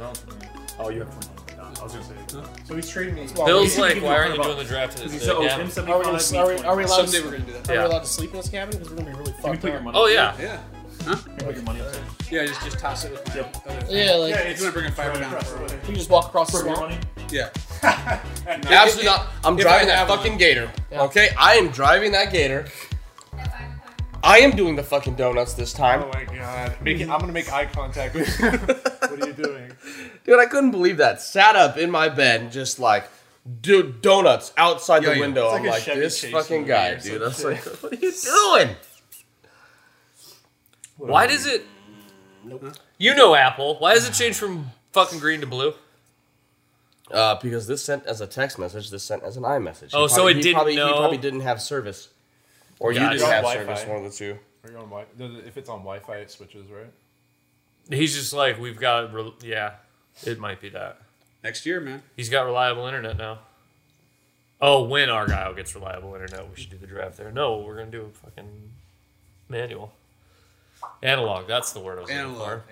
Speaker 5: Oh, you have twenty. I was gonna say.
Speaker 2: So he's trading me.
Speaker 7: Well,
Speaker 4: Bill's
Speaker 5: we-
Speaker 4: like,
Speaker 5: we can
Speaker 4: why
Speaker 5: do
Speaker 4: aren't you
Speaker 5: a
Speaker 4: doing the draft in
Speaker 5: He
Speaker 4: this?
Speaker 5: said,
Speaker 4: day?
Speaker 5: oh,
Speaker 4: Yeah.
Speaker 5: him
Speaker 7: Are we,
Speaker 5: 75,
Speaker 7: gonna,
Speaker 5: me
Speaker 7: are, we,
Speaker 5: 20.
Speaker 7: are we allowed
Speaker 1: Someday
Speaker 7: to,
Speaker 1: we're gonna do that.
Speaker 7: are
Speaker 4: Yeah.
Speaker 7: we allowed to sleep in this cabin? Because we're gonna be really
Speaker 5: Can you
Speaker 7: fucked
Speaker 5: put your
Speaker 7: up.
Speaker 5: money?
Speaker 4: Oh, yeah.
Speaker 1: Yeah,
Speaker 5: Can you put your money up there?
Speaker 1: yeah. Just just toss it with my
Speaker 5: Yep.
Speaker 1: other.
Speaker 7: Yeah, like
Speaker 2: Yeah,
Speaker 1: If you want to bring a fiber down.
Speaker 7: we can just walk across the
Speaker 5: For your
Speaker 7: swamp.
Speaker 5: money?
Speaker 1: Yeah.
Speaker 3: Absolutely not. I'm
Speaker 1: If
Speaker 3: driving
Speaker 1: I
Speaker 3: that
Speaker 1: have
Speaker 3: fucking
Speaker 1: one.
Speaker 3: gator.
Speaker 7: Yeah.
Speaker 3: Okay, I am driving that gator.
Speaker 8: At five o'clock.
Speaker 3: I am doing the fucking donuts this time,
Speaker 2: Oh my god. Make it, I'm gonna make eye contact with you. what are you doing?
Speaker 3: dude. I couldn't believe that. Sat up in my bed, and just like, dude, donuts outside
Speaker 1: Yo,
Speaker 3: the
Speaker 1: yo.
Speaker 3: window.
Speaker 2: It's
Speaker 3: I'm
Speaker 2: like a
Speaker 3: like,
Speaker 2: Chevy
Speaker 3: this
Speaker 2: Chase
Speaker 3: fucking
Speaker 2: movie
Speaker 3: guy,
Speaker 2: or some
Speaker 3: dude. I was
Speaker 2: shit.
Speaker 3: like, what are you doing?
Speaker 4: Why does it. You know Apple. Why does it change from fucking green to blue?
Speaker 3: Uh, because this sent as a text message, this sent as an iMessage. He
Speaker 4: Oh, so
Speaker 3: probably-
Speaker 4: it
Speaker 3: he
Speaker 4: didn't
Speaker 3: probably,
Speaker 4: know.
Speaker 3: He probably didn't have service, or you
Speaker 4: Got
Speaker 3: didn't
Speaker 4: it.
Speaker 3: have
Speaker 2: Wi-Fi.
Speaker 3: service. One of the two.
Speaker 2: Are you on Wi? does it- If it's on Wi-Fi, it switches, right?
Speaker 4: He's just like, we've got. Re- yeah, it might be that.
Speaker 1: Next year, man.
Speaker 4: He's got reliable internet now. Oh, when Argyle gets reliable internet, we should do the draft there. No, we're gonna do a fucking manual. Analog, that's the word I was
Speaker 1: Analog.
Speaker 4: looking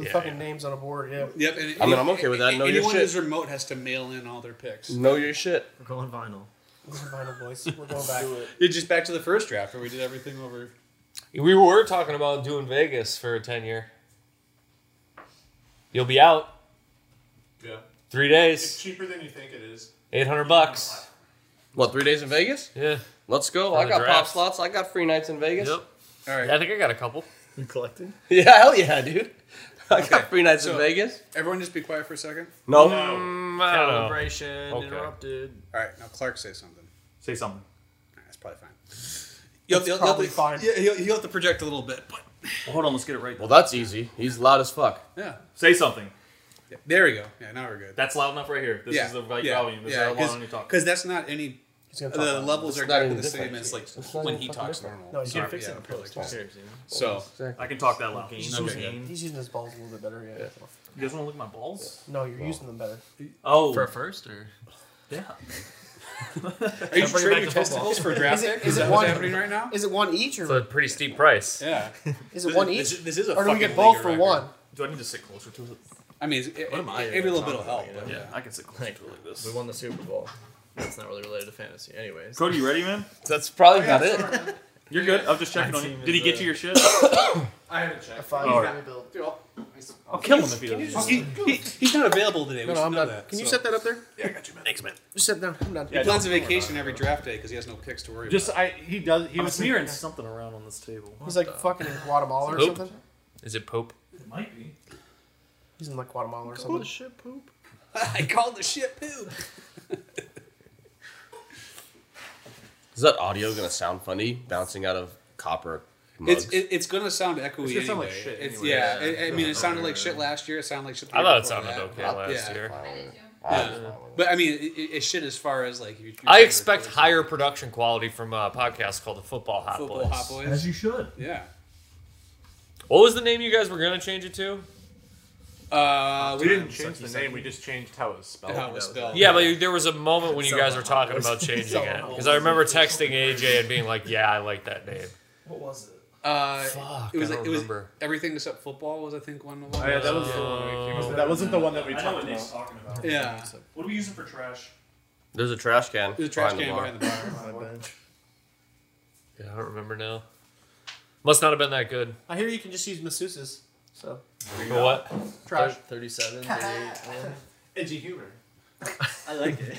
Speaker 7: The
Speaker 4: Yeah,
Speaker 7: fucking
Speaker 4: yeah.
Speaker 7: names on a board. Yeah.
Speaker 1: Yep. And
Speaker 3: I mean, I'm okay with that. Know your
Speaker 1: anyone
Speaker 3: shit.
Speaker 1: who's remote has to mail in all their picks.
Speaker 3: Know your shit.
Speaker 6: We're going vinyl.
Speaker 7: Vinyl voice. We're going back.
Speaker 1: It's just back to the first draft where we did everything over.
Speaker 4: for. We were talking about doing Vegas for a ten year. You'll be out
Speaker 2: Yeah.
Speaker 4: three days,
Speaker 2: cheaper than you think it is.
Speaker 4: eight hundred bucks.
Speaker 3: What? Three days in Vegas?
Speaker 4: Yeah.
Speaker 3: Let's go.
Speaker 4: For
Speaker 3: I
Speaker 4: the
Speaker 3: got pop
Speaker 4: draft.
Speaker 3: slots. I got free nights in Vegas.
Speaker 4: Yep.
Speaker 1: All right.
Speaker 4: I think I got a couple.
Speaker 6: You collecting?
Speaker 3: Yeah, hell yeah, dude. I
Speaker 1: Okay,
Speaker 3: got free nights
Speaker 1: so-
Speaker 3: in Vegas.
Speaker 1: Everyone, just be quiet for a second.
Speaker 3: No.
Speaker 4: Mm, I don't know.
Speaker 6: Celebration
Speaker 4: Okay.
Speaker 6: interrupted.
Speaker 1: All right. Now, Clark, say something.
Speaker 5: Say something.
Speaker 1: That's probably fine. You'll, you'll, you'll,
Speaker 7: probably
Speaker 1: have to-
Speaker 7: fine.
Speaker 1: Yeah, you'll, you'll have to project a little bit, but
Speaker 5: Well, hold on, let's get it right.
Speaker 3: Well, that's easy. He's loud as fuck.
Speaker 1: yeah.
Speaker 5: Say something.
Speaker 1: Yeah, There we go. Yeah, now we're good.
Speaker 5: That's loud enough right here. This is the right volume. This is how loud you talk.
Speaker 1: Because that's not any.
Speaker 7: He's gonna talk
Speaker 1: The
Speaker 7: about
Speaker 1: levels are
Speaker 3: It's not
Speaker 1: exactly
Speaker 3: even
Speaker 1: the same
Speaker 3: different.
Speaker 1: as like
Speaker 3: It's not
Speaker 1: when
Speaker 3: even
Speaker 1: he
Speaker 3: fucking
Speaker 1: talks
Speaker 3: different.
Speaker 1: normal.
Speaker 7: No, you
Speaker 1: Sorry,
Speaker 7: can't fix
Speaker 1: yeah,
Speaker 7: it.
Speaker 1: perfect.
Speaker 6: Cheers, you know.
Speaker 1: So
Speaker 5: I can talk that loud.
Speaker 6: Gain,
Speaker 5: Okay,
Speaker 6: gain.
Speaker 5: gain.
Speaker 7: He's using his balls a little bit better. Yeah.
Speaker 5: You guys want to look at my balls?
Speaker 7: No, you're using them better.
Speaker 5: Oh,
Speaker 6: For a first or?
Speaker 5: yeah.
Speaker 1: are you
Speaker 6: Bring it
Speaker 1: trading
Speaker 6: back
Speaker 1: your
Speaker 6: to football.
Speaker 1: testicles for a draft
Speaker 7: Is it-
Speaker 1: pick?
Speaker 7: is
Speaker 1: Is
Speaker 7: it
Speaker 1: that what's
Speaker 7: one-
Speaker 1: happening right now?
Speaker 7: Is it one each
Speaker 4: It's a
Speaker 7: or
Speaker 4: pretty steep price.
Speaker 1: Yeah.
Speaker 7: is it one
Speaker 1: This,
Speaker 7: each?
Speaker 1: is- this is a
Speaker 7: Or do we
Speaker 1: fucking
Speaker 7: get both
Speaker 1: league
Speaker 7: for
Speaker 1: record.
Speaker 7: one?
Speaker 5: Do I need to sit closer to it?
Speaker 1: I mean, it's, it,
Speaker 6: What am I
Speaker 1: it-
Speaker 6: even
Speaker 1: every little bit will help.
Speaker 6: talking about, you know?
Speaker 1: but,
Speaker 5: Yeah,
Speaker 1: yeah.
Speaker 5: I can sit closer to it like this.
Speaker 6: We won the Super Bowl. That's not really related to fantasy, anyways.
Speaker 5: Cody, you ready, man?
Speaker 3: That's probably not it.
Speaker 5: You're good. I'm just checking
Speaker 6: My
Speaker 5: on you.
Speaker 6: team
Speaker 5: Did he
Speaker 6: is,
Speaker 5: get
Speaker 6: uh,
Speaker 5: you your shit?
Speaker 2: I haven't checked.
Speaker 7: Five.
Speaker 5: All right. I'll kill him if he doesn't.
Speaker 1: He, he- he's not available today. We
Speaker 7: No, no,
Speaker 1: should
Speaker 7: I'm
Speaker 1: know
Speaker 7: not.
Speaker 1: that.
Speaker 7: can you
Speaker 1: so-
Speaker 7: set that up there?
Speaker 5: Yeah, I got you, man. Thanks, man.
Speaker 7: Just set it down. I'm done.
Speaker 1: He plans a vacation every draft day because he has no picks to worry
Speaker 2: Just I. He does. He
Speaker 5: I'm
Speaker 2: was
Speaker 5: smearing something around on this table.
Speaker 7: He's like fucking in Guatemala or
Speaker 4: Nope.
Speaker 7: something.
Speaker 4: Is it Pope?
Speaker 5: It might be.
Speaker 7: He's in like Guatemala or
Speaker 6: Holy
Speaker 7: something.
Speaker 6: shit, poop.
Speaker 1: about. I called the shit poop.
Speaker 3: Is that audio gonna sound funny bouncing out of copper mugs?
Speaker 1: It's it, it's gonna sound echoey
Speaker 2: gonna
Speaker 1: anyway.
Speaker 2: sound like shit
Speaker 1: It's,
Speaker 2: anyway.
Speaker 1: yeah,
Speaker 6: Yeah.
Speaker 1: it- I mean, it sounded like shit last year. It sounded like shit. the
Speaker 4: I
Speaker 1: year
Speaker 4: thought it
Speaker 1: before
Speaker 4: sounded
Speaker 1: that.
Speaker 4: okay last
Speaker 1: yeah.
Speaker 4: year.
Speaker 8: I didn't do
Speaker 3: Ah.
Speaker 8: 'em.
Speaker 1: Yeah. But I mean, it, it, it's shit as far as like. Your, your
Speaker 4: I expect
Speaker 1: favorite
Speaker 4: higher production quality from a podcast called the Football Hot
Speaker 1: football
Speaker 4: Boys.
Speaker 1: hot boys.
Speaker 5: you should.
Speaker 1: Yeah.
Speaker 4: What was the name you guys were gonna change it to?
Speaker 1: Uh, we
Speaker 2: We didn't
Speaker 1: didn't
Speaker 2: change the name. We just changed how it was spelled.
Speaker 1: how it was spelled.
Speaker 4: Yeah, but there was a moment when you
Speaker 6: Someone
Speaker 4: guys were talking about changing it
Speaker 7: Someone
Speaker 4: because I remember texting AJ and being like, "Yeah, I like that name."
Speaker 6: What was it?
Speaker 1: Uh,
Speaker 4: Fuck,
Speaker 1: it was
Speaker 4: I
Speaker 1: like
Speaker 4: don't
Speaker 1: it was
Speaker 4: remember.
Speaker 1: everything except football was I think one of them.
Speaker 2: Oh, yeah, that was the one we came up with. That wasn't the one that we
Speaker 5: I know
Speaker 2: talked
Speaker 5: what Nick's
Speaker 2: about.
Speaker 5: talking about.
Speaker 1: yeah.
Speaker 5: What are we using for trash?
Speaker 3: There's a trash can.
Speaker 1: There's a trash
Speaker 3: behind the
Speaker 1: can
Speaker 3: bar.
Speaker 1: behind the bar.
Speaker 6: My bench.
Speaker 4: Yeah, I don't remember now. Must not have been that good.
Speaker 7: I hear you can just use masseuses. So
Speaker 4: But what?
Speaker 7: trash.
Speaker 6: 37, 38. man.
Speaker 2: Edgy humor.
Speaker 6: I like it.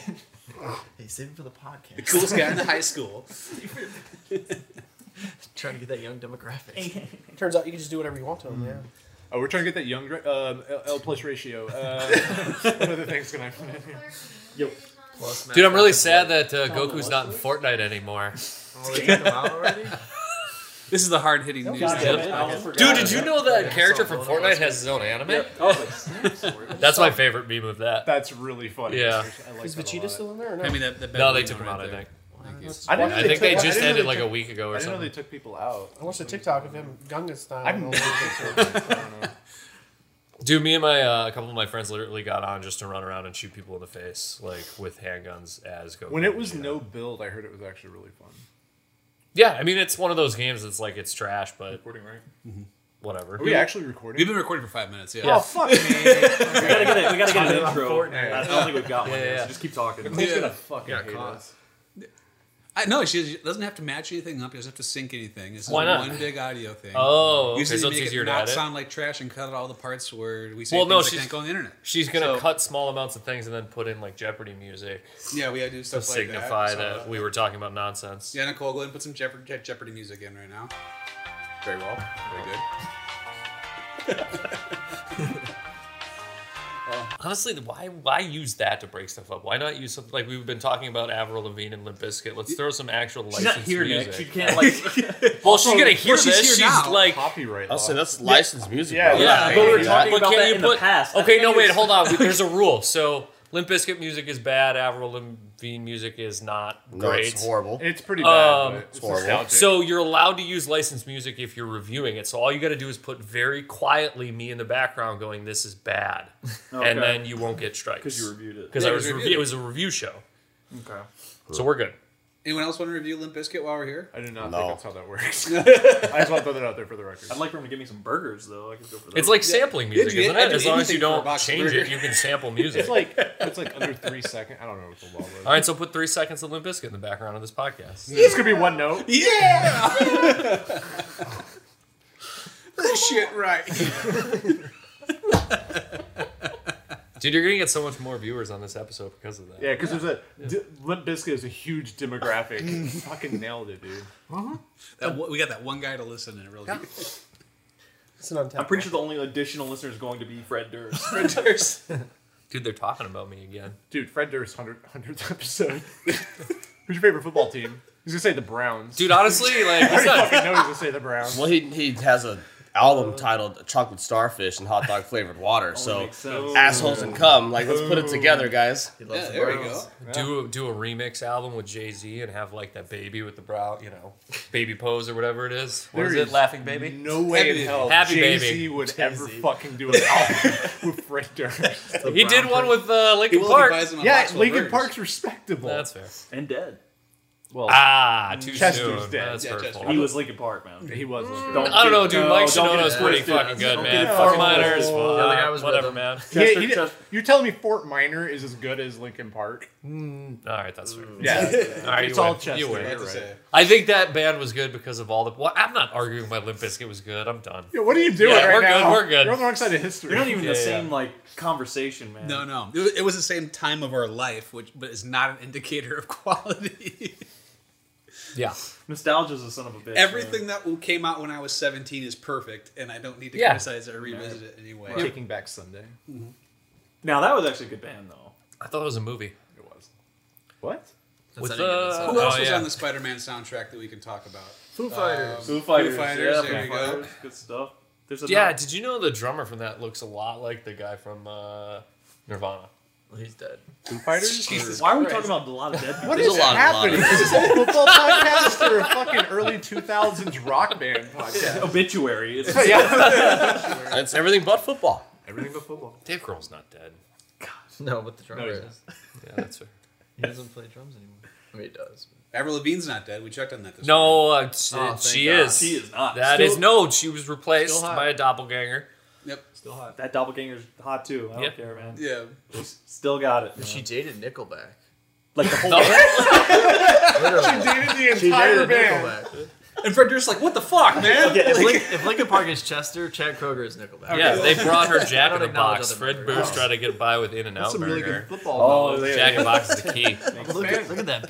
Speaker 6: hey, save it for the podcast.
Speaker 1: Coolest guy in the high school.
Speaker 6: Trying to get that young demographic.
Speaker 7: Turns out you can just do whatever you want to them. Yeah.
Speaker 2: Oh, we're trying to get that young dra- um, L- L plus ratio. Uh, what other things can I put in here?
Speaker 8: Yep.
Speaker 6: Plus,
Speaker 4: Dude, I'm really
Speaker 6: Matt-
Speaker 4: sad that uh, Goku's not in Fortnite anymore.
Speaker 6: Oh, they took him out already?
Speaker 1: This is the hard hitting news.
Speaker 7: damn
Speaker 1: now.
Speaker 7: it.
Speaker 4: Dude, did you know that character
Speaker 6: so
Speaker 4: from
Speaker 6: cool.
Speaker 4: Fortnite has his own anime?
Speaker 5: I
Speaker 4: Oh.
Speaker 5: was like,
Speaker 4: That's my favorite meme of that.
Speaker 2: That's really funny.
Speaker 4: Yeah.
Speaker 2: I like
Speaker 7: Is
Speaker 2: that a
Speaker 7: Vegeta
Speaker 2: lot.
Speaker 7: still in there or no?
Speaker 1: I mean, that, that
Speaker 4: No,
Speaker 1: bad
Speaker 4: they
Speaker 1: boy
Speaker 4: took him
Speaker 1: right
Speaker 4: out, I
Speaker 1: there.
Speaker 4: think.
Speaker 1: Thank you.
Speaker 2: I, didn't know
Speaker 4: I think they
Speaker 2: took- I
Speaker 4: just
Speaker 2: didn't know
Speaker 4: ended
Speaker 2: they
Speaker 4: like a
Speaker 2: took-
Speaker 4: week ago
Speaker 2: I
Speaker 4: or
Speaker 2: didn't know they
Speaker 4: something.
Speaker 2: took people out.
Speaker 7: I watched a TikTok of him Gunga style.
Speaker 2: I've never been to Fortnite.
Speaker 4: Dude, me and my uh, a couple of my friends literally got on just to run around and shoot people in the face, like with handguns as Goku.
Speaker 2: When it was
Speaker 4: you know?
Speaker 2: no build, I heard it was actually really fun.
Speaker 4: Yeah, I mean it's one of those games that's like it's trash, but
Speaker 5: recording, right?
Speaker 4: whatever.
Speaker 2: Are we actually recording?
Speaker 1: We've been recording for five minutes. Yeah.
Speaker 2: Oh fuck me!
Speaker 5: We gotta get it. We gotta get an intro.
Speaker 6: Fortnite.
Speaker 5: I don't think we've got one.
Speaker 4: Yeah,
Speaker 5: yet,
Speaker 4: yeah.
Speaker 5: So just keep talking.
Speaker 2: He's
Speaker 1: Yeah.
Speaker 2: gonna fucking
Speaker 6: Got
Speaker 2: hate
Speaker 6: caught.
Speaker 2: us.
Speaker 1: I, no, she she doesn't have to match anything up. She doesn't have to sync anything. It's just
Speaker 4: Why not?
Speaker 1: one big audio thing.
Speaker 4: Oh, okay,
Speaker 1: Usually
Speaker 4: so
Speaker 1: you
Speaker 4: it's
Speaker 1: make
Speaker 4: easier
Speaker 1: it
Speaker 4: to
Speaker 1: not
Speaker 4: edit.
Speaker 1: sound like trash and cut out all the parts where we say
Speaker 4: Well,
Speaker 1: things
Speaker 4: no,
Speaker 1: that
Speaker 4: she's-
Speaker 1: can't go on the internet.
Speaker 4: She's gonna
Speaker 6: So-
Speaker 4: cut small amounts of things and then put in like Jeopardy music
Speaker 1: Yeah, we gotta do
Speaker 4: to
Speaker 1: stuff like
Speaker 4: signify
Speaker 1: that.
Speaker 4: that,
Speaker 1: So-
Speaker 4: we were talking about nonsense.
Speaker 1: Yeah, Nicole, go ahead and put some Jeopardy, Je- Jeopardy music in right now. Very well. Very good.
Speaker 4: Honestly, why why use that to break stuff up? Why not use something like we've been talking about Avril Lavigne and Limp Bizkit? Let's throw some actual
Speaker 5: She's
Speaker 4: licensed
Speaker 5: not here,
Speaker 4: music.
Speaker 5: Nick. She can't like.
Speaker 4: well, she's gonna hear
Speaker 1: well, she's
Speaker 4: this.
Speaker 1: here
Speaker 4: She's,
Speaker 1: now.
Speaker 4: like,
Speaker 2: Copyright.
Speaker 3: I'll
Speaker 2: law.
Speaker 3: say that's licensed music.
Speaker 2: Yeah,
Speaker 3: bro.
Speaker 2: yeah,
Speaker 3: I
Speaker 4: but
Speaker 3: hate
Speaker 5: we were
Speaker 3: that.
Speaker 5: talking
Speaker 4: but
Speaker 5: about
Speaker 4: can
Speaker 5: that
Speaker 4: you
Speaker 5: in the
Speaker 4: put?
Speaker 5: past. That's
Speaker 4: Okay,
Speaker 5: not
Speaker 4: no,
Speaker 5: even-
Speaker 4: wait, hold on. We- There's a rule. So Limp Bizkit music is bad. Avril Lavigne music is not
Speaker 3: No,
Speaker 4: great.
Speaker 3: it's horrible.
Speaker 2: It's pretty
Speaker 4: Um,
Speaker 2: bad. but
Speaker 3: it's
Speaker 2: it's
Speaker 3: horrible.
Speaker 2: nostalgic.
Speaker 4: So you're allowed to use licensed music if you're reviewing it. So all you got to do is put very quietly me in the background going, "This is bad," and then you won't get strikes
Speaker 5: because you reviewed it.
Speaker 4: Because
Speaker 1: Yeah,
Speaker 4: I
Speaker 1: 'cause
Speaker 4: was
Speaker 1: you
Speaker 4: review-
Speaker 1: reviewed
Speaker 4: it was a review show,
Speaker 5: Okay.
Speaker 4: so we're good.
Speaker 1: Anyone else want to review Limp Bizkit while we're here?
Speaker 2: I do not
Speaker 3: No.
Speaker 2: think that's how that works. I just want to throw that out there for the record.
Speaker 5: I'd like for him to give me some burgers though. I could go for those.
Speaker 4: It's like sampling music,
Speaker 1: you-
Speaker 4: isn't
Speaker 1: I'd
Speaker 4: it?
Speaker 1: do
Speaker 4: As long as
Speaker 1: anything
Speaker 4: you
Speaker 1: for a
Speaker 4: don't
Speaker 1: box of
Speaker 4: change it,
Speaker 1: burger.
Speaker 4: you can sample music.
Speaker 2: It's like it's like under three second. I don't know what the law was.
Speaker 4: all right, so put three seconds of Limp Bizkit in the background of this podcast.
Speaker 2: This could be one note.
Speaker 1: Yeah! this shit right.
Speaker 4: Dude, you're gonna get so much more viewers on this episode because of that.
Speaker 2: Yeah, because there's a D- Limp Bizkit is a huge demographic. fucking nailed it, dude.
Speaker 1: That, one- we got that one guy to listen and it really.
Speaker 7: It's an untapped.
Speaker 5: I'm pretty sure the only additional listener is going to be Fred Durst.
Speaker 4: Dude, they're talking about me again.
Speaker 2: Dude, Fred Durst hundred hundredth episode. Who's your favorite football team? He's gonna say the Browns.
Speaker 4: Dude, honestly, like it's
Speaker 2: I
Speaker 4: not,
Speaker 2: fucking know he's gonna say the Browns.
Speaker 3: Well, he, he has an album titled "Chocolate Starfish and Hot Dog Flavored Water," so
Speaker 5: Makes sense.
Speaker 3: assholes and cum. Like, let's put it together, guys.
Speaker 6: He loves
Speaker 1: Yeah,
Speaker 6: the
Speaker 1: there we go.
Speaker 6: Browns.
Speaker 4: do do a remix album with Jay Z and have like that baby with the brow, you know, baby pose or whatever it is. What is
Speaker 2: There
Speaker 4: it?
Speaker 2: is
Speaker 4: Laughing baby.
Speaker 2: No way in hell
Speaker 4: Happy
Speaker 2: Jay
Speaker 4: baby.
Speaker 2: Z would ever
Speaker 6: Jay-Z.
Speaker 2: fucking do an album with Fred Durst.
Speaker 4: he did one
Speaker 6: Brown
Speaker 4: with uh,
Speaker 1: He
Speaker 4: Linkin
Speaker 1: will if he
Speaker 4: Park.
Speaker 1: buys him a
Speaker 2: Yeah,
Speaker 1: box full of
Speaker 2: Lincoln
Speaker 1: burgers.
Speaker 2: Park's respectable.
Speaker 4: That's fair.
Speaker 5: and dead.
Speaker 2: well,
Speaker 4: Ah, too
Speaker 2: Chester's
Speaker 4: soon.
Speaker 2: dead.
Speaker 4: That's
Speaker 1: Yeah,
Speaker 4: hurtful.
Speaker 1: Chester.
Speaker 5: He was Lincoln Park, man.
Speaker 2: he was. Lincoln Park.
Speaker 4: I don't know, dude.
Speaker 5: No,
Speaker 4: Mike
Speaker 5: don't get
Speaker 4: Sonoda's
Speaker 5: it
Speaker 4: pretty
Speaker 5: twisted.
Speaker 4: fucking good,
Speaker 5: Don't
Speaker 4: man.
Speaker 5: get it
Speaker 4: Fort
Speaker 5: fucking
Speaker 4: Miners,
Speaker 5: twisted.
Speaker 4: uh,
Speaker 6: The other guy was
Speaker 4: whatever,
Speaker 6: with him.
Speaker 2: Yeah,
Speaker 4: man.
Speaker 5: Chester-
Speaker 2: he did-
Speaker 5: Chester-
Speaker 2: you're telling me Fort Minor is as good as Lincoln Park?
Speaker 4: All right, that's fair.
Speaker 2: Yeah,
Speaker 4: All right,
Speaker 2: Mm. It's
Speaker 4: you
Speaker 2: all
Speaker 4: win.
Speaker 2: Chester.
Speaker 4: You
Speaker 1: I
Speaker 4: win.
Speaker 1: have to say.
Speaker 4: I think that band was good because of all the. Well, I'm not arguing my Limp Bizkit was good. I'm done.
Speaker 2: Yeah, what are you doing
Speaker 4: Yeah,
Speaker 2: right
Speaker 4: we're
Speaker 2: now?
Speaker 4: good, we're good.
Speaker 2: You're on the wrong side of history.
Speaker 5: They're not even
Speaker 4: Yeah,
Speaker 5: the
Speaker 4: yeah.
Speaker 5: same like conversation, man.
Speaker 1: No, no. It was, it was the same time of our life, which but is not an indicator of quality.
Speaker 4: Yeah.
Speaker 5: Nostalgia's a son of a bitch.
Speaker 1: Everything that came out when I was 17 is perfect, and I don't need to
Speaker 4: Yeah.
Speaker 1: criticize it or revisit it anyway.
Speaker 2: taking back Sunday.
Speaker 5: Now that was actually a good band though.
Speaker 4: I thought it was a movie.
Speaker 2: It was. What?
Speaker 4: With
Speaker 6: not even good, that's
Speaker 4: uh,
Speaker 6: not-
Speaker 1: Who else
Speaker 4: oh,
Speaker 1: was
Speaker 4: yeah.
Speaker 1: on the Spider Man soundtrack that we can talk about?
Speaker 6: Foo Fighters.
Speaker 5: Foo Fighters.
Speaker 1: Fighters,
Speaker 5: yeah,
Speaker 1: there
Speaker 5: Foo
Speaker 1: you go.
Speaker 5: Fighters, Good stuff. There's a
Speaker 4: Yeah, did you know the drummer from that looks a lot like the guy from uh, Nirvana?
Speaker 6: Well, he's dead.
Speaker 2: Foo Fighters?
Speaker 1: Jesus
Speaker 5: Why are we
Speaker 1: Christ.
Speaker 5: talking about a lot of dead people?
Speaker 2: What
Speaker 3: There's
Speaker 2: is
Speaker 3: a lot of-
Speaker 2: happening?
Speaker 3: lot of-
Speaker 2: Is this a football podcast or a fucking early 2000s rock band
Speaker 5: Yeah,
Speaker 2: podcast?
Speaker 5: Obituary. It's
Speaker 2: yeah.
Speaker 3: It's everything but football.
Speaker 2: Everything but football.
Speaker 4: Dave Grohl's not dead.
Speaker 6: No, but the drummer
Speaker 2: he's
Speaker 6: is.
Speaker 4: Yeah, that's fair.
Speaker 6: He doesn't play drums anymore. I mean, he does.
Speaker 1: Avril Lavigne's not dead. We checked on that this morning.
Speaker 4: No, uh, she,
Speaker 6: Oh, thank
Speaker 4: she
Speaker 6: God.
Speaker 4: is.
Speaker 5: she is not.
Speaker 4: That
Speaker 5: Still-
Speaker 4: is- no. She was replaced
Speaker 6: Still hot.
Speaker 4: by a doppelganger.
Speaker 1: Yep.
Speaker 6: Still hot.
Speaker 5: that doppelganger's hot too. I don't
Speaker 4: Yep.
Speaker 5: care, man.
Speaker 1: Yeah.
Speaker 5: Still got it. man.
Speaker 6: She dated Nickelback.
Speaker 5: like the whole
Speaker 4: No.
Speaker 5: band.
Speaker 6: Literally.
Speaker 2: Dated the
Speaker 6: She
Speaker 2: entire
Speaker 6: dated
Speaker 2: band.
Speaker 6: Nickelback.
Speaker 1: And Fred Durst's like, what the fuck, man?
Speaker 6: Yeah, if,
Speaker 1: Like-
Speaker 6: Link, if Lincoln Park is Chester, Chad Kroger is Nickelback.
Speaker 4: Yeah, they brought her Jack
Speaker 6: I
Speaker 4: in
Speaker 6: don't
Speaker 4: the Box.
Speaker 6: acknowledge
Speaker 4: Fred
Speaker 6: other
Speaker 4: Booth
Speaker 6: members.
Speaker 4: tried to get by with In and Out
Speaker 6: some
Speaker 4: Burger.
Speaker 6: really good
Speaker 5: Oh.
Speaker 6: football. knowledge.
Speaker 4: Jack in the Box is the key.
Speaker 6: Look at, look at that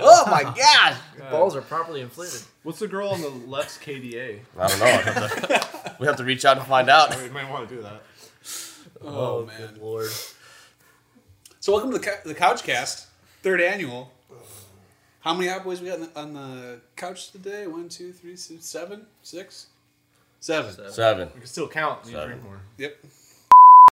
Speaker 3: Oh my gosh!
Speaker 6: Your Balls are properly inflated.
Speaker 2: What's the girl on the left's KDA?
Speaker 3: I don't know. I'd have to- we have to reach out and find out.
Speaker 2: We might want to do that.
Speaker 1: oh, man.
Speaker 4: lord.
Speaker 1: So welcome to the, cou- the Couch Cast, third annual. How many hot boys we got on the, on the couch today? One, two, three, six, seven, six, seven.
Speaker 3: Seven.
Speaker 2: We can still count. so you
Speaker 3: Seven.
Speaker 2: drink more.
Speaker 1: Yep.